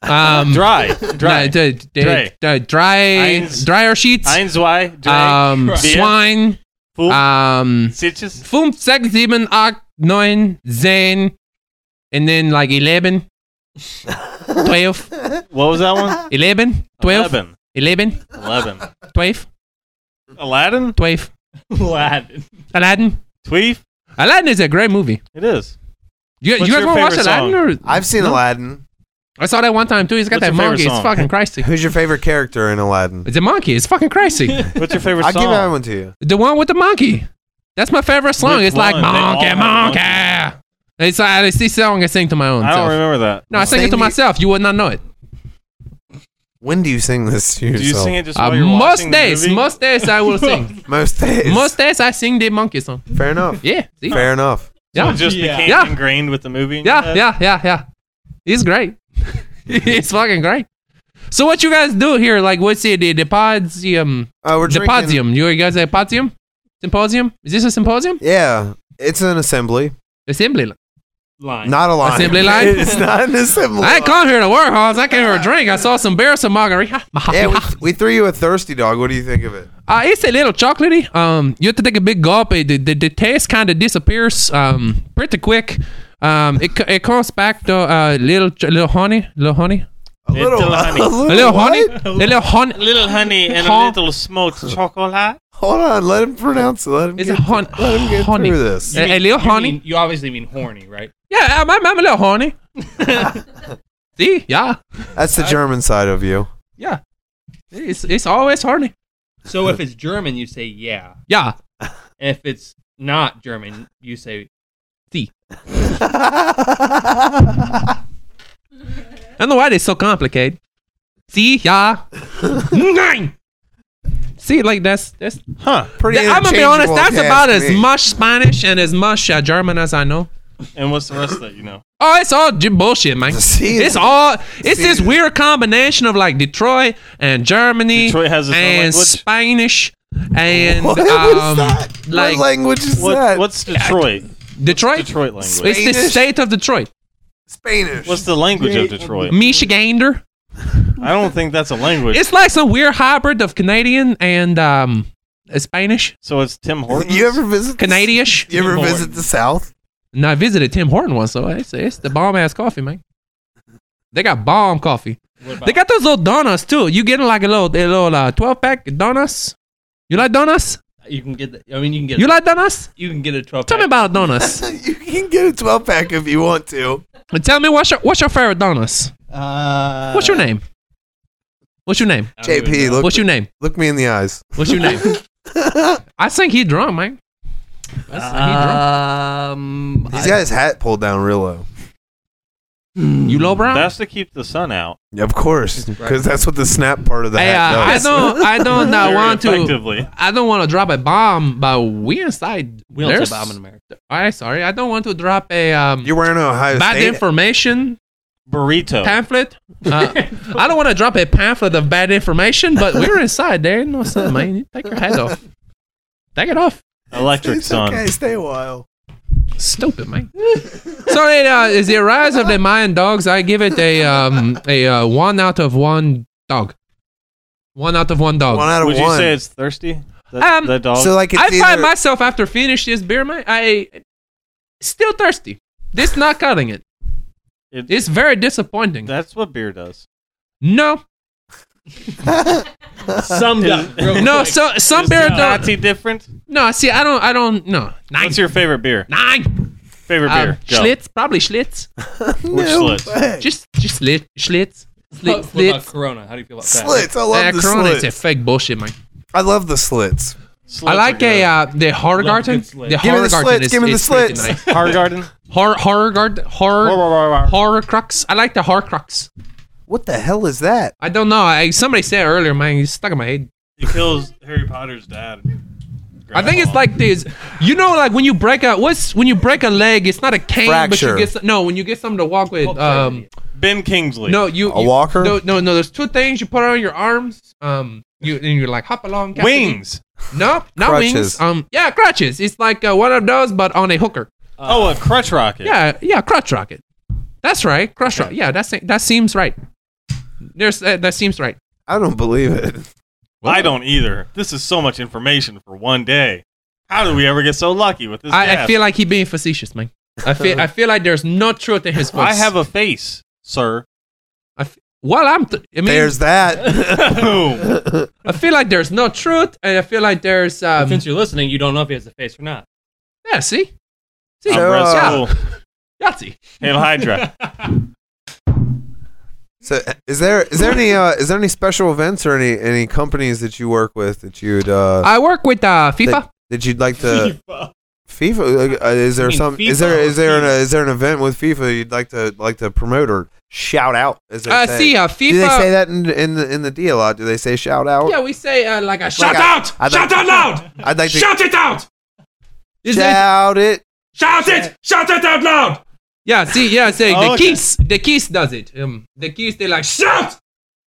Speaker 5: Um,
Speaker 3: Dry, dry.
Speaker 5: no, d- d-
Speaker 3: Dry.
Speaker 5: d- dry,
Speaker 3: Eins.
Speaker 5: dryer sheets.
Speaker 3: Eins, zwei, drei,
Speaker 5: um,
Speaker 3: Dry.
Speaker 5: swine.
Speaker 3: fool,
Speaker 5: Um,
Speaker 3: sitches.
Speaker 5: fünf, sechs, sieben, acht, neun, zehn, and then like eleven, twelve,
Speaker 3: What was that one?
Speaker 5: eleven, twelve,
Speaker 3: Eleven.
Speaker 5: eleven,
Speaker 3: Eleven.
Speaker 5: twelve,
Speaker 3: Aladdin?
Speaker 5: twelve.
Speaker 6: Aladdin.
Speaker 5: Aladdin.
Speaker 3: Tweef?
Speaker 5: Aladdin is a great movie.
Speaker 3: It is.
Speaker 5: You, you
Speaker 3: What's
Speaker 5: guys
Speaker 3: your
Speaker 5: want to watch
Speaker 3: favorite
Speaker 5: Aladdin? Or,
Speaker 2: I've seen Aladdin.
Speaker 5: I saw that one time too. He's got
Speaker 3: What's
Speaker 5: that
Speaker 3: your favorite
Speaker 5: monkey. It's
Speaker 3: song?
Speaker 5: fucking crazy.
Speaker 2: Who's your favorite character in Aladdin?
Speaker 5: It's a monkey. It's fucking crazy.
Speaker 3: What's your favorite
Speaker 2: I'll
Speaker 3: song?
Speaker 2: give that one to you.
Speaker 5: the one with the monkey. That's my favorite song.
Speaker 3: Which
Speaker 5: it's like
Speaker 3: one? They all
Speaker 5: monkey,
Speaker 3: have a
Speaker 5: monkey. It's like it's this song I sing to my own
Speaker 3: I
Speaker 5: self.
Speaker 3: don't remember that.
Speaker 5: No, I sing it to
Speaker 2: Sing you-
Speaker 5: myself. You would not know it.
Speaker 2: When do you sing this to
Speaker 3: Do
Speaker 2: yourself?
Speaker 3: you sing it just
Speaker 5: Uh,
Speaker 3: while you're
Speaker 5: most
Speaker 3: watching the
Speaker 5: days,
Speaker 3: movie?
Speaker 5: most days I will sing.
Speaker 2: Most days.
Speaker 5: most days I sing the monkey song.
Speaker 2: Fair enough.
Speaker 5: Yeah. See?
Speaker 2: Fair enough.
Speaker 3: So
Speaker 5: Yeah.
Speaker 3: it just
Speaker 6: Yeah.
Speaker 3: became
Speaker 5: Yeah.
Speaker 3: ingrained with the movie. in your
Speaker 5: Yeah,
Speaker 3: head?
Speaker 5: yeah, yeah, yeah. It's great. it's fucking great. So what you guys do here? Like, what's it? The, um, the podzium,
Speaker 2: Uh, we're
Speaker 5: the
Speaker 2: drinking.
Speaker 5: podzium. You guys at podzium? Symposium? Is this a symposium?
Speaker 2: Yeah, it's an assembly,
Speaker 5: Assembly. line.
Speaker 6: Line.
Speaker 2: not a line.
Speaker 5: Assembly line?
Speaker 2: it's not an assembly.
Speaker 5: I
Speaker 2: line.
Speaker 5: ain't come here to work, Hans. I came here to drink. I saw some beer, some margarita.
Speaker 2: Yeah, we, we threw you a thirsty dog. What do you think of it?
Speaker 5: Uh, it's a little chocolatey. Um, you have to take a big gulp. It, the, the, the taste kind of disappears um, pretty quick. Um, it, co- it comes back to a uh, little ch- little honey, little honey,
Speaker 2: A little,
Speaker 3: Little honey.
Speaker 2: a
Speaker 5: a
Speaker 2: little,
Speaker 5: little
Speaker 2: what?
Speaker 5: honey, a little honey.
Speaker 3: Little honey and a
Speaker 5: Huh?
Speaker 3: little smoked chocolate.
Speaker 2: Hold on, let him pronounce it. Let him
Speaker 5: It's
Speaker 2: get,
Speaker 5: a hon-
Speaker 2: let him get
Speaker 5: honey.
Speaker 2: through this.
Speaker 5: A, a little
Speaker 6: You
Speaker 5: honey.
Speaker 6: mean- you obviously mean horny, right?
Speaker 5: Yeah, I'm, I'm, I'm a little horny. See, yeah,
Speaker 2: That's the German side of you.
Speaker 5: yeah. It's it's always horny.
Speaker 6: So if it's German, you say yeah.
Speaker 5: Yeah,
Speaker 6: If it's not German, you say
Speaker 5: I don't know why they're so complicated. See, yeah, nine. See, like that's that's.
Speaker 3: Huh.
Speaker 2: Pretty.
Speaker 5: I'm gonna be honest.
Speaker 2: interchangeable
Speaker 5: That's
Speaker 2: cast
Speaker 5: about
Speaker 2: to
Speaker 5: as
Speaker 2: me.
Speaker 5: much Spanish and as much uh, German as I know.
Speaker 3: And what's the rest that you know?
Speaker 5: Oh, it's all j- bullshit, man.
Speaker 2: See?
Speaker 5: It's all it's this
Speaker 2: See?
Speaker 5: weird combination of like Detroit and Germany
Speaker 3: Detroit has its own
Speaker 5: and
Speaker 3: language?
Speaker 5: Spanish and
Speaker 2: What is
Speaker 5: um,
Speaker 2: that?
Speaker 5: like
Speaker 2: what language is
Speaker 3: What,
Speaker 2: that?
Speaker 3: what's Detroit?
Speaker 5: Detroit.
Speaker 3: Detroit language.
Speaker 5: It's the
Speaker 2: Spanish?
Speaker 5: state of Detroit.
Speaker 2: Spanish?
Speaker 3: What's the language of Detroit?
Speaker 5: Michigander.
Speaker 3: I don't think that's a language.
Speaker 5: It's like some weird hybrid of Canadian and um, Spanish,
Speaker 3: so it's Tim Hortons.
Speaker 2: you ever visit the-
Speaker 5: Canadian-ish.
Speaker 2: You ever
Speaker 6: Tim
Speaker 2: visit the South?
Speaker 5: And I visited Tim Horton once, so it's, it's the bomb ass coffee, man. They got bomb coffee.
Speaker 6: what about
Speaker 5: They got those little donuts too. You get like a little, a little uh, twelve pack donuts. You like donuts?
Speaker 6: you can get. The, I mean, you can get.
Speaker 5: You
Speaker 6: a,
Speaker 5: like donuts?
Speaker 6: You can get a twelve.
Speaker 5: Tell me about donuts.
Speaker 2: you can get a 12 pack if you want to.
Speaker 5: And Tell me what's your what's your favorite donuts?
Speaker 6: Uh,
Speaker 5: What's your name? What's your name?
Speaker 2: JP, look,
Speaker 5: What's your name?
Speaker 2: look me in the eyes.
Speaker 5: What's your name? I think he drunk, man. I think he drunk.
Speaker 11: Um,
Speaker 2: He's got his hat pulled down real low.
Speaker 5: You low brown?
Speaker 3: That's to keep the sun out.
Speaker 2: Yeah, Of course, because that's what the snap part of the
Speaker 5: Hey,
Speaker 2: hat
Speaker 5: uh, I
Speaker 2: does.
Speaker 5: don't, I don't uh,
Speaker 3: Very
Speaker 5: want to.
Speaker 3: Effectively.
Speaker 5: I don't want to drop a bomb, but we inside.
Speaker 6: We don't
Speaker 5: there's-
Speaker 6: say bomb in America.
Speaker 5: I sorry, I don't want to drop a um,
Speaker 2: You're wearing an Ohio
Speaker 5: bad
Speaker 2: State.
Speaker 5: information
Speaker 3: Burrito.
Speaker 5: pamphlet. Uh, I don't want to drop a pamphlet of bad information, but we're inside. There ain't no sun, man. You take your hat off. Take it off.
Speaker 3: Electric
Speaker 2: it's
Speaker 3: sun.
Speaker 2: okay, stay a while.
Speaker 5: Stupid, man. so it uh, is the rise of the Mayan dogs. I give it a um a uh, one out of one dog. One out of one dog.
Speaker 2: One out of
Speaker 3: Would
Speaker 2: one.
Speaker 3: you say it's thirsty? That,
Speaker 5: Um,
Speaker 3: that dog.
Speaker 2: so like it's
Speaker 5: I
Speaker 2: either,
Speaker 5: find myself after finish this beer, man, I still thirsty. This not cutting it.
Speaker 3: It-
Speaker 5: It's very disappointing.
Speaker 3: that's what beer does.
Speaker 5: No,
Speaker 6: Summed up. real
Speaker 5: no.
Speaker 6: quick.
Speaker 5: So some
Speaker 3: Is
Speaker 5: beer
Speaker 3: the
Speaker 5: don't.
Speaker 3: Nazi different?
Speaker 5: No, see, I don't. I don't. No, nine,
Speaker 3: What's your favorite beer?
Speaker 5: nine.
Speaker 3: Favorite
Speaker 5: Um,
Speaker 3: beer? Go.
Speaker 5: Schlitz, probably Schlitz.
Speaker 3: Which Schlitz?
Speaker 2: way.
Speaker 5: Just, just Schlitz, Schlitz,
Speaker 6: What-
Speaker 5: Schlitz.
Speaker 6: what about
Speaker 5: Schlitz.
Speaker 6: Corona? How do you feel about that?
Speaker 2: slits. I love
Speaker 5: Uh,
Speaker 2: the
Speaker 5: Corona is a
Speaker 2: slits.
Speaker 5: fake bullshit, man.
Speaker 2: I love the slits.
Speaker 3: Schlitz
Speaker 5: I like
Speaker 3: or
Speaker 5: a uh, the horror
Speaker 6: Love
Speaker 5: garden.
Speaker 6: good slits.
Speaker 5: The
Speaker 2: Give me
Speaker 5: horror
Speaker 2: the
Speaker 5: garden
Speaker 2: slits,
Speaker 5: is,
Speaker 2: give me the
Speaker 5: is pretty
Speaker 2: slits.
Speaker 5: nice.
Speaker 3: good? Hard Garden.
Speaker 5: Horror horror garden
Speaker 3: Wah,
Speaker 5: horror
Speaker 3: wah, wah, wah.
Speaker 5: horror crux. I like the horror crux.
Speaker 2: What the hell is that?
Speaker 5: I don't know. I, somebody said earlier, man, it's stuck in my head.
Speaker 3: He kills Harry Potter's dad.
Speaker 5: I think it's like this. You know, like when you break a what's when you break a leg, it's not a cane,
Speaker 2: Fracture.
Speaker 5: but you get some, no. When you get something to walk with, um,
Speaker 3: Ben Kingsley.
Speaker 5: no, you
Speaker 2: A
Speaker 5: you-
Speaker 2: walker?
Speaker 5: No, no, no. There's two things you put on your arms. Um, you and you're like hop along. Captain.
Speaker 3: wings.
Speaker 5: No, not
Speaker 2: Crutches.
Speaker 5: wings. Um, yeah, crutches. It's like uh, one of those, but on a hooker.
Speaker 3: oh, a crutch rocket.
Speaker 5: Yeah, yeah, crutch rocket. That's right, crutch rocket. Yeah, that's that seems right. There's uh, that seems right.
Speaker 2: I don't believe it.
Speaker 3: I don't either. This is so much information for one day. How did we ever get so lucky with this?
Speaker 5: I, I
Speaker 3: gas?
Speaker 5: feel like he being facetious, man. I feel I feel like there's no truth in his voice.
Speaker 3: I have a face, sir.
Speaker 5: I f- well, I'm. Th- I mean,
Speaker 2: There's that.
Speaker 3: Boom.
Speaker 5: I feel like there's no truth, and I feel like there's. Um,
Speaker 6: Since you're listening, you don't know if he has a face or not.
Speaker 5: yeah, see, see,
Speaker 3: I'm
Speaker 2: So,
Speaker 3: Red
Speaker 2: uh,
Speaker 3: Skull.
Speaker 5: Yahtzee.
Speaker 3: Hail Hydra.
Speaker 2: so, is there is there any uh, is there any special events or any any companies that you work with that you'd uh,
Speaker 5: I work with uh, FIFA.
Speaker 2: that, that you'd like to FIFA? Uh, is there
Speaker 6: mean
Speaker 2: some? Is
Speaker 6: FIFA
Speaker 2: there
Speaker 6: or
Speaker 2: is there an uh, is there an event with FIFA you'd like to like to promote or shout out? As they
Speaker 5: uh,
Speaker 2: say?
Speaker 5: see, uh, FIFA.
Speaker 2: Do they say that in in the, in the D a lot? Do they say shout out?
Speaker 5: Yeah, we say uh, like a shout
Speaker 2: I-
Speaker 5: out,
Speaker 2: I'd
Speaker 5: shout
Speaker 2: like-
Speaker 5: out loud,
Speaker 2: I'd like to
Speaker 5: shout it out. Is it-
Speaker 2: shout it.
Speaker 5: Shout it! Shout it out loud! Yeah, see, yeah, say
Speaker 3: Oh,
Speaker 5: the
Speaker 3: okay.
Speaker 5: keys. The keys does it. Um, the keys they like shout,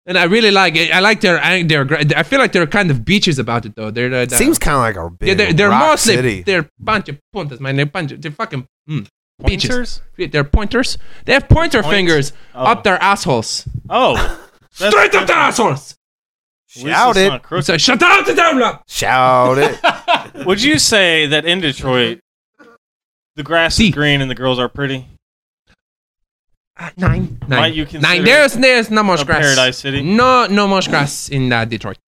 Speaker 5: and I really like it. I like their ang- their. gra- I feel like they're kind of bitches about it though. They're, they
Speaker 2: Seems kind of like our big
Speaker 5: yeah, they're, they're
Speaker 2: rock
Speaker 5: mostly
Speaker 2: city.
Speaker 5: they're bunch of punters, man. They're bunch of, they're fucking mm, bitches.
Speaker 3: Pointers?
Speaker 5: They're pointers. They have pointer
Speaker 3: Points?
Speaker 5: fingers
Speaker 3: Oh.
Speaker 5: up their assholes,
Speaker 3: Oh. That's-
Speaker 5: straight up their assholes.
Speaker 3: At least it's
Speaker 2: Shout it.
Speaker 3: not crooked.
Speaker 5: So shout out to them loud.
Speaker 2: Shout it.
Speaker 3: Would you say that in Detroit, the grass
Speaker 5: See.
Speaker 3: is green and the girls are pretty?
Speaker 5: Ah, Nine, nine,
Speaker 3: Might you
Speaker 5: nine.
Speaker 3: consider
Speaker 5: There's there's no much
Speaker 3: a
Speaker 5: grass.
Speaker 3: paradise city?
Speaker 5: No, no much grass in uh, Detroit.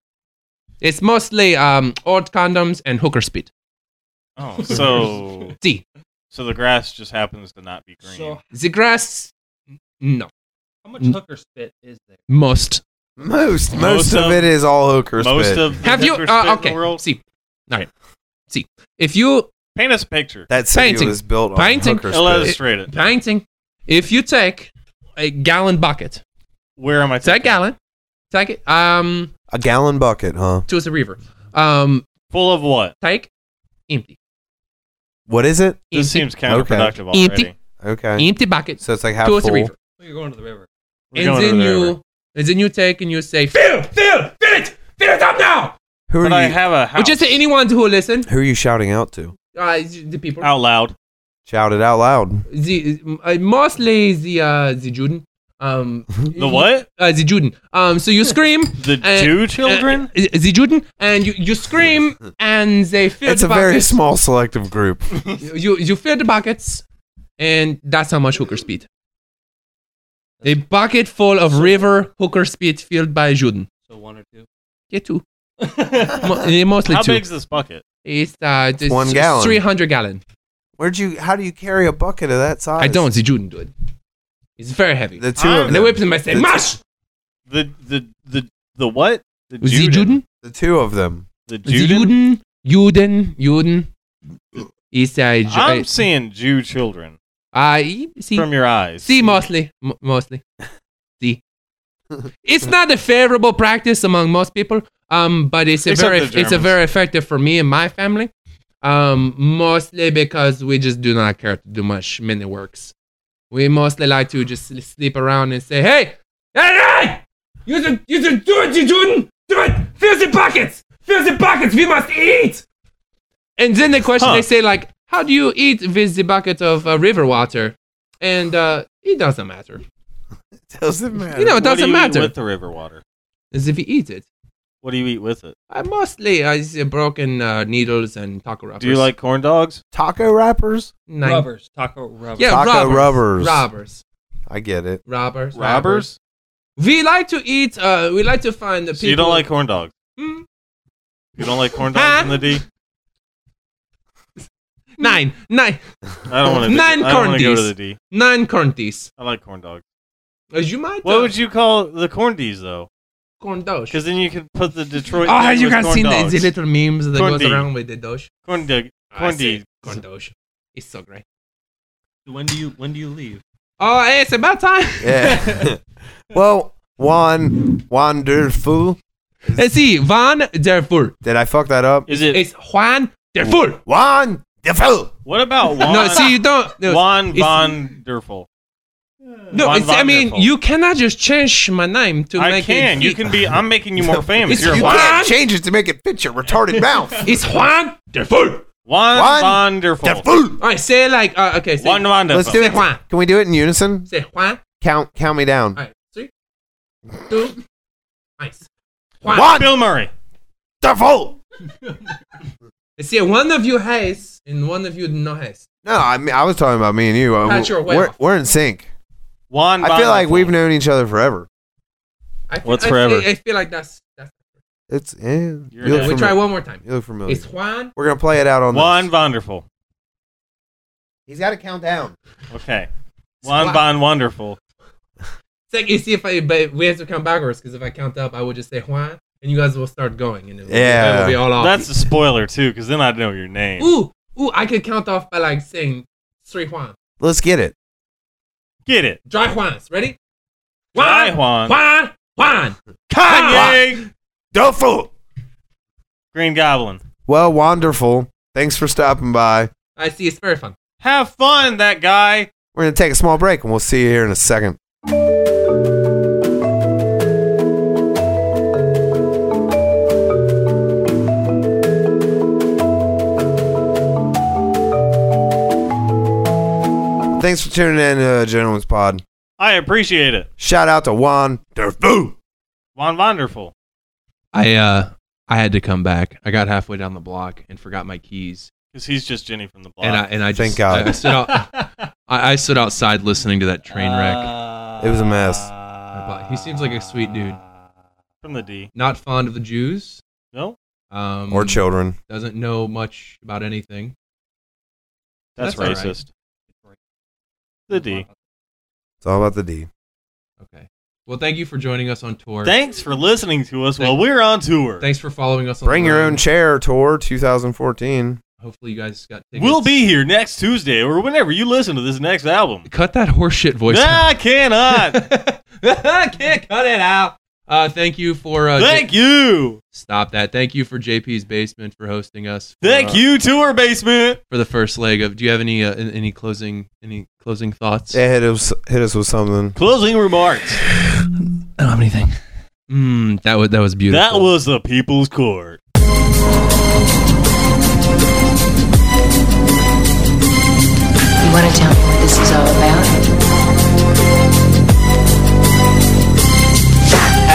Speaker 5: It's mostly um, old condoms and hooker speed.
Speaker 3: Oh, so
Speaker 5: See,
Speaker 3: so the grass just happens to not be green.
Speaker 6: So,
Speaker 5: the grass, no,
Speaker 6: how much
Speaker 5: Mm.
Speaker 6: hooker spit is there?
Speaker 5: most.
Speaker 2: Most, most
Speaker 3: Most
Speaker 2: of,
Speaker 3: of-
Speaker 2: it is all hooker
Speaker 3: Most
Speaker 2: spit.
Speaker 3: of the
Speaker 5: Have you?
Speaker 3: hipster spit
Speaker 5: Uh,
Speaker 3: in the
Speaker 5: okay,
Speaker 3: world.
Speaker 5: see, all right, see. If you
Speaker 3: Paint us a picture.
Speaker 2: that city
Speaker 5: painting.
Speaker 2: was built on
Speaker 5: Painting.
Speaker 2: hooker spit.
Speaker 3: Illustrate it.
Speaker 5: painting, if you take a gallon bucket,
Speaker 3: Where am I?
Speaker 5: take a
Speaker 3: taking it?
Speaker 5: gallon, take it um
Speaker 2: A gallon bucket, huh?
Speaker 5: to the river, um
Speaker 3: Full of what?
Speaker 5: take empty,
Speaker 2: What is it?
Speaker 3: This
Speaker 5: empty,
Speaker 3: seems counterproductive
Speaker 5: Okay.
Speaker 3: already.
Speaker 5: Empty.
Speaker 2: Okay,
Speaker 5: empty bucket
Speaker 2: so it's like half
Speaker 5: to the
Speaker 2: full.
Speaker 5: river.
Speaker 6: Oh, You're going to the river.
Speaker 3: We're
Speaker 5: and
Speaker 3: going
Speaker 5: then
Speaker 3: over there.
Speaker 5: you and then you take and you say fill fill fill it fill it up now
Speaker 2: Who
Speaker 3: But
Speaker 2: are
Speaker 3: I
Speaker 2: you?
Speaker 3: have a house.
Speaker 5: which is to anyone who listen
Speaker 2: who are you shouting out to?
Speaker 5: uh, the people
Speaker 3: out loud.
Speaker 2: Shout it out loud.
Speaker 5: the uh, mostly the uh, the Juden um
Speaker 3: The what?
Speaker 5: uh, the Juden um so you scream
Speaker 3: The
Speaker 5: Uh,
Speaker 3: Jew children?
Speaker 5: uh, the Juden and you, you scream and they fill
Speaker 2: It's
Speaker 5: the
Speaker 2: a very
Speaker 5: bucket.
Speaker 2: small selective group.
Speaker 5: you you fill the buckets, and that's how much hooker speed. A bucket full of river hooker speed filled by Juden.
Speaker 6: So one or two.
Speaker 5: Yeah, two. Mo- eh, mostly
Speaker 3: How
Speaker 5: two.
Speaker 3: big's this bucket?
Speaker 5: It's uh, it's
Speaker 2: One gallon.
Speaker 5: Three hundred gallon.
Speaker 2: Where'd you? How do you carry a bucket of that size?
Speaker 5: I don't. The Juden do it. It's very heavy.
Speaker 2: The 2
Speaker 3: I'm-
Speaker 2: of
Speaker 5: and they
Speaker 2: them.
Speaker 5: whip them. I say,
Speaker 2: The-
Speaker 5: mash.
Speaker 3: The the the the what? The
Speaker 5: The Juden.
Speaker 2: The two of them.
Speaker 3: The
Speaker 5: The
Speaker 3: Juden.
Speaker 5: Juden. Juden. Juden. It's uh, Ju-
Speaker 3: I'm seeing Jew children
Speaker 5: I see.
Speaker 3: from your eyes.
Speaker 5: See, mostly, M- mostly. See, it's not a favorable practice among most people. Um, but it's a
Speaker 3: Except
Speaker 5: very,
Speaker 3: the
Speaker 5: it's a
Speaker 3: Germans.
Speaker 5: very effective for me and my family. Um, mostly because we just do not care to do much many works. We mostly like to just sl- sleep around and say, "Hey, hey, hey! you should, you should do it, you Juden, do it! Fill the buckets, fill the buckets. We must eat." And then the question
Speaker 3: Huh.
Speaker 5: they say like, "How do you eat with the bucket of uh, river water?" and uh, it doesn't matter.
Speaker 2: Doesn't matter.
Speaker 5: You know, it
Speaker 3: What do
Speaker 5: doesn't
Speaker 3: you eat
Speaker 5: matter.
Speaker 3: with the river water.
Speaker 5: As if he eats it.
Speaker 3: What do you eat with it?
Speaker 5: I mostly I see broken uh, needles and taco wrappers.
Speaker 3: Do you like corn dogs?
Speaker 2: taco wrappers.
Speaker 5: Nine-
Speaker 6: Rubbers. Taco rubbers.
Speaker 5: Yeah,
Speaker 2: Taco
Speaker 5: rubbers.
Speaker 2: rubbers.
Speaker 5: Robbers.
Speaker 2: I get it.
Speaker 5: Robbers.
Speaker 3: Robbers?
Speaker 5: We like to eat. Uh, we like to find the people.
Speaker 3: So you don't like corn dogs?
Speaker 5: Hmm?
Speaker 3: You don't like corn dogs in the D?
Speaker 5: nine, nine,
Speaker 3: I don't want to.
Speaker 5: Nine
Speaker 3: I don't want to go to
Speaker 5: corndies.
Speaker 3: the D.
Speaker 5: nine corn teas.
Speaker 3: I like corn dogs.
Speaker 5: As you might.
Speaker 3: What
Speaker 5: uh,
Speaker 3: would you call the corn D's though?
Speaker 5: corn dosh?
Speaker 3: Because then you could put the Detroit.
Speaker 5: Oh,
Speaker 3: thing
Speaker 5: have you
Speaker 3: with
Speaker 5: guys
Speaker 3: corn
Speaker 5: seen the,
Speaker 3: dogs.
Speaker 5: the little memes that
Speaker 3: Corn
Speaker 5: goes
Speaker 3: dog.
Speaker 5: around with the dosh?
Speaker 3: corn dog?
Speaker 5: I
Speaker 3: Corn
Speaker 5: say
Speaker 3: D's.
Speaker 5: Corn dosh. It's so great.
Speaker 6: When do you when do you leave?
Speaker 5: Oh, hey, it's about time.
Speaker 2: Yeah. well, Juan Wonderful.
Speaker 5: Let's see. Van der Voort.
Speaker 2: Did I fuck that up?
Speaker 3: Is it?
Speaker 5: It's Juan der Voort.
Speaker 2: Wonderful.
Speaker 3: What about Juan?
Speaker 5: No, see, you don't. No,
Speaker 3: Juan
Speaker 5: it's-
Speaker 3: Von Derful.
Speaker 5: no
Speaker 3: Juan
Speaker 5: it's, I mean,
Speaker 3: Wonderful.
Speaker 5: you cannot just change my name to
Speaker 3: I
Speaker 5: make
Speaker 3: can.
Speaker 5: it.
Speaker 3: You can be. I'm making you more famous.
Speaker 5: it's-
Speaker 3: You're
Speaker 5: you
Speaker 3: Juan.
Speaker 5: can't-
Speaker 2: Can't change it to make it fit your retarded mouth.
Speaker 5: It's Juan der Voort.
Speaker 3: Juan
Speaker 2: Juan
Speaker 3: Von Derful.
Speaker 2: Wonderful.
Speaker 5: All right, say it like, uh, okay, say,
Speaker 3: Juan Von
Speaker 2: Let's do
Speaker 3: Derful.
Speaker 2: it.
Speaker 5: Juan.
Speaker 2: Can we do it in unison?
Speaker 5: say Juan.
Speaker 2: Count count me
Speaker 5: All
Speaker 2: down.
Speaker 5: right, three, two, nice. Juan.
Speaker 2: Juan
Speaker 3: Bill Murray.
Speaker 2: Wonderful.
Speaker 5: Let's see, one of you has and one of you no has.
Speaker 2: No, I mean I was talking about me and you. Uh,
Speaker 5: Pat, you're way
Speaker 2: we're,
Speaker 5: off.
Speaker 2: we're in sync.
Speaker 3: Juan.
Speaker 2: I
Speaker 3: Von
Speaker 2: feel like
Speaker 3: Derful.
Speaker 2: we've known each other forever.
Speaker 5: I feel,
Speaker 3: What's
Speaker 5: I,
Speaker 3: forever?
Speaker 5: I, I feel like that's. that's
Speaker 2: It's eh, you
Speaker 3: You're
Speaker 2: look
Speaker 3: not-
Speaker 5: we
Speaker 2: familiar.
Speaker 5: try one more time.
Speaker 2: You look familiar.
Speaker 5: It's Juan.
Speaker 2: We're gonna play it out on
Speaker 3: Juan
Speaker 2: one.
Speaker 3: Von Derful.
Speaker 2: He's got to count down.
Speaker 3: Okay. Juan
Speaker 5: Juan.
Speaker 3: Von Wonderful.
Speaker 5: It's like you see if I, but we have to count backwards because if I count up, I will just say Juan, and you guys will start going, and it will,
Speaker 2: Yeah.
Speaker 5: it will be all off.
Speaker 3: That's a spoiler too, because then I know your name.
Speaker 5: ooh, ooh. I could count off by like saying three Juan,
Speaker 2: Let's get it.
Speaker 3: Get it?
Speaker 5: dry Juans. Ready?
Speaker 3: Hi,
Speaker 5: Juan,
Speaker 3: Juan.
Speaker 5: Juan, Juan.
Speaker 3: Kanye.
Speaker 2: Duffel.
Speaker 3: Green Goblin.
Speaker 2: Well, wonderful. Thanks for stopping by.
Speaker 5: I see. It's very fun.
Speaker 3: Have fun, that guy.
Speaker 2: We're gonna take a small break, and we'll see you here in a second. Thanks for tuning in to Gentleman's Pod.
Speaker 3: I appreciate it.
Speaker 2: Shout out to Juan Derfu.
Speaker 3: Juan Wonderful.
Speaker 5: I uh I had to come back. I got halfway down the block and forgot my keys.
Speaker 3: Because he's just Jenny from the block.
Speaker 5: And I and I
Speaker 2: Thank
Speaker 5: just
Speaker 2: God.
Speaker 5: I, I stood out, I, I stood outside listening to that train wreck.
Speaker 2: It was a mess.
Speaker 5: but he seems like a sweet dude.
Speaker 3: From the D.
Speaker 5: Not fond of the Jews.
Speaker 3: No?
Speaker 5: Um,
Speaker 2: Or children.
Speaker 5: Doesn't know much about anything.
Speaker 3: That's,
Speaker 5: That's all right.
Speaker 3: racist. The D.
Speaker 2: It's all about the D.
Speaker 5: Okay. Well, thank you for joining us on tour.
Speaker 3: Thanks for listening to us while
Speaker 5: Thank-
Speaker 3: we're on tour.
Speaker 5: Thanks for following us. on
Speaker 2: Bring
Speaker 5: the
Speaker 2: Your
Speaker 5: road.
Speaker 2: Own Chair Tour 2014.
Speaker 5: Hopefully, you guys got. Tickets.
Speaker 3: We'll be here next Tuesday or whenever you listen to this next album.
Speaker 5: Cut that horseshit voice. out.
Speaker 3: I cannot.
Speaker 5: I can't cut it out. Uh, thank you for. Uh, J-
Speaker 3: Thank you.
Speaker 5: Stop that. Thank you for JP's basement for hosting us. for,
Speaker 3: Thank
Speaker 5: uh,
Speaker 3: you, Tour Basement.
Speaker 5: for the first leg of do you have any uh, an- any closing any closing thoughts
Speaker 2: Yeah, hit us, hit us with something.
Speaker 3: Closing remarks.
Speaker 5: i don't have anything mm, that was that was beautiful
Speaker 3: That was the People's Court.
Speaker 12: You want to tell me what this is all about?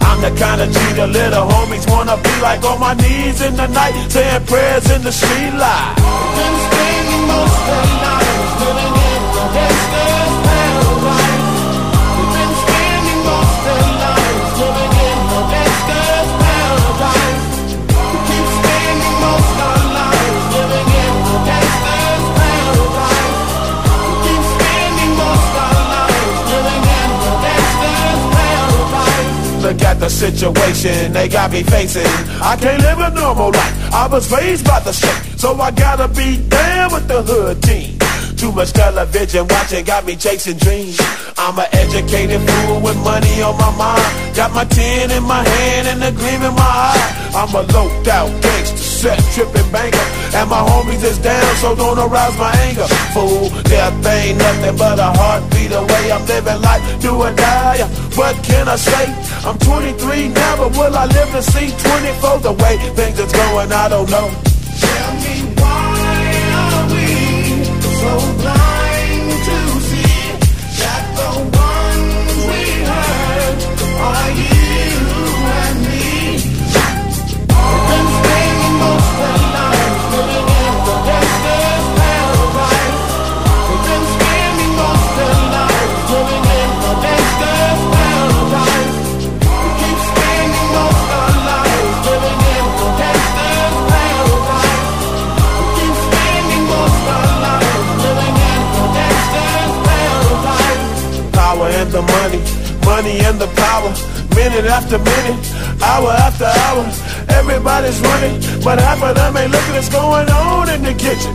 Speaker 8: I'm the kind of G the little homies wanna be like on my knees in the night, saying prayers in the street light. Been spending most of the night living in the gangster's paradise. Been spending most of the night living in the gangster's paradise. Keep spending most of our lives living in the gangster's paradise. Keep spending most of our lives living in the gangster's paradise. Look at the situation they got me facing. I can't live a normal life. I was raised by the state, so I gotta be down with the hood team. Too much television watching got me chasing dreams. I'm an educated fool with money on my mind. Got my tin in my hand and a gleam in my eye. I'm a loped out gangster, set tripping banker. And my homies is down, so don't arouse my anger. Fool, death ain't nothing but a heartbeat away. I'm living life, do or die. What can I say? I'm 23 now, but will I live to see 24? The way things is going, I don't know. Tell me why are we so blind to see that the ones we hurt are you and me? Been spending most of our lives living in the gangster's paradise. We've been spending most of our lives living in the gangster's paradise. minute after minute, hour after hour. Everybody's running, but half of them ain't looking what's going on in the kitchen.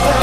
Speaker 8: fool.